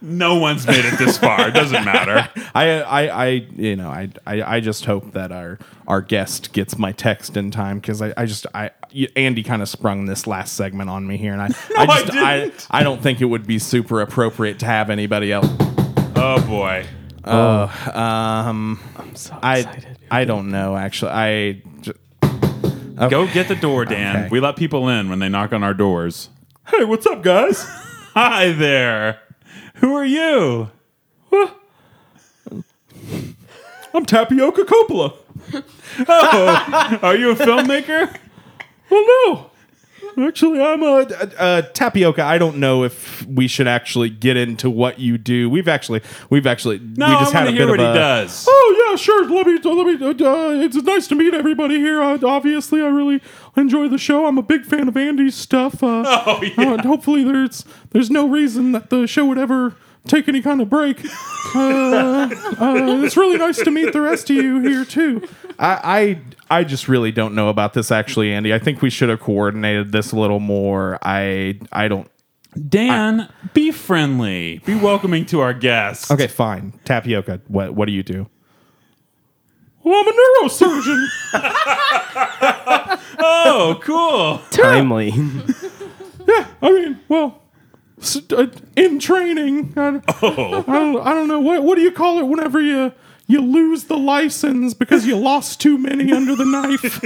S1: No one's made it this far. It doesn't matter.
S2: I, I, I, you know, I, I, I just hope that our our guest gets my text in time because I, I just, I, y- Andy kind of sprung this last segment on me here, and I, I
S1: I
S2: just, I, I don't think it would be super appropriate to have anybody else.
S1: Oh boy.
S2: Oh, um, I'm so excited. I, I don't know. Actually, I. j-
S1: Go get the door, Dan.
S2: Okay.
S1: We let people in when they knock on our doors. Hey, what's up, guys? Hi there. Who are you?
S2: I'm Tapioca Coppola.
S1: Oh, are you a filmmaker?
S2: Well, no. Actually, I'm a, a, a Uh, tapioca. I don't know if we should actually get into what you do. We've actually, we've actually,
S1: No,
S2: we
S1: Oh, I
S2: just
S1: wanna
S2: had a
S1: hear
S2: bit
S1: what
S2: of
S1: he
S2: a-
S1: does.
S2: Oh yeah, sure. Let me, let me. Uh, it's nice to meet everybody here. Uh, obviously, I really enjoy the show. I'm a big fan of Andy's stuff. Uh,
S1: Oh, yeah.
S2: uh, hopefully, there's there's no reason that the show would ever take any kind of break. Uh, uh, it's really nice to meet the rest of you here too. I, I I just really don't know about this actually, Andy. I think we should have coordinated this a little more. I I don't.
S1: Dan, be friendly. Be welcoming to our guests.
S2: Okay, fine. Tapioca. What what do you do?
S1: Well, I'm a neurosurgeon. oh, cool.
S5: Timely.
S2: Yeah, I mean, well, s- uh, in training. I,
S1: oh.
S2: I don't, I don't know what what do you call it whenever you you lose the license because you lost too many under the knife.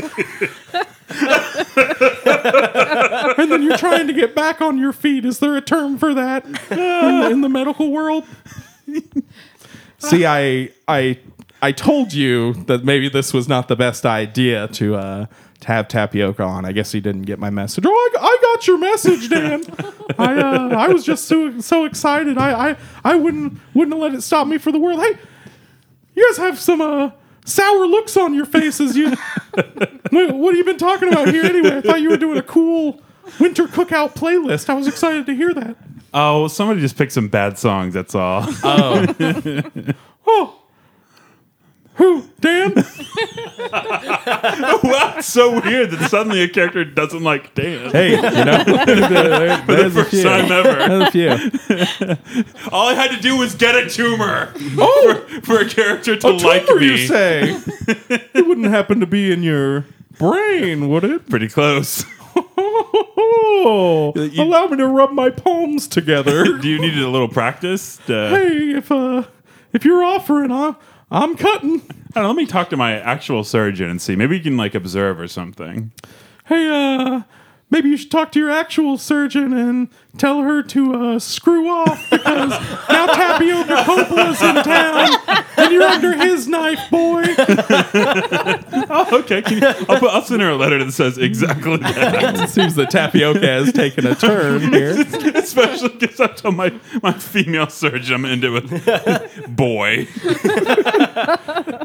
S2: and then you're trying to get back on your feet. Is there a term for that in the, in the medical world? See, I I I told you that maybe this was not the best idea to uh to have tapioca on. I guess he didn't get my message. Oh, I, I got your message, Dan. I uh, I was just so so excited. I, I I wouldn't wouldn't have let it stop me for the world. Hey, you guys have some uh sour looks on your faces. You what, what have you been talking about here anyway? I thought you were doing a cool winter cookout playlist. I was excited to hear that.
S1: Oh, well, somebody just picked some bad songs. That's all.
S2: Oh. Who? Dan?
S1: wow, it's so weird that suddenly a character doesn't like Dan.
S2: Hey, you know,
S1: For the first time ever.
S2: a few.
S1: All I had to do was get a tumor
S2: Oh,
S1: for, for a character to
S2: a
S1: like
S2: tumor,
S1: me.
S2: you say? it wouldn't happen to be in your brain, would it?
S1: Pretty close.
S2: Oh,
S1: You-
S2: allow me to rub my palms together.
S1: do you need a little practice? Uh,
S2: hey, if uh, if you're offering, I, I'm cutting.
S1: I don't know, Uh, let me talk to my actual surgeon and see. Maybe you can like observe or something.
S2: Hey, uh, maybe you should talk to your actual surgeon and tell her to uh, screw off because now Tapioca Coppola's in town and you're under his knife, boy.
S1: Oh, okay. Can you, I'll, put, I'll send her a letter that says exactly that.
S2: It seems that Tapioca has taken a turn here.
S1: Especially because I told my, my female surgeon I'm into it. Boy.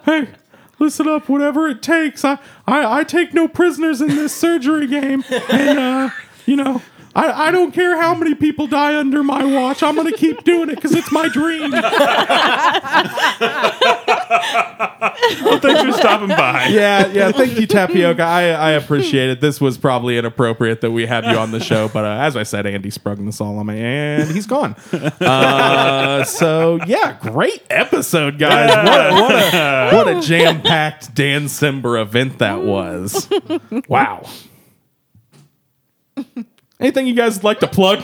S2: hey, listen up, whatever it takes. I, I, I take no prisoners in this surgery game. And, uh, you know, I, I don't care how many people die under my watch. I'm going to keep doing it because it's my dream.
S1: Well, thanks for stopping by.
S2: Yeah, yeah. Thank you, Tapioca. I, I appreciate it. This was probably inappropriate that we have you on the show, but uh, as I said, Andy sprung this all on me, and he's gone. Uh, so yeah, great episode, guys. What, a- what a, what a jam-packed Dan Simber event that was. Wow. Anything you guys would like to plug?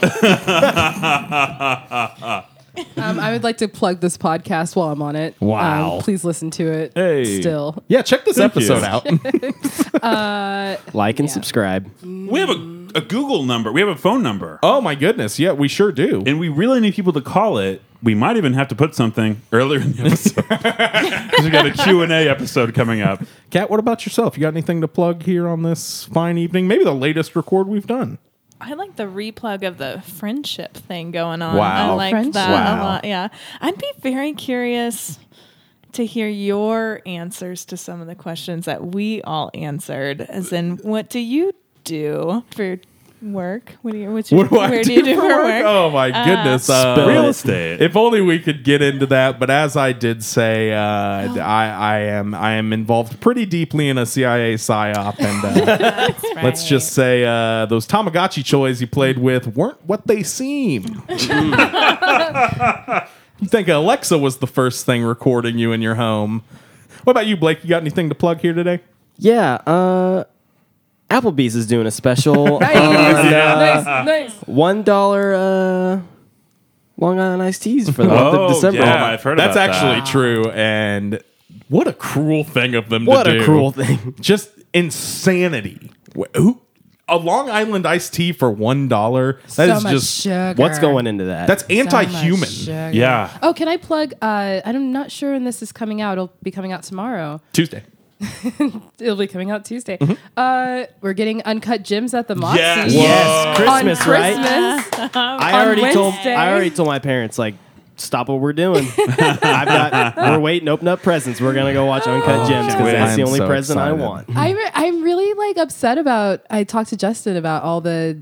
S6: Um, I would like to plug this podcast while I'm on it.
S2: Wow.
S6: Um, please listen to it.
S2: Hey.
S6: Still.
S2: Yeah, check this
S5: Thank
S2: episode
S5: you.
S2: out.
S6: Uh,
S5: like and subscribe.
S1: We have a, a Google number. We have a phone number.
S2: Oh my goodness! Yeah, we sure do.
S1: And we really need people to call it. We might even have to put something earlier in the episode 'Cause we got a Q and A episode coming up.
S2: Kat, what about yourself? You got anything to plug here on this fine evening? Maybe the latest record we've done.
S8: I like the replug of the friendship thing going on. I
S2: Wow.
S8: like
S2: Friendship.
S8: that a
S2: Wow.
S8: lot. Yeah. I'd be very curious to hear your answers to some of the questions that we all answered. As in, what do you do for work? What do you what's your,
S2: What do I
S8: where
S2: do,
S8: you do
S2: for work? Oh my
S8: Uh,
S2: goodness!
S1: Spell Real estate.
S2: If only we could get into that. But as I did say, uh, I, I am I am involved pretty deeply in a CIA psyop, and uh, let's just say uh, those Tamagotchi toys you played with weren't what they seem. you think Alexa was the first thing recording you in your home? What about you, Blake? You got anything to plug here today?
S5: Yeah. Uh, Applebee's is doing a special.
S2: Nice.
S5: on,
S2: Yeah.
S5: uh,
S6: Nice, nice.
S5: One dollar uh, Long Island iced teas for the month
S2: Oh,
S5: of December.
S2: That's actually true, and what a cruel thing of them
S5: What
S2: to do.
S5: a cruel thing.
S2: Just insanity. Wh- Who? A Long Island iced tea for one dollar. That
S6: So
S2: is
S6: much
S2: just
S6: sugar.
S5: What's going into that?
S2: That's
S6: So much
S2: anti-human.
S6: sugar. Oh, can I plug? Uh, I'm not sure when this is coming out. It'll be coming out tomorrow.
S2: Tuesday.
S6: It'll be coming out Tuesday.
S5: Mm-hmm.
S6: Uh, we're getting Uncut Gems at the Moxie.
S5: Yes. Yes, Whoa. Christmas,
S6: on
S5: right?
S6: Christmas.
S5: I
S6: on
S5: already told.
S6: Wednesday.
S5: I already told my parents like. Stop what we're doing. I've got. We're waiting. Open up presents. We're gonna go watch Uncut Gems because
S2: can't wait.
S5: that's the
S2: I'm
S5: only
S2: so
S5: present
S2: excited.
S5: I want.
S6: I'm, I'm really like upset about. I talked to Justin about all the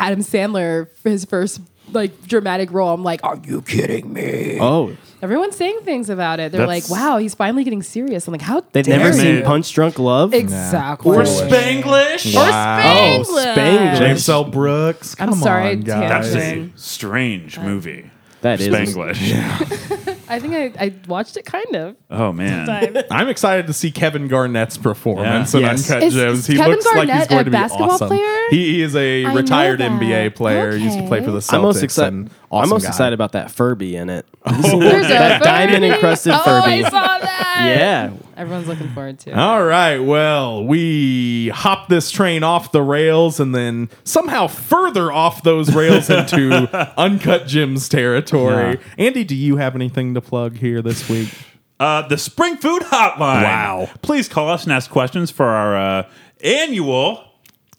S6: Adam Sandler for his first like dramatic role. I'm like, are you kidding me?
S5: Oh,
S6: Everyone's saying things about it. They're
S5: That's-
S6: like, wow, he's finally getting serious. I'm like, how
S5: they've
S6: dare
S5: never
S6: you?
S5: seen Punch Drunk Love.
S6: Exactly.
S5: Or
S2: Spanglish.
S5: Wow. Oh, Spanglish.
S2: James L. Brooks.
S6: I'm
S2: Come
S6: sorry,
S2: on, guys.
S1: That's a strange movie.
S5: That is-
S1: Spanglish.
S6: I think I, I watched it kind of.
S1: Oh man.
S2: I'm excited to see Kevin Garnett's performance
S1: Yeah.
S2: in
S1: Yes.
S2: Uncut
S6: Is-
S2: Gems.
S6: is
S2: He
S6: Kevin
S2: looks like he's
S6: Garnett
S2: going
S6: a
S2: to be
S6: basketball
S2: awesome.
S6: player?
S2: He is a
S6: I know
S2: retired
S6: that.
S2: NBA player. Used to play for the Celtics.
S5: I'm most excited.
S2: and awesome
S5: I'm most
S2: guy. Oh.
S5: excited about that Furby in it.
S6: There's a
S5: that
S6: Furby?
S5: diamond encrusted
S6: Oh,
S5: Furby.
S6: I saw that.
S5: Yeah. Oh.
S6: Everyone's looking forward to it.
S2: All right. Well, we hop this train off the rails and then somehow further off those rails into Uncut Jim's territory. Andy, do you have anything to plug here this week?
S1: Uh, the Spring Food Hotline. Wow. Please call us and ask questions for our uh, annual,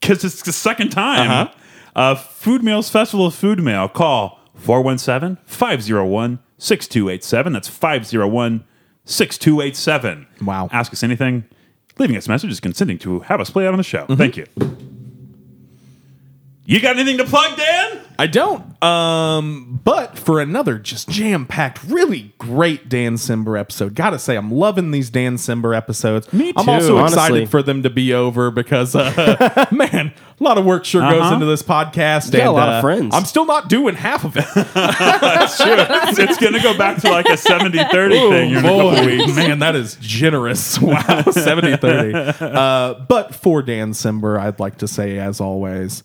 S1: because it's the second time, uh Food Meals Festival of Food Mail. Call 417 501 6287. That's 501 6287. Wow. Ask us anything. Leaving us messages consenting to have us play out on the show. Thank you. You got anything to plug, Dan?
S2: I don't. Um, but for another just jam packed, really great Dan Simber episode. Gotta say, I'm loving these Dan Simber episodes. Me I'm
S5: too,
S2: also
S5: honestly.
S2: excited for them to be over because, uh, man, a lot of work sure goes
S5: Uh-huh.
S2: into this podcast.
S5: You got a
S2: and,
S5: lot of
S2: uh,
S5: friends.
S2: I'm still not doing half of it.
S1: That's true. It's, it's going to go back to like a 70 30
S2: Oh,
S1: thing here in a couple
S2: boy.
S1: weeks.
S2: Man, that is generous. Wow, 70 30. Uh, but for Dan Simber, I'd like to say, as always,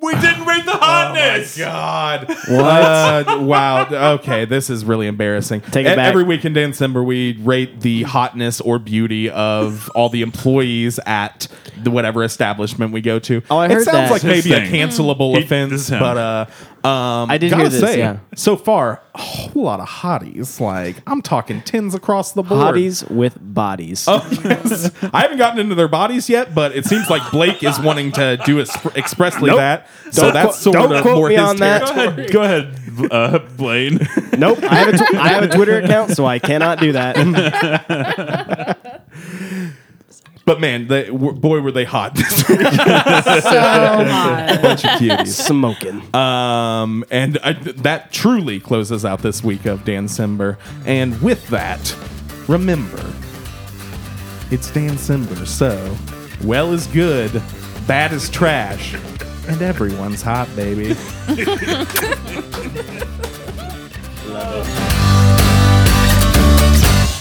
S1: We didn't read the hotness.
S2: God.
S1: What?
S2: Uh, wow. Okay, this is really embarrassing.
S5: Take it
S2: E-
S5: back.
S2: Every week in December, we rate the hotness or beauty of all the employees at the whatever establishment we go to. Oh,
S5: I
S2: it
S5: heard
S2: sounds
S5: that.
S2: like
S1: This
S2: maybe a
S1: thing.
S2: cancelable
S1: He- this
S2: offense,
S1: is him.
S2: but uh, um,
S5: I did
S2: gotta
S5: hear this,
S2: say,
S5: yeah.
S2: so far, a whole lot of hotties. Like I'm talking tens across the board.
S5: Hotties with bodies.
S2: Oh. Yes. I haven't gotten into their bodies yet, but it seems like Blake is wanting to do es- expressly
S1: Nope.
S2: that. So
S5: Don't
S2: that's
S5: qu-
S2: sort
S5: don't
S2: of
S5: quote
S2: more
S5: me
S2: his
S5: on that.
S2: territory.
S1: Go ahead, uh, Blaine.
S5: Nope, I have, a tw- I have a Twitter account, so I cannot do that.
S2: But man, they, w- boy, were they hot this week. Bunch of cuties.
S5: Smoking.
S2: Um, and I, that truly closes out this week of Dan Simber. And with that, remember, it's Dan Simber, so well is good, bad is trash, and everyone's hot, baby.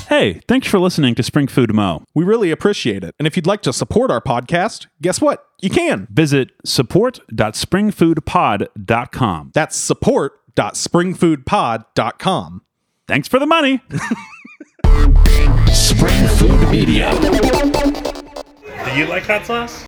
S1: Hey, thanks for listening to Spring Food Mo.
S2: We really appreciate it. And if you'd like to support our podcast, guess what? You can.
S1: Visit support.springfoodpod.com.
S2: That's support.springfoodpod.com.
S1: Thanks for the money.
S9: Spring Food Media. Do you like hot sauce?